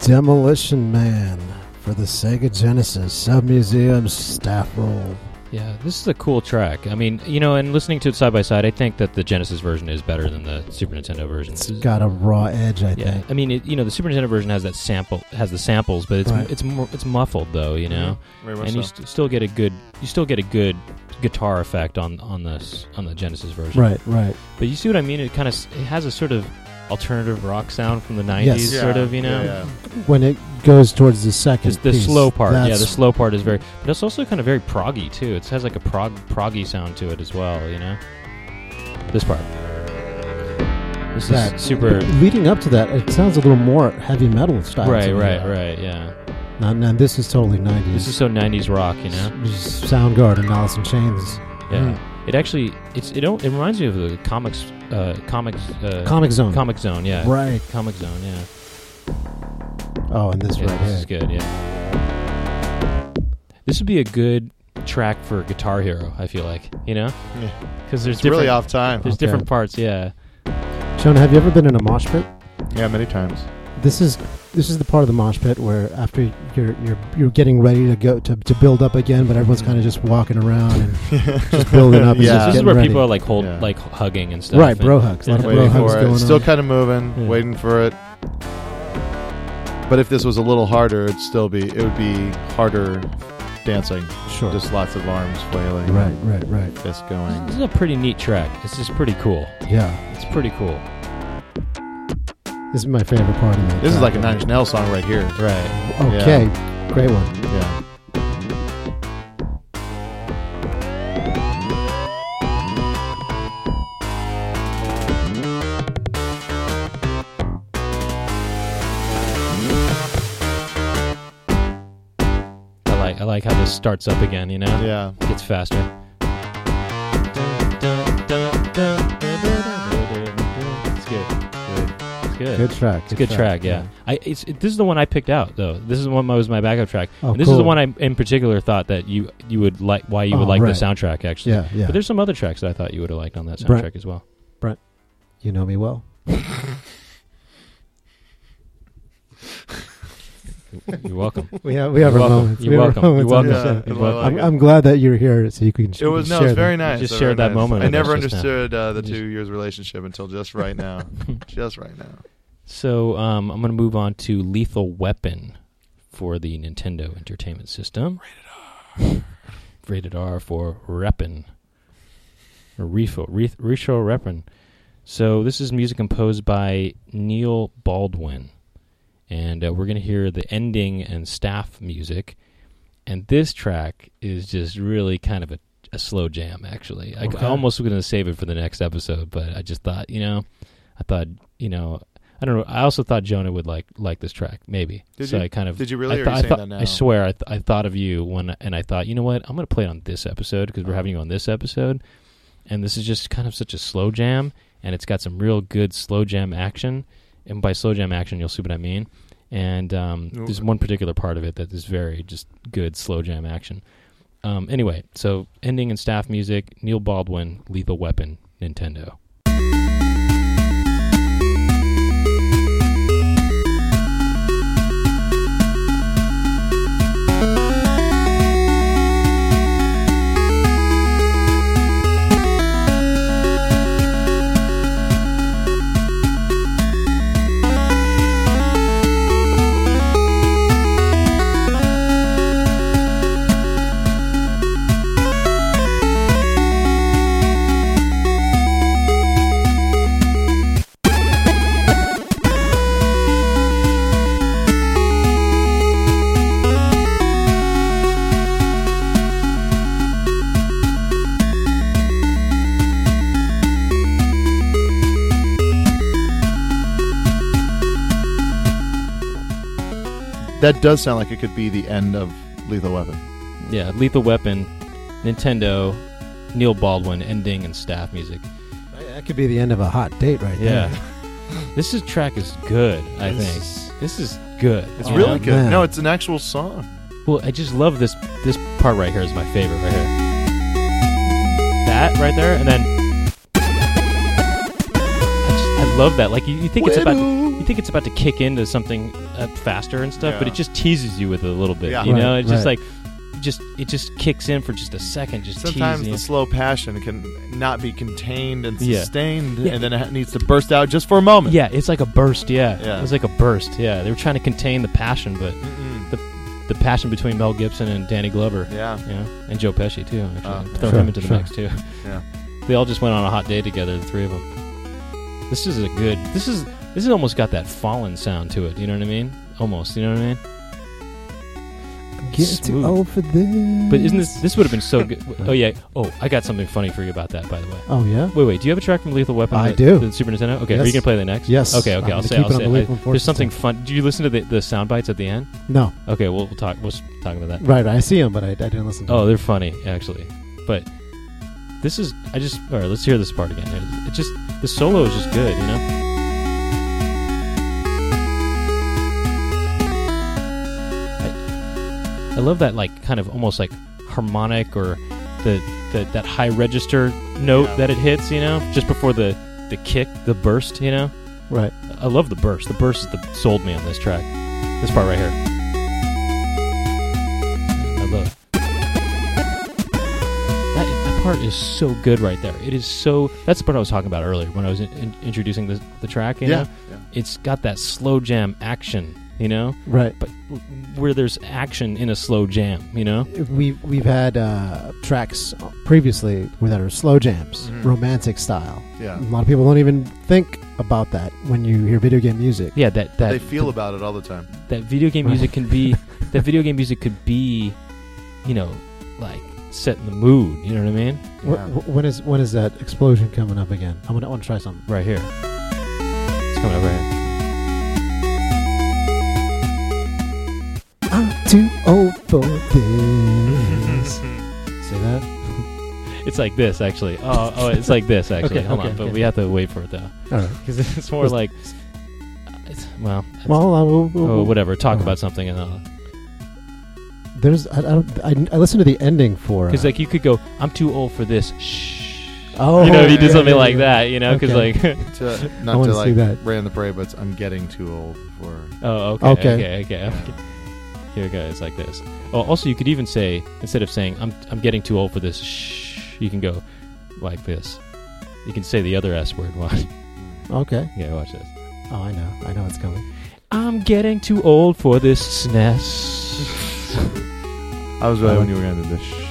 Speaker 2: Demolition Man for the Sega Genesis Sub Museum staff roll.
Speaker 1: Yeah, this is a cool track. I mean, you know, and listening to it side by side, I think that the Genesis version is better than the Super Nintendo version.
Speaker 2: It's got a raw edge, I
Speaker 1: yeah,
Speaker 2: think.
Speaker 1: I mean, it, you know, the Super Nintendo version has that sample, has the samples, but it's
Speaker 2: Right.
Speaker 1: it's more, it's muffled though, you know,
Speaker 3: Very much
Speaker 1: and you
Speaker 3: Mm-hmm. so.
Speaker 1: st- still get a good you still get a good guitar effect on on this on the Genesis version.
Speaker 2: Right, right.
Speaker 1: But you see what I mean? It kind of it has a sort of alternative rock sound from the '90s,
Speaker 2: Yes.
Speaker 1: sort of, you know.
Speaker 3: yeah,
Speaker 2: When it goes towards the second,
Speaker 1: Just the
Speaker 2: piece,
Speaker 1: slow part, yeah.
Speaker 2: that's-
Speaker 1: The slow part is very, but it's also kind of very proggy too. It has like a prog proggy sound to it as well, you know. This part, this is
Speaker 2: That-
Speaker 1: super.
Speaker 2: Leading up to that, it sounds a little more heavy metal style. to
Speaker 1: Right,
Speaker 2: me.
Speaker 1: right, right. Yeah,
Speaker 2: And, and this is totally nineties.
Speaker 1: this is so '90s rock, you know.
Speaker 2: Soundgarden, Alice in Chains,
Speaker 1: Yeah, it actually it's it, don't, it reminds me of the comics, uh, comics, uh,
Speaker 2: Comic Zone.
Speaker 1: comic zone, yeah,
Speaker 2: Right.
Speaker 1: comic zone, yeah.
Speaker 2: Oh, and this
Speaker 1: Yeah,
Speaker 2: right
Speaker 1: this
Speaker 2: here.
Speaker 1: is good. Yeah, this would be a good track for Guitar Hero. I feel like you know
Speaker 3: Yeah.
Speaker 1: because there's
Speaker 3: It's
Speaker 1: different
Speaker 3: really off time.
Speaker 1: there's
Speaker 2: Okay.
Speaker 1: different parts. Yeah,
Speaker 2: Jonah, have you ever been in a mosh pit?
Speaker 3: Yeah, many times.
Speaker 2: This is this is the part of the mosh pit where after you're you're you're getting ready to go to, to build up again, but everyone's kind of just walking around and <laughs> just building up. and
Speaker 3: Yeah.
Speaker 2: just
Speaker 1: this is
Speaker 2: getting
Speaker 1: where
Speaker 2: ready.
Speaker 1: people are like hold
Speaker 3: Yeah.
Speaker 1: like hugging and stuff.
Speaker 2: right,
Speaker 1: and-
Speaker 2: bro hugs. A lot of
Speaker 1: Yeah.
Speaker 2: bro
Speaker 3: waiting
Speaker 2: hugs
Speaker 3: for
Speaker 2: going
Speaker 3: it. Still
Speaker 2: on.
Speaker 3: kind of moving,
Speaker 1: Yeah.
Speaker 3: waiting for it. But if this was a little harder, it'd still be it would be harder dancing.
Speaker 2: sure.
Speaker 3: Just lots of arms flailing,
Speaker 2: right, right, right.
Speaker 3: Fist
Speaker 1: This
Speaker 3: going.
Speaker 1: is a pretty neat track. It's just pretty cool.
Speaker 2: Yeah,
Speaker 1: It's pretty cool.
Speaker 2: this is my favorite part of it.
Speaker 3: This is like a Nine Inch Nails song right here.
Speaker 1: Right.
Speaker 2: Okay, great one.
Speaker 3: Yeah.
Speaker 1: I like I like how this starts up again. You know,
Speaker 3: Yeah.
Speaker 1: it gets faster. It's good. It's good.
Speaker 2: Good track.
Speaker 1: It's a good track, yeah. I it's it, this is the one I picked out though. This is the one that was my backup track.
Speaker 2: Oh,
Speaker 1: And this is the
Speaker 2: cool.
Speaker 1: one I in particular thought that you you would like why you would
Speaker 2: Oh,
Speaker 1: like
Speaker 2: right.
Speaker 1: the soundtrack actually.
Speaker 2: Yeah, yeah.
Speaker 1: But there's some other tracks that I thought you would have liked on that soundtrack
Speaker 2: Right.
Speaker 1: as well.
Speaker 2: You know me well.
Speaker 1: You're welcome.
Speaker 2: <laughs> We have we have
Speaker 1: You're
Speaker 2: our
Speaker 1: welcome.
Speaker 2: moments.
Speaker 1: You're
Speaker 2: we have
Speaker 1: welcome.
Speaker 2: our moments
Speaker 1: You're
Speaker 2: on
Speaker 1: welcome.
Speaker 2: the show.
Speaker 1: You're
Speaker 3: I
Speaker 1: welcome.
Speaker 3: like
Speaker 2: I'm, I'm glad that you're here so you can.
Speaker 3: It was no,
Speaker 2: share
Speaker 3: it's very
Speaker 2: them.
Speaker 1: You
Speaker 3: nice.
Speaker 1: just
Speaker 3: Very
Speaker 1: shared that
Speaker 3: nice.
Speaker 1: moment
Speaker 3: I
Speaker 1: with us
Speaker 3: never
Speaker 1: just now.
Speaker 3: understood uh, the
Speaker 1: You
Speaker 3: two years relationship until just
Speaker 1: <laughs>
Speaker 3: right now. just right now.
Speaker 1: So um, I'm going to move on to Lethal Weapon for the Nintendo Entertainment System. <laughs> Rated R. Rated R for Reppin. Or Refo, Ref- Refo Reppin. So this is music composed by Neil Baldwin. And uh, we're going to hear the ending and staff music. And this track is just really kind of a, a slow jam, actually. I, I
Speaker 2: Okay.
Speaker 1: almost was going to save it for the next episode, but I just thought, you know, I thought, you know, I don't know. I also thought Jonah would like like this track, maybe.
Speaker 3: Did
Speaker 1: so
Speaker 3: you?
Speaker 1: I kind of
Speaker 3: Did you really?
Speaker 1: I,
Speaker 3: or
Speaker 1: thought-
Speaker 3: are
Speaker 1: I
Speaker 3: you saying
Speaker 1: thought-
Speaker 3: that now?
Speaker 1: I swear, I, th- I thought of you when, and I thought, you know what? I'm going to play it on this episode because
Speaker 3: Uh-huh.
Speaker 1: we're having you on this episode, and this is just kind of such a slow jam, and it's got some real good slow jam action, and by slow jam action, you'll see what I mean. And um,
Speaker 3: Ooh.
Speaker 1: there's one particular part of it that is very just good slow jam action. Um, anyway, so ending and staff music, Neil Baldwin, Lethal Weapon, Nintendo.
Speaker 3: That does sound like it could be the end of Lethal Weapon.
Speaker 1: Yeah, Lethal Weapon, Nintendo, Neil Baldwin, ending and staff music.
Speaker 2: That could be the end of a hot date right
Speaker 1: Yeah.
Speaker 2: there.
Speaker 1: This is, track is good, I
Speaker 2: This
Speaker 1: think.
Speaker 2: is-
Speaker 1: This is good.
Speaker 3: It's
Speaker 1: you
Speaker 3: really
Speaker 1: know?
Speaker 3: good.
Speaker 2: man.
Speaker 3: No, it's an actual song.
Speaker 1: Well, I just love this this part right here is my favorite right here. That right there and then I, just, I love that. Like you, you think it's about to, you think think it's about to kick into something uh, faster and stuff, but
Speaker 3: Yeah.
Speaker 1: it just teases you with it a little bit.
Speaker 3: Yeah.
Speaker 1: You know,
Speaker 2: Right,
Speaker 1: it's just
Speaker 2: right.
Speaker 1: like just it just kicks in for just a second, just
Speaker 3: Sometimes
Speaker 1: teasing.
Speaker 3: the slow passion can not be contained and
Speaker 1: Yeah.
Speaker 3: sustained,
Speaker 1: Yeah.
Speaker 3: and then it needs to burst out just for a moment.
Speaker 1: yeah, it's like a burst. Yeah.
Speaker 3: Yeah.
Speaker 1: it's like a burst. Yeah, they were trying to contain the passion, but
Speaker 3: Mm-mm.
Speaker 1: the passion between Mel Gibson and Danny Glover.
Speaker 3: Yeah.
Speaker 1: Yeah, and Joe Pesci too. Actually,
Speaker 3: Oh.
Speaker 1: throw
Speaker 2: Sure,
Speaker 1: him into the
Speaker 2: sure.
Speaker 1: mix too.
Speaker 3: Yeah.
Speaker 1: <laughs> they all just went on a hot day together, the three of them. This is a good. This is this has almost got that fallen sound to it. You know what I mean? Almost. You know what I mean?
Speaker 2: Get
Speaker 1: Smooth.
Speaker 2: too old for this.
Speaker 1: But isn't this this would have been so
Speaker 2: <laughs>
Speaker 1: good? Oh yeah. Oh, I got something funny for you about that, by the way.
Speaker 2: Oh yeah.
Speaker 1: Wait, wait. Do you have a track from Lethal Weapon?
Speaker 2: I
Speaker 1: that-
Speaker 2: do.
Speaker 1: The Super Nintendo. Okay, are you
Speaker 2: Yes.
Speaker 1: gonna play that next?
Speaker 2: Yes.
Speaker 1: Okay. Okay.
Speaker 2: I'm
Speaker 1: I'll
Speaker 2: gonna
Speaker 1: say.
Speaker 2: keep
Speaker 1: I'll
Speaker 2: it on
Speaker 1: say.
Speaker 2: the
Speaker 1: I-
Speaker 2: loop, unfortunately.
Speaker 1: there's something fun. Do you listen to the, the sound bites at the end?
Speaker 2: No.
Speaker 1: Okay. We'll, we'll talk. We'll s- talk about that.
Speaker 2: Right. I see him, but I, I didn't listen. to
Speaker 1: Oh,
Speaker 2: him.
Speaker 1: they're funny actually. But this is I just all right. Let's hear this part again. It, it just the solo is just good, you know. I, I love that like kind of almost like harmonic or the, the that high register note
Speaker 3: Yeah.
Speaker 1: that it hits, you know, just before the the kick, the burst, you know.
Speaker 2: right.
Speaker 1: I love the burst. The burst is the sold me on this track. This part right here. I love it. That, that part is so good right there. It is so. That's the part I was talking about earlier when I was in, in- introducing the, the track. You
Speaker 3: Yeah.
Speaker 1: Know? It's got that slow jam action, you know?
Speaker 2: Right.
Speaker 1: But w- where there's action in a slow jam, you know?
Speaker 2: We we've had uh, tracks previously where that are slow jams,
Speaker 1: Mm-hmm.
Speaker 3: Mhm.
Speaker 2: romantic style.
Speaker 3: Yeah.
Speaker 2: A lot of people don't even think about that when you hear video game music.
Speaker 1: Yeah, that. that
Speaker 3: they feel about it all the time.
Speaker 1: that video game
Speaker 2: Right.
Speaker 1: music can
Speaker 3: <laughs>
Speaker 1: be that video game music could be you know like setting the mood you know what i mean
Speaker 2: Wh- wh- when is when is that explosion coming up again? I want I want to try something.
Speaker 1: right here it's coming up right here
Speaker 2: I'm too old for
Speaker 1: <laughs>
Speaker 2: this. See that?
Speaker 1: it's like this actually oh, oh it's like <laughs> this actually
Speaker 2: Okay,
Speaker 1: hold
Speaker 2: okay,
Speaker 1: on but
Speaker 2: okay.
Speaker 1: we have to wait for it though
Speaker 2: All right.
Speaker 1: because <laughs> it's more
Speaker 2: Let's-
Speaker 1: like it's, well, it's-
Speaker 2: Well, hold on, we'll- we'll-
Speaker 1: oh, whatever talk
Speaker 2: okay.
Speaker 1: about something and uh, all
Speaker 2: There's I, I don't I, I listened to the ending for
Speaker 1: because
Speaker 2: uh,
Speaker 1: like you could go i'm too old for
Speaker 2: <laughs>
Speaker 1: this shh
Speaker 2: Oh,
Speaker 1: you know if you did
Speaker 3: yeah,
Speaker 1: something
Speaker 2: yeah,
Speaker 1: like
Speaker 2: yeah.
Speaker 1: that you know because
Speaker 2: Okay.
Speaker 1: like
Speaker 3: <laughs>
Speaker 1: <laughs>
Speaker 3: To,
Speaker 2: I
Speaker 3: not
Speaker 2: wanna
Speaker 3: to
Speaker 2: see
Speaker 3: like
Speaker 2: that.
Speaker 3: Ray on the Parade, but I'm getting too old
Speaker 1: <laughs>
Speaker 3: for.
Speaker 1: oh okay
Speaker 2: Okay.
Speaker 1: okay okay, okay. Here it goes, like this. Oh, also, you could even say instead of saying "I'm I'm getting too old for this," shh, you can go like this. You can say the other S word. <laughs> Watch.
Speaker 2: okay.
Speaker 1: Yeah, watch this.
Speaker 2: Oh, I know, I know it's coming.
Speaker 1: I'm getting too old for this SNES.
Speaker 3: I was
Speaker 2: I
Speaker 3: right when
Speaker 2: like-
Speaker 3: you were going to do this.
Speaker 1: <laughs>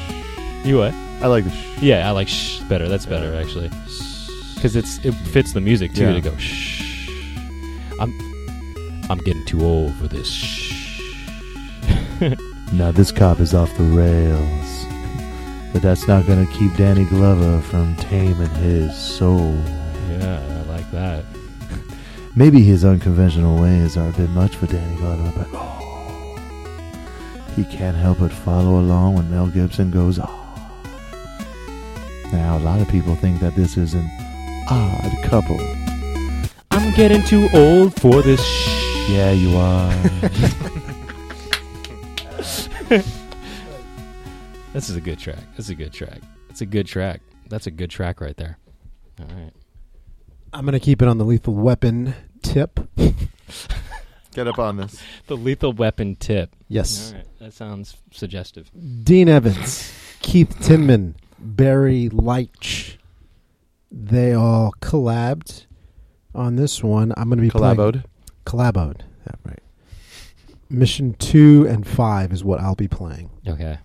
Speaker 1: Uh-huh. you what?
Speaker 3: I like the shh.
Speaker 1: Yeah, I like shh better. That's better
Speaker 3: Yeah.
Speaker 1: actually, because it's it fits the music too
Speaker 3: Yeah.
Speaker 1: to go shh. I'm I'm getting too old for this shh. <laughs>
Speaker 4: Now this cop is off the rails, but that's not gonna keep Danny Glover from taming his soul.
Speaker 1: yeah, I like that.
Speaker 4: Maybe his unconventional ways are a bit much for Danny Glover, but oh, he can't help but follow along when Mel Gibson goes off. Now a lot of people think that this is an odd couple.
Speaker 1: I'm getting too old for this shh.
Speaker 4: Yeah, you are.
Speaker 1: <laughs> This is a good track. This is a good track. It's a good track. That's a good track right there. All right.
Speaker 2: I'm gonna keep it on the lethal weapon tip.
Speaker 3: Get up on this.
Speaker 1: The lethal weapon tip.
Speaker 2: Yes,
Speaker 1: All right. That sounds suggestive.
Speaker 2: Dean Evans, Keith Tinman, Barry Leitch, they all collabed on this one. I'm gonna be playing
Speaker 3: <laughs> Collabode.
Speaker 2: collabode. Yeah, right. Mission two and five is what I'll be playing.
Speaker 1: Okay.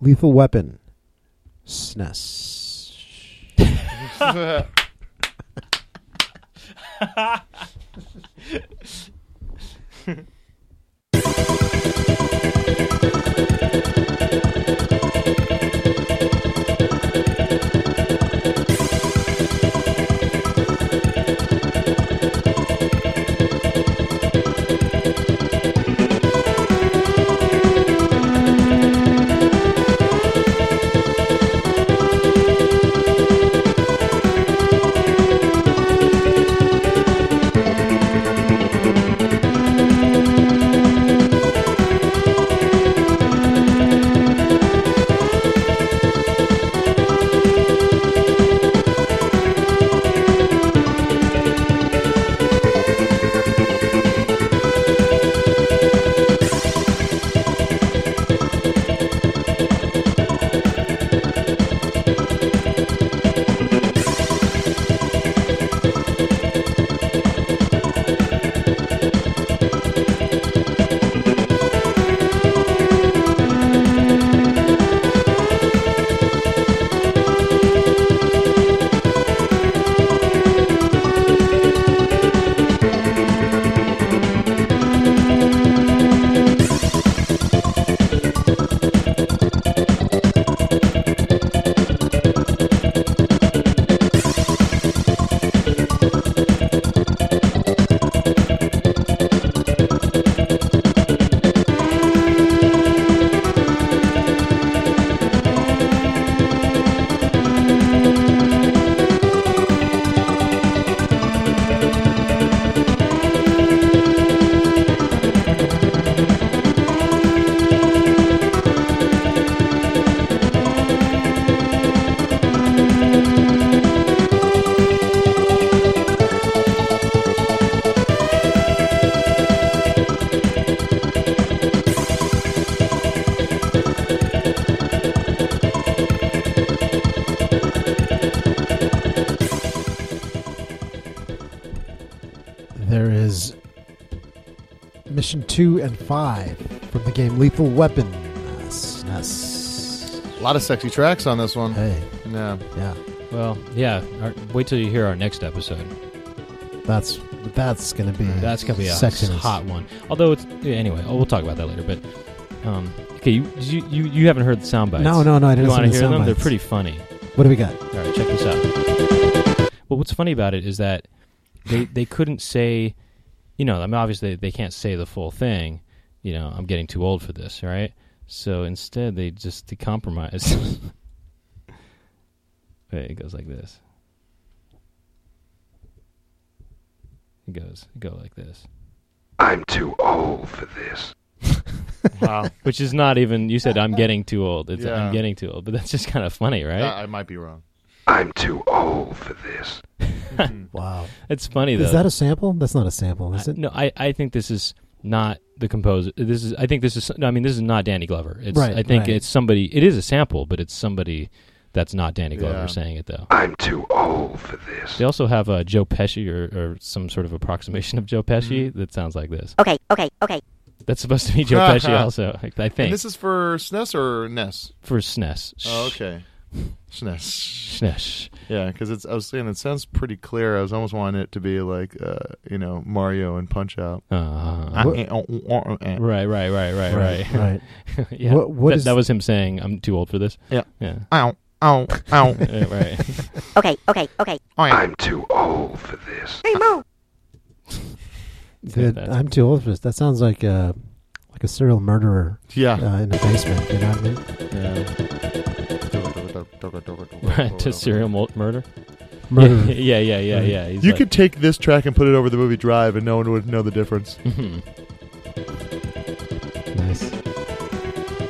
Speaker 2: Lethal Weapon, E SNES.
Speaker 5: Thank
Speaker 2: Edition 2 and 5 from the game Lethal Weapon. Nice, nice.
Speaker 3: A lot of sexy tracks on this
Speaker 4: <laughs>
Speaker 3: one.
Speaker 2: Hey,
Speaker 3: Yeah.
Speaker 2: yeah,
Speaker 1: Well, yeah. Our, wait till you hear our next episode.
Speaker 2: that's that's gonna be
Speaker 1: That's gonna be a
Speaker 2: sexiness.
Speaker 1: hot one. Although it's yeah, anyway, oh, we'll talk about that later. But um, okay, you, did you you you haven't heard the sound bites.
Speaker 2: No, no, no. I didn't
Speaker 1: You want to
Speaker 2: listen
Speaker 1: hear
Speaker 2: sound
Speaker 1: them? They're
Speaker 2: bites.
Speaker 1: pretty funny.
Speaker 2: What do we got?
Speaker 1: All right, check this out. Well, what's funny about it is that they they couldn't say, you know, I mean, obviously they can't say the full thing. You know, I'm getting too old for this, right? So instead, they just they compromise. <laughs> Wait, it goes like this. It goes, it go like this,
Speaker 5: I'm too old for this.
Speaker 3: Wow.
Speaker 1: which is not even. You said I'm getting too old. It's
Speaker 3: Yeah.
Speaker 1: I'm getting too old, but that's just kind of funny, right?
Speaker 3: I, I might be <laughs> wrong.
Speaker 5: I'm too old for this.
Speaker 1: <laughs>
Speaker 3: Mm-hmm.
Speaker 2: Wow.
Speaker 1: it's funny though.
Speaker 2: Is that a sample? That's not a sample, is
Speaker 1: I-
Speaker 2: it?
Speaker 1: No, I, I think this is not the composer. This is I think this is no, I mean this is not Danny Glover. It's
Speaker 2: Right,
Speaker 1: I think
Speaker 2: right.
Speaker 1: it's somebody. It is a sample, but it's somebody that's not Danny Glover
Speaker 3: Yeah.
Speaker 1: saying it though.
Speaker 5: I'm too old for this.
Speaker 1: They also have uh, Joe Pesci or, or some sort of approximation of Joe Pesci
Speaker 3: Mm-hmm.
Speaker 1: that sounds like this.
Speaker 6: Okay, okay, okay.
Speaker 1: That's supposed to be Joe
Speaker 3: <laughs>
Speaker 1: Pesci also. I I think
Speaker 3: And this is for SNES or NES?
Speaker 1: for SNES.
Speaker 3: Oh, okay. SNES.
Speaker 1: SNES.
Speaker 3: Yeah, because it's. I was saying it sounds pretty clear. I was almost wanting it to be like, uh, you know, Mario and Punch Out.
Speaker 1: Uh,
Speaker 3: I'm
Speaker 1: right, right, right, <laughs> right, right.
Speaker 2: <laughs> right.
Speaker 1: <laughs> yeah,
Speaker 2: What- what
Speaker 1: that,
Speaker 2: is-
Speaker 1: that was him saying, "I'm too old for this."
Speaker 3: Yeah.
Speaker 1: yeah,
Speaker 4: Ow, ow, ow.
Speaker 1: Yeah, right.
Speaker 6: Okay, okay, okay.
Speaker 5: I'm too old for this.
Speaker 6: Hey, Mo!
Speaker 2: Dude,
Speaker 1: that's- <laughs>
Speaker 2: I'm too old for this. That sounds like a like a serial murderer uh, <laughs>
Speaker 3: Yeah.
Speaker 2: in a basement. You know what I mean?
Speaker 1: right. To serial mul-
Speaker 2: <laughs>
Speaker 1: murder. <laughs> <laughs>
Speaker 2: Murderer.
Speaker 1: yeah, yeah, yeah, yeah. He's
Speaker 3: You
Speaker 1: like- <laughs>
Speaker 3: could take this track and put it over the movie Drive, and no one would know the difference.
Speaker 1: Mhm.
Speaker 2: Nice.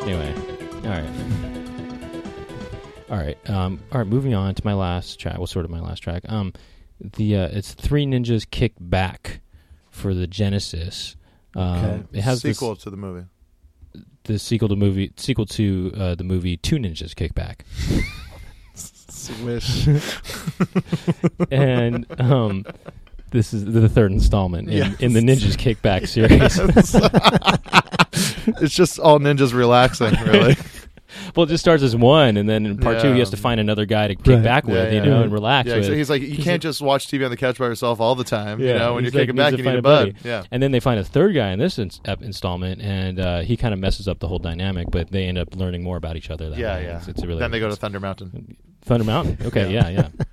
Speaker 1: anyway, all right, all right, um, all right. Moving on to my last track. Well, sort of my last track. Um, the uh, it's Three Ninjas Kick Back for the Genesis. Um,
Speaker 2: Okay.
Speaker 1: It has this-
Speaker 3: sequel to the movie.
Speaker 1: the sequel to movie sequel to uh, the movie Two Ninjas Kick Back,
Speaker 3: Swish.
Speaker 1: and um, this is the third installment in, in the Ninjas Kick
Speaker 3: <laughs>
Speaker 1: Back series.
Speaker 3: it's just all ninjas relaxing, really.
Speaker 1: well, it just starts as one, and then in part two,
Speaker 3: Yeah.
Speaker 1: he has to find another guy to kick
Speaker 2: Right.
Speaker 1: back with,
Speaker 3: Yeah,
Speaker 1: you
Speaker 3: yeah.
Speaker 1: know,
Speaker 2: Yeah.
Speaker 1: and relax.
Speaker 3: yeah,
Speaker 1: with.
Speaker 3: so he's like, you can't just watch TV on the couch by yourself all the time.
Speaker 1: Yeah,
Speaker 3: you know, when you're
Speaker 1: he's
Speaker 3: kicking
Speaker 1: like,
Speaker 3: back,
Speaker 1: needs
Speaker 3: you
Speaker 1: to
Speaker 3: need a
Speaker 1: find a
Speaker 3: bud. Yeah.
Speaker 1: And then they find a third guy in this ins- ep- installment, and uh, he kind of messes up the whole dynamic. But they end up learning more about each other. That
Speaker 3: Yeah,
Speaker 1: way.
Speaker 3: yeah.
Speaker 1: It's, it's a really
Speaker 3: then they go to Thunder Mountain.
Speaker 1: Thunder Mountain. Okay, yeah,
Speaker 3: Yeah.
Speaker 1: yeah.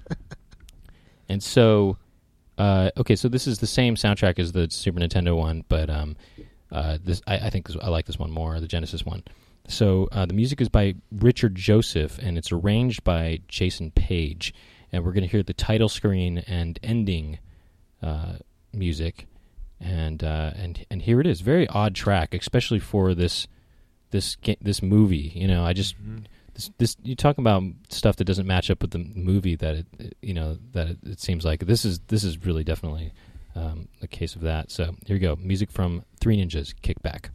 Speaker 1: and so, uh, okay, so this is the same soundtrack as the Super Nintendo one, but um, uh, this I, I think this, I like this one more, the Genesis one. So uh, the music is by Richard Joseph, and it's arranged by Jason Page, and we're going to hear the title screen and ending uh, music, and uh, and and here it is, very odd track, especially for this this ga- this movie. You know, I just this, this you talk about stuff that doesn't match up with the movie that it, it- you know that it, it seems like this is this is really definitely um, a case of that. So here we go, music from Three Ninjas Kickback.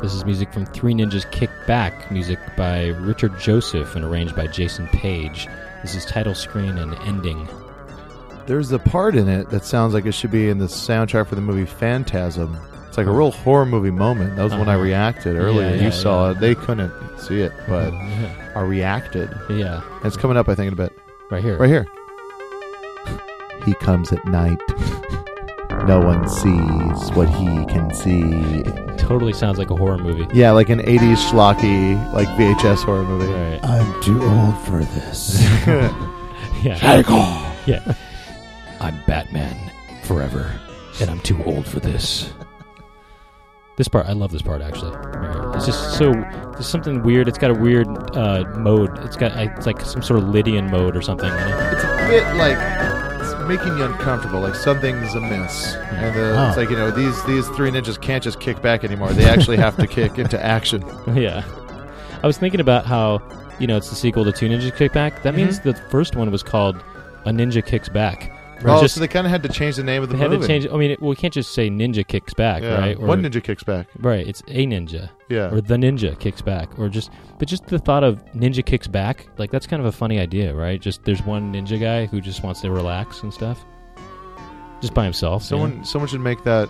Speaker 1: This is music from Three Ninjas Kick Back, music by Richard Joseph and arranged by Jason Page. This is title screen and ending.
Speaker 3: There's a part in it that sounds like it should be in the soundtrack for the movie Phantasm. It's like a real horror movie moment. That was when I
Speaker 1: Uh-huh.
Speaker 3: reacted earlier.
Speaker 1: Yeah,
Speaker 3: you
Speaker 1: yeah,
Speaker 3: saw
Speaker 1: yeah. Uh-huh.
Speaker 3: it. They couldn't see it, but
Speaker 1: yeah,
Speaker 3: I reacted.
Speaker 1: <laughs> yeah,
Speaker 3: It's coming up, I think, in a bit.
Speaker 1: right here.
Speaker 3: Right here.
Speaker 4: He comes at night. No one sees what he can see.
Speaker 1: totally sounds like a horror movie.
Speaker 3: Yeah, like an 80s schlocky, like VHS horror movie.
Speaker 1: Right. <laughs>
Speaker 4: I'm too old for this.
Speaker 1: Yeah. Yeah. I'm Batman forever, and I'm too old for this. This part, I love this part actually. It's just so there's something weird. It's got a weird uh, mode. It's got I- it's like some sort of Lydian mode or something. You know? <laughs>
Speaker 3: it's a <laughs> bit like it's making you uncomfortable. Like something's amiss, and uh, it's
Speaker 2: Oh.
Speaker 3: like you know these these three ninjas can't just kick back anymore. They actually have to kick
Speaker 1: <laughs>
Speaker 3: into action.
Speaker 1: yeah. I was thinking about how you know it's the sequel to Two Ninja Kickback. That
Speaker 3: Mm-hmm.
Speaker 1: means the first one was called A Ninja Kicks Back. Or
Speaker 3: Oh,
Speaker 1: just-
Speaker 3: so they kind of had to change the name of the
Speaker 1: they had
Speaker 3: movie.
Speaker 1: to change. I mean, it, well, we can't just say Ninja Kicks Back,
Speaker 3: yeah.
Speaker 1: right? Or-
Speaker 3: One ninja kicks back.
Speaker 1: Right. It's a ninja.
Speaker 3: Yeah,
Speaker 1: or the ninja kicks back or just but just the thought of ninja kicks back like that's kind of a funny idea right just there's one ninja guy who just wants to relax and stuff just by himself you
Speaker 3: someone
Speaker 1: know?
Speaker 3: someone should make that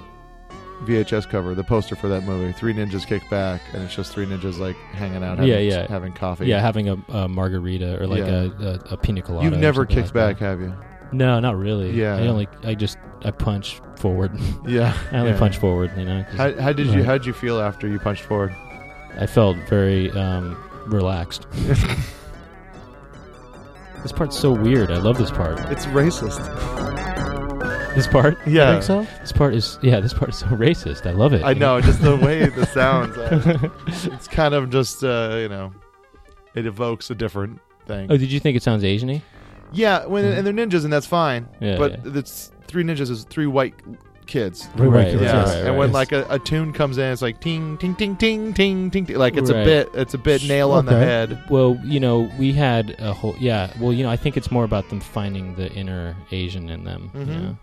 Speaker 3: VHS cover, the poster for that movie. Three ninjas kick back, and it's just three ninjas like hanging out, having,
Speaker 1: Yeah, yeah.
Speaker 3: having coffee.
Speaker 1: yeah having a, a margarita or like
Speaker 3: Yeah.
Speaker 1: a, a, a pina colada
Speaker 3: You've
Speaker 1: or
Speaker 3: never
Speaker 1: something
Speaker 3: kicked
Speaker 1: like
Speaker 3: back, have you?
Speaker 1: that. no not really
Speaker 3: Yeah.
Speaker 1: i only i just i punch forward <laughs>
Speaker 3: Yeah.
Speaker 1: i only
Speaker 3: yeah.
Speaker 1: punch forward you know 'cause
Speaker 3: How, how did you
Speaker 1: Right.
Speaker 3: how did you feel after you punched forward?
Speaker 1: i felt very um relaxed this part's so weird i love this part
Speaker 3: It's racist.
Speaker 1: this part
Speaker 3: Yeah.
Speaker 2: think so?
Speaker 1: this part is yeah this part is so racist i love it
Speaker 3: I
Speaker 1: you know?
Speaker 3: know, just
Speaker 1: <laughs>
Speaker 3: the way the sounds. uh, it's kind of just uh, you know, it evokes a different thing.
Speaker 1: Oh, did you think it sounds Asian-y?
Speaker 3: Yeah, when
Speaker 1: Mhm.
Speaker 3: and they're ninjas and that's fine.
Speaker 1: Yeah,
Speaker 3: but it's three ninjas is three white kids.
Speaker 2: Very
Speaker 1: Right,
Speaker 2: regular,
Speaker 1: right,
Speaker 3: yeah,
Speaker 2: yes.
Speaker 1: right,
Speaker 3: and when
Speaker 1: right.
Speaker 3: like a, a tune comes in, it's like ting ting ting ting ting ting. ting. Like it's a
Speaker 1: Right.
Speaker 3: bit, it's a bit nail on the
Speaker 2: Okay.
Speaker 3: head.
Speaker 1: Well, you know, we had a whole yeah. Well, you know, I think it's more about them finding the inner Asian in them. you
Speaker 3: Mm-hmm.
Speaker 1: know?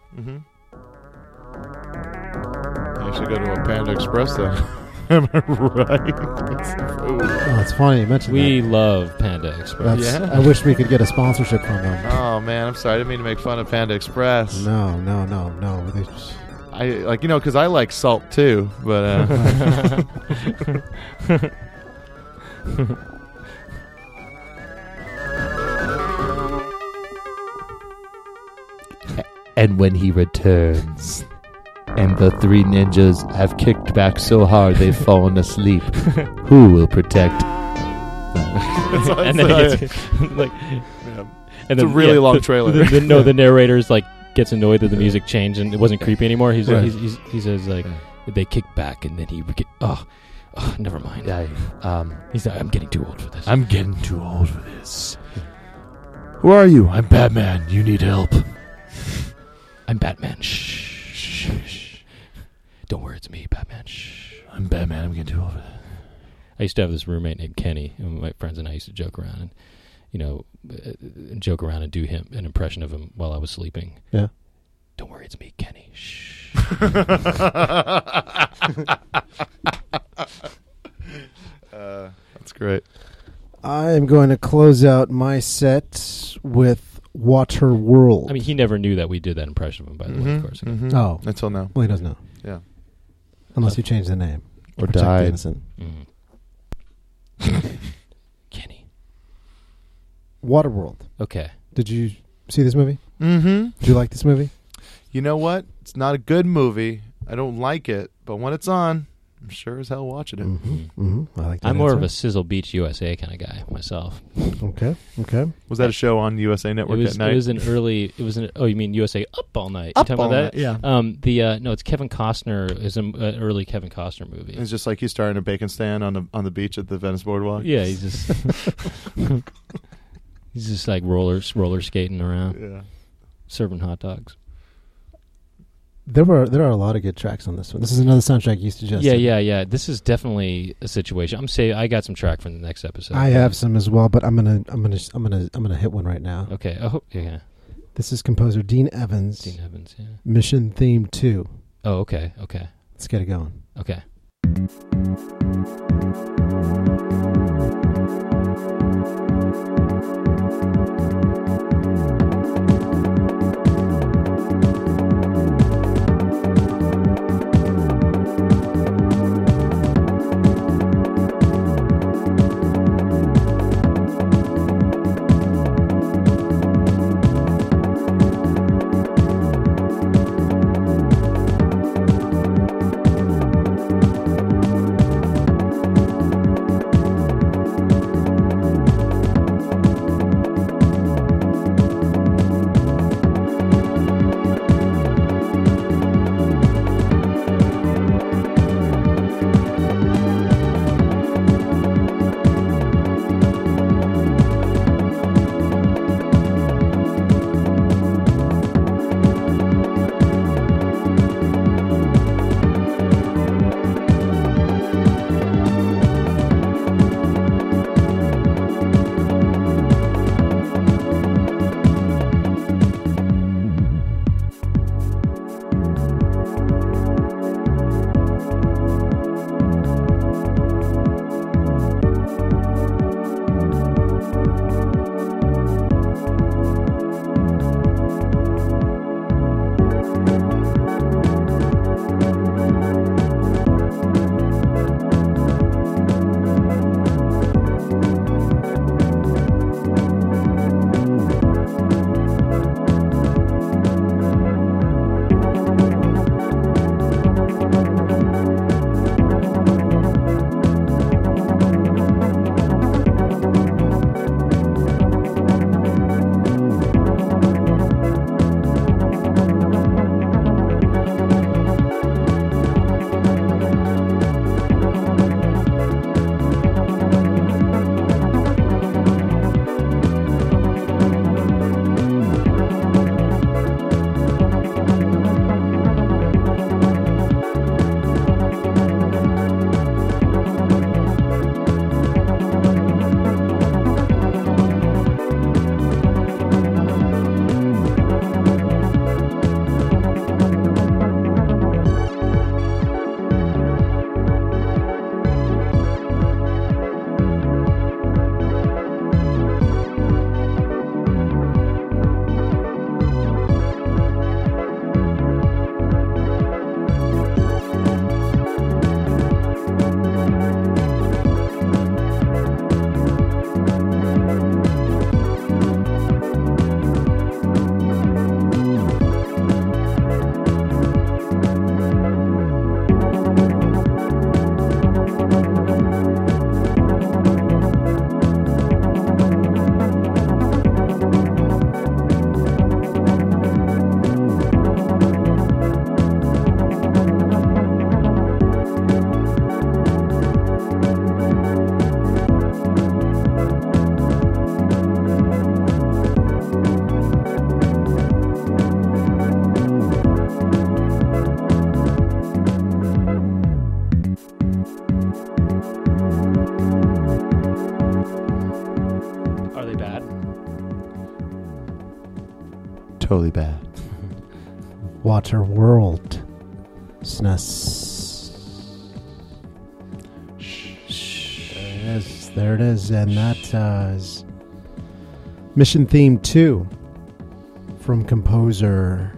Speaker 3: Mm-hmm. You should go to a Panda Express then. <laughs> Am I right? Get some food.
Speaker 2: Oh, it's funny you mentioned
Speaker 1: We love Panda
Speaker 2: that.
Speaker 1: Express.
Speaker 2: That's,
Speaker 3: Yeah.
Speaker 2: I wish we could get a sponsorship from them.
Speaker 3: Oh man, I'm sorry. I didn't mean to make fun of Panda Express.
Speaker 2: No, no, no, no. They just-
Speaker 3: I like you know because I like salt too, but uh, <laughs>
Speaker 7: And when he returns, and the three ninjas have kicked back so hard <laughs> they've
Speaker 1: <laughs>
Speaker 7: fallen asleep, who will
Speaker 1: <laughs>
Speaker 7: protect?
Speaker 1: and then it gets, <laughs> like,
Speaker 3: Yeah.
Speaker 1: and
Speaker 3: It's a
Speaker 1: then,
Speaker 3: really long
Speaker 1: the-
Speaker 3: trailer.
Speaker 1: the- the-
Speaker 3: <laughs>
Speaker 1: no, the narrator's like gets annoyed that the music changed and it wasn't creepy anymore. He's,
Speaker 3: Right.
Speaker 1: he's, he's he says like they kick back and then he would get oh, oh never mind.
Speaker 7: I, um,
Speaker 1: He's like I'm getting too old for this.
Speaker 7: I'm getting too old for this. Who are you? I'm Batman. You need help.
Speaker 1: I'm Batman. Shh. shh, shh. Don't worry, it's me, Batman. Shh.
Speaker 7: I'm Batman. I'm getting too old for this.
Speaker 1: I used to have this roommate named Kenny, and my friends and I used to joke around and, you know, uh, joke around and do him an impression of him while I was sleeping.
Speaker 2: Yeah.
Speaker 1: Don't worry, it's me, Kenny. Shh.
Speaker 3: <laughs>
Speaker 1: <laughs>
Speaker 3: Uh, that's great.
Speaker 2: I am going to close out my set with Water World.
Speaker 1: I mean, he never knew that we did that impression of him, by the way, of course.
Speaker 2: Oh.
Speaker 3: mm-hmm, until now.
Speaker 2: well, he doesn't know.
Speaker 3: Yeah.
Speaker 2: Unless you change the name
Speaker 7: Or
Speaker 2: Protect the
Speaker 7: died.
Speaker 2: innocent.
Speaker 3: Mm-hmm.
Speaker 1: Mm. Mm-hmm. <laughs> Kenny.
Speaker 2: Water World.
Speaker 1: Okay.
Speaker 2: Did you see this movie?
Speaker 3: Mm-hmm.
Speaker 2: Did you like this movie?
Speaker 3: You know what? It's not a good movie. I don't like it, but when it's on, I'm sure as hell watching it.
Speaker 2: Mm-hmm. I like. That
Speaker 1: I'm more of a
Speaker 2: answer.
Speaker 1: Sizzle Beach USA kind of guy myself.
Speaker 2: Okay. Okay.
Speaker 3: Was that a show on USA
Speaker 1: It
Speaker 3: Network
Speaker 1: was,
Speaker 3: at
Speaker 1: it
Speaker 3: night?
Speaker 1: was an early. It was an. Oh, you mean USA Up All Night? you talking
Speaker 3: all
Speaker 1: about that?
Speaker 3: night, Yeah.
Speaker 1: Um, the uh, no, it's Kevin Costner. Is an uh, early Kevin Costner movie.
Speaker 3: It's just like he's starting a bacon stand on the on the beach at the Venice Boardwalk.
Speaker 1: Yeah, he's just <laughs> he's just like roller roller skating around,
Speaker 3: Yeah.
Speaker 1: serving hot dogs.
Speaker 2: There were there are a lot of good tracks on this one. This is another soundtrack you suggested.
Speaker 1: yeah, yeah, yeah. This is definitely a situation. I'm say I got some track from the next episode.
Speaker 2: I have some as well, but I'm gonna I'm gonna I'm gonna I'm gonna hit one right now.
Speaker 1: Okay. I hope. Yeah.
Speaker 2: This is composer Dean Evans.
Speaker 1: Dean Evans. Yeah.
Speaker 2: Mission Theme Two.
Speaker 1: Oh, okay. Okay.
Speaker 2: Let's get it going.
Speaker 1: Okay.
Speaker 8: Thank
Speaker 7: totally bad.
Speaker 2: Water World. SNES. There it is. There it is. And that uh, is Mission Theme 2 from composer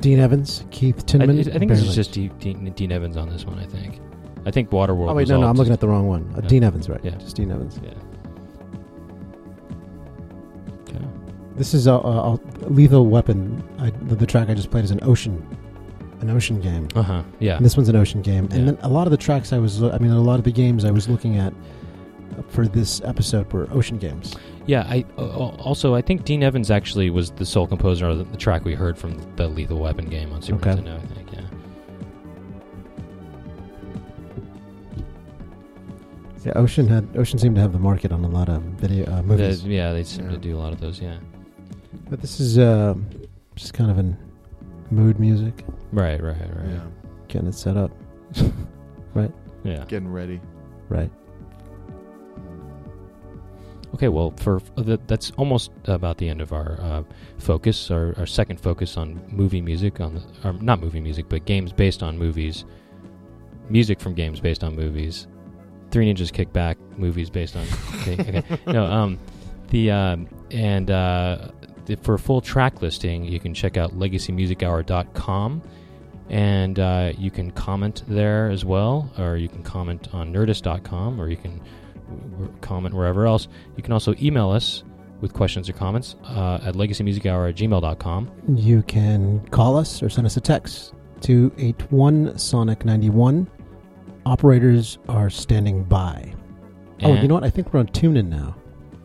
Speaker 2: Dean Evans, Keith
Speaker 1: I,
Speaker 2: Tinman.
Speaker 1: I think this
Speaker 2: Barely.
Speaker 1: is just Dean, Dean, Dean Evans on this one. I think. I think Waterworld.
Speaker 2: Oh, wait, no, no, I'm looking at the wrong one. Uh,
Speaker 1: Yeah.
Speaker 2: Dean Evans, right.
Speaker 1: Yeah.
Speaker 2: Just Dean Evans.
Speaker 1: Yeah. Okay.
Speaker 2: This is a, a, a lethal weapon. I, the, the track I just played is an ocean, an ocean game.
Speaker 1: Uh huh. Yeah.
Speaker 2: And this one's an ocean game. And
Speaker 1: Yeah.
Speaker 2: then a lot of the tracks I was, I mean, a lot of the games I was looking at for this episode were ocean games.
Speaker 1: Yeah, I uh, also I think Dean Evans actually was the sole composer of the, the track we heard from the Lethal Weapon game on Super
Speaker 2: Okay.
Speaker 1: Nintendo. I think, yeah.
Speaker 2: Yeah, ocean had ocean seemed to have the market on a lot of video uh, movies.
Speaker 1: The- yeah, they seem
Speaker 3: Yeah.
Speaker 1: to do a lot of those. Yeah,
Speaker 2: but this is uh, just kind of an mood music,
Speaker 1: right, right, right.
Speaker 3: Yeah.
Speaker 2: getting it set up,
Speaker 1: Yeah.
Speaker 3: Getting ready.
Speaker 2: right?
Speaker 1: Okay. Well, for for the, that's almost about the end of our uh, focus, our, our second focus on movie music on the, or not movie music, but games based on movies, music from games based on movies, Three Ninjas Kickback movies based on. Okay. okay. no, um, the um, and uh, the, for a full track listing, you can check out legacymusichour.com. And uh, you can comment there as well, or you can comment on nerdist.com, or you can w- w- comment wherever else. You can also email us with questions or comments uh, at legacymusichour at gmail.com.
Speaker 2: You can call us or send us a text to eight one Sonic ninety one. Operators are standing by. Oh, you know what? I think we're on TuneIn now.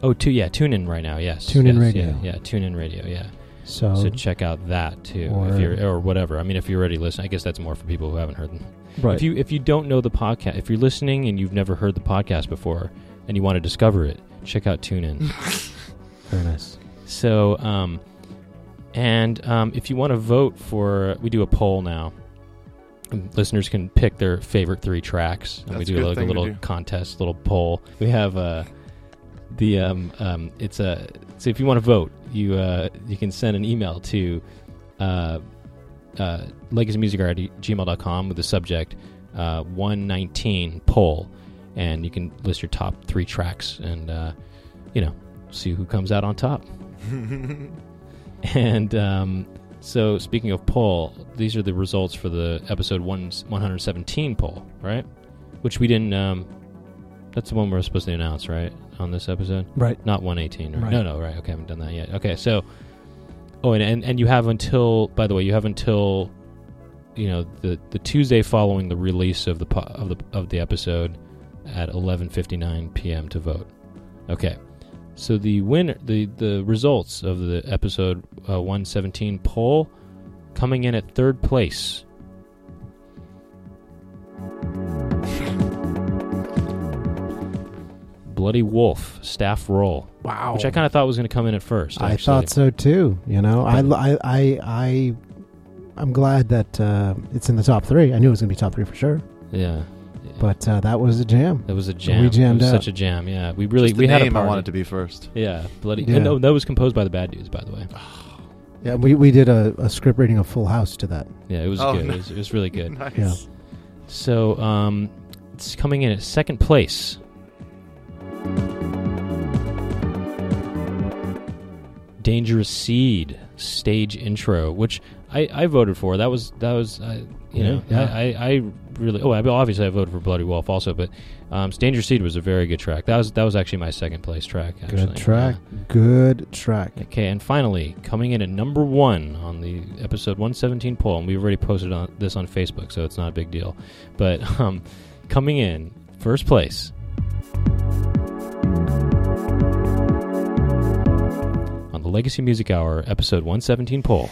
Speaker 1: Oh, tu- yeah, tune in right now, yes.
Speaker 2: Tune in
Speaker 1: yes,
Speaker 2: radio.
Speaker 1: Yeah, yeah, tune in radio, yeah.
Speaker 2: So,
Speaker 1: So check out that too,
Speaker 2: Or-
Speaker 1: if you're, or whatever. I mean, if you're already listening, I guess that's more for people who haven't heard them.
Speaker 2: right.
Speaker 1: If you if you don't know the podcast, if you're listening and you've never heard the podcast before and you want to discover it, check out TuneIn.
Speaker 2: Very nice.
Speaker 1: So, um, and um, if you want to vote for, we do a poll now. And Listeners can pick their favorite three tracks, and
Speaker 3: That's a
Speaker 1: we
Speaker 3: good
Speaker 1: do like a
Speaker 3: thing to
Speaker 1: little
Speaker 3: do.
Speaker 1: contest, little poll. We have uh, the um, um, it's a so if you want to vote, you uh, you can send an email to uh, uh, legacymusic at gmail.com with the subject uh, 119 poll, and you can list your top three tracks and uh, you know see who comes out on top. <laughs> And um, so, speaking of poll, these are the results for the episode one, 117 poll, right? Which we didn't. Um, that's the one we're supposed to announce, right? On this episode,
Speaker 2: Right.
Speaker 1: not 118. Right?
Speaker 2: Right.
Speaker 1: No, no, right. Okay, I haven't done that yet. Okay, so. Oh, and, and and you have until. By the way, you have until. You know the the Tuesday following the release of the po- of the of the episode at 11:59 p.m. to vote. Okay. So the winner, the the results of the episode uh, 117 poll, coming in at third place. Bloody Wolf staff roll,
Speaker 2: Wow.
Speaker 1: which I kind of thought was going to come in at first.
Speaker 2: Oh I
Speaker 1: actually.
Speaker 2: thought so too. You know, I, I, I, I, I'm glad that uh, it's in the top three. I knew it was going to be top three for sure,
Speaker 1: Yeah,
Speaker 2: but uh, that was a jam.
Speaker 1: that was a jam.
Speaker 2: We jammed
Speaker 1: it was
Speaker 2: out.
Speaker 1: such a jam. Yeah, we really
Speaker 3: Just the
Speaker 1: we had a
Speaker 3: name I
Speaker 1: party.
Speaker 3: wanted to be first.
Speaker 1: Yeah, bloody.
Speaker 2: Yeah.
Speaker 1: And no, that was composed by the Bad Dudes, by the way.
Speaker 2: Yeah, we, we did a, a script reading of Full House to that.
Speaker 1: Yeah, it was
Speaker 3: Oh,
Speaker 1: good.
Speaker 3: no.
Speaker 1: It, was, it was really
Speaker 3: <laughs>
Speaker 1: good.
Speaker 3: nice.
Speaker 2: Yeah.
Speaker 1: So um, it's coming in at second place. Dangerous Seed stage intro, which I, I voted for. That was that was I you know
Speaker 2: Yeah, yeah.
Speaker 1: I, I, I really oh I, obviously I voted for Bloody Wolf also, but um, Dangerous Seed was a very good track. That was that was actually my second place track. Actually.
Speaker 2: Good track. Good track.
Speaker 1: Yeah. Okay, and finally coming in at number one on the episode 117 poll, and we've already posted on this on Facebook, so it's not a big deal. But <laughs> um, coming in first place on the Legacy Music Hour episode 117 poll.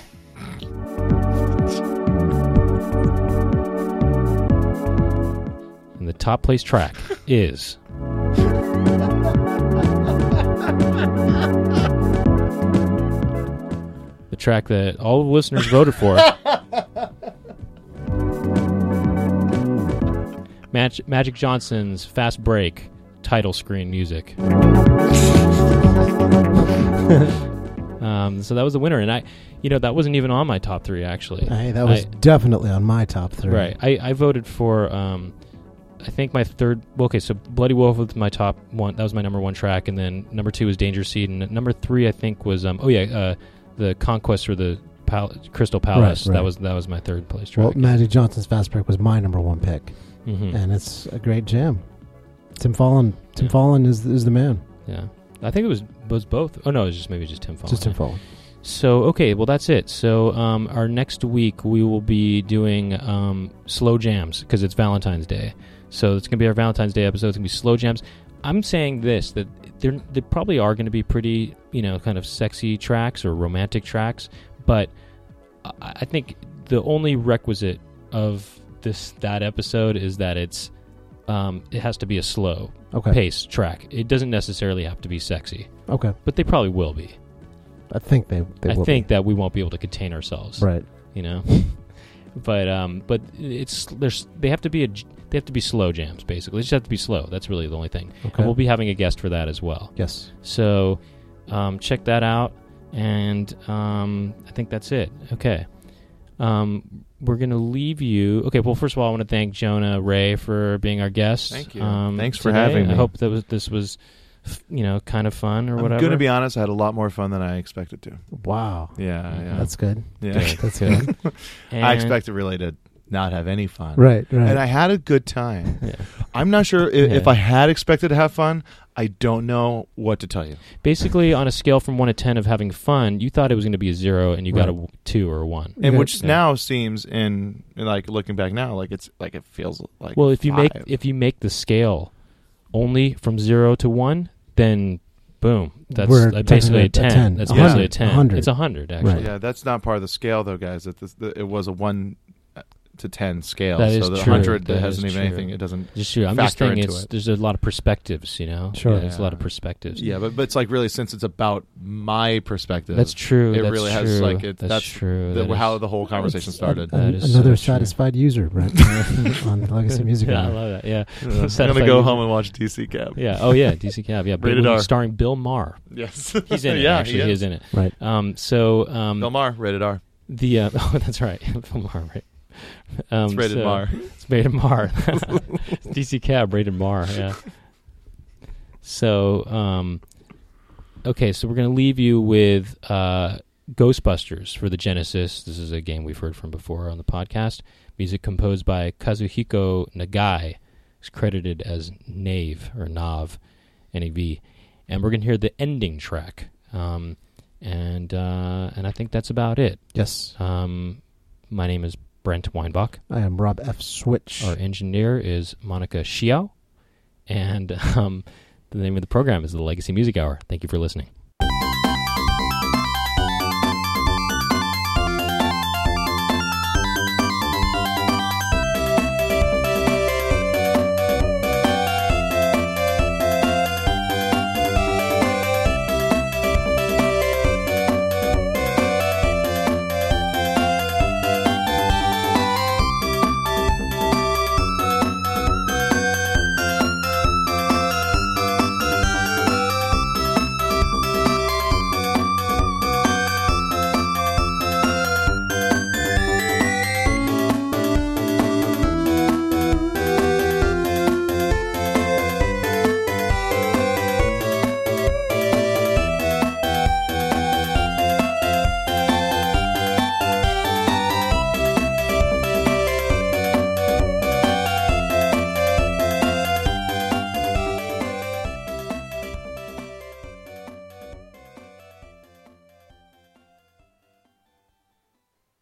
Speaker 1: And the top place track is the track that all the listeners voted for. Mag- Magic Johnson's Fast Break title screen music. Um, so that was the winner, and I, you know, that wasn't even on my top three actually.
Speaker 2: Hey, that was
Speaker 1: I-
Speaker 2: definitely on my top three.
Speaker 1: Right. I, I voted for um, I think my third. Well, okay, so Bloody Wolf was my top one. That was my number one track, and then number two was Danger Seed, and number three I think was um, oh yeah, uh, the Conquest or the Pal- Crystal Palace.
Speaker 2: right.
Speaker 1: That was that was my third place
Speaker 2: Well,
Speaker 1: track.
Speaker 2: Magic Johnson's Fast Break was my number one pick,
Speaker 1: hmm
Speaker 2: and it's a great jam. Tim Fallon, Tim
Speaker 1: Yeah.
Speaker 2: Fallon is is the man.
Speaker 1: Yeah, I think it was was both. Oh no, it was just maybe just Tim Fallon.
Speaker 2: Just Tim Fallon.
Speaker 1: So okay, well that's it. So um, our next week we will be doing um, slow jams because it's Valentine's Day. So it's gonna be our Valentine's Day episode. It's gonna be slow jams. I'm saying this that there they probably are gonna be pretty you know kind of sexy tracks or romantic tracks, but I, I think the only requisite of this that episode is that it's um, it has to be a slow
Speaker 2: Okay.
Speaker 1: pace track. It doesn't necessarily have to be sexy,
Speaker 2: Okay.
Speaker 1: but they probably will be.
Speaker 2: I think they. they
Speaker 1: I
Speaker 2: will
Speaker 1: think that we won't be able to contain ourselves.
Speaker 2: Be. Right.
Speaker 1: You know, <laughs> but um, but it's there's they have to be a j- they have to be slow jams basically. They just have to be slow. That's really the only thing.
Speaker 2: Okay.
Speaker 1: And we'll be having a guest for that as well.
Speaker 2: yes.
Speaker 1: So um, check that out. And um, I think that's it. Okay. Um, we're going to leave you. Okay. Well, first of all, I want to thank Jonah Ray for being our guest.
Speaker 3: Thank you.
Speaker 1: Um,
Speaker 3: Thanks for
Speaker 1: today.
Speaker 3: having me.
Speaker 1: I hope that was, this was, f- you know, kind of fun or whatever.
Speaker 3: I'm gonna be honest. I had a lot more fun than I expected to.
Speaker 2: Wow.
Speaker 3: Yeah, yeah,
Speaker 2: That's good.
Speaker 3: <laughs> yeah.
Speaker 1: good.
Speaker 2: That's good.
Speaker 3: I
Speaker 1: And-
Speaker 3: expected really to not have any fun.
Speaker 2: right. Right.
Speaker 3: And I had a good time.
Speaker 1: Yeah.
Speaker 3: I'm not sure if, if
Speaker 1: Yeah.
Speaker 3: I had expected to have fun. I don't know what to tell you.
Speaker 1: basically on a scale from 1 to 10 of having fun you thought it was going to be a 0 and you got a
Speaker 2: Right.
Speaker 1: w- 2 or a 1
Speaker 3: And
Speaker 2: Yeah.
Speaker 3: which
Speaker 1: Yeah.
Speaker 3: now seems in like looking back now, like it's like it feels like
Speaker 1: well if you make
Speaker 3: five.
Speaker 1: if you make the scale only from 0 to 1 then boom that's
Speaker 2: We're
Speaker 1: uh, basically
Speaker 2: technically
Speaker 1: a
Speaker 2: a
Speaker 1: 10,
Speaker 2: 10.
Speaker 1: that's
Speaker 2: A
Speaker 1: basically a 10
Speaker 2: hundred. A hundred.
Speaker 1: it's a 100 actually
Speaker 2: Right.
Speaker 3: yeah, that's not part of the scale though, guys. It, this, the, it was a one to ten scale,
Speaker 1: That is
Speaker 3: so the
Speaker 1: true.
Speaker 3: hundred that,
Speaker 1: That
Speaker 3: hasn't
Speaker 1: is
Speaker 3: even
Speaker 1: true.
Speaker 3: anything. It doesn't.
Speaker 1: Just sure. I'm just
Speaker 3: Factor
Speaker 1: saying
Speaker 3: into
Speaker 1: it's
Speaker 3: it.
Speaker 1: there's a lot of perspectives, you know.
Speaker 2: Sure.
Speaker 1: Yeah, there's a lot of
Speaker 3: Yeah.
Speaker 1: perspectives.
Speaker 3: Yeah, but but it's like really since it's about my perspective.
Speaker 1: that's true.
Speaker 3: It
Speaker 1: that's
Speaker 3: really
Speaker 1: true.
Speaker 3: has, like, it-
Speaker 1: that's,
Speaker 3: that's
Speaker 1: true.
Speaker 3: the,
Speaker 1: That
Speaker 3: how
Speaker 1: is-
Speaker 3: the whole conversation
Speaker 2: It's-
Speaker 3: started.
Speaker 1: uh, That is
Speaker 2: another
Speaker 1: so true.
Speaker 2: satisfied user, right? on Legacy
Speaker 1: <laughs>
Speaker 2: Music.
Speaker 1: yeah, I
Speaker 2: Hour.
Speaker 1: love that. Yeah,
Speaker 3: <laughs> I'm
Speaker 1: Satisfied
Speaker 3: gonna go
Speaker 1: user.
Speaker 3: home and watch DC Cab.
Speaker 1: yeah. Oh yeah, DC Cab. Yeah,
Speaker 3: <laughs> Rated
Speaker 1: Bill-
Speaker 3: R.
Speaker 1: starring Bill Maher.
Speaker 3: Yes, <laughs>
Speaker 1: He's in it.
Speaker 3: yeah,
Speaker 1: actually,
Speaker 3: he is.
Speaker 1: in it.
Speaker 2: Right.
Speaker 1: Um. So um.
Speaker 3: Bill Maher, rated R.
Speaker 1: The uh, <laughs> oh, that's right, Bill Maher, right? Um,
Speaker 3: It's rated
Speaker 1: so-
Speaker 3: Maher.
Speaker 1: It's rated
Speaker 3: <laughs>
Speaker 1: Mar. <laughs> DC Cab rated Mar. Yeah. So, um, okay, so we're gonna leave you with uh, Ghostbusters for the Genesis. This is a game we've heard from before on the podcast. Music composed by Kazuhiko Nagai, who's credited as Nave or Nav, N A V, and we're gonna hear the ending track. Um, and uh, and I think that's about it.
Speaker 2: Yes.
Speaker 1: Um, my name is Brent Weinbach.
Speaker 2: I am Rob F. Switch.
Speaker 1: Our engineer is Monica <laughs> Xiao. And um, the name of the program is the Legacy Music Hour. Thank you for listening.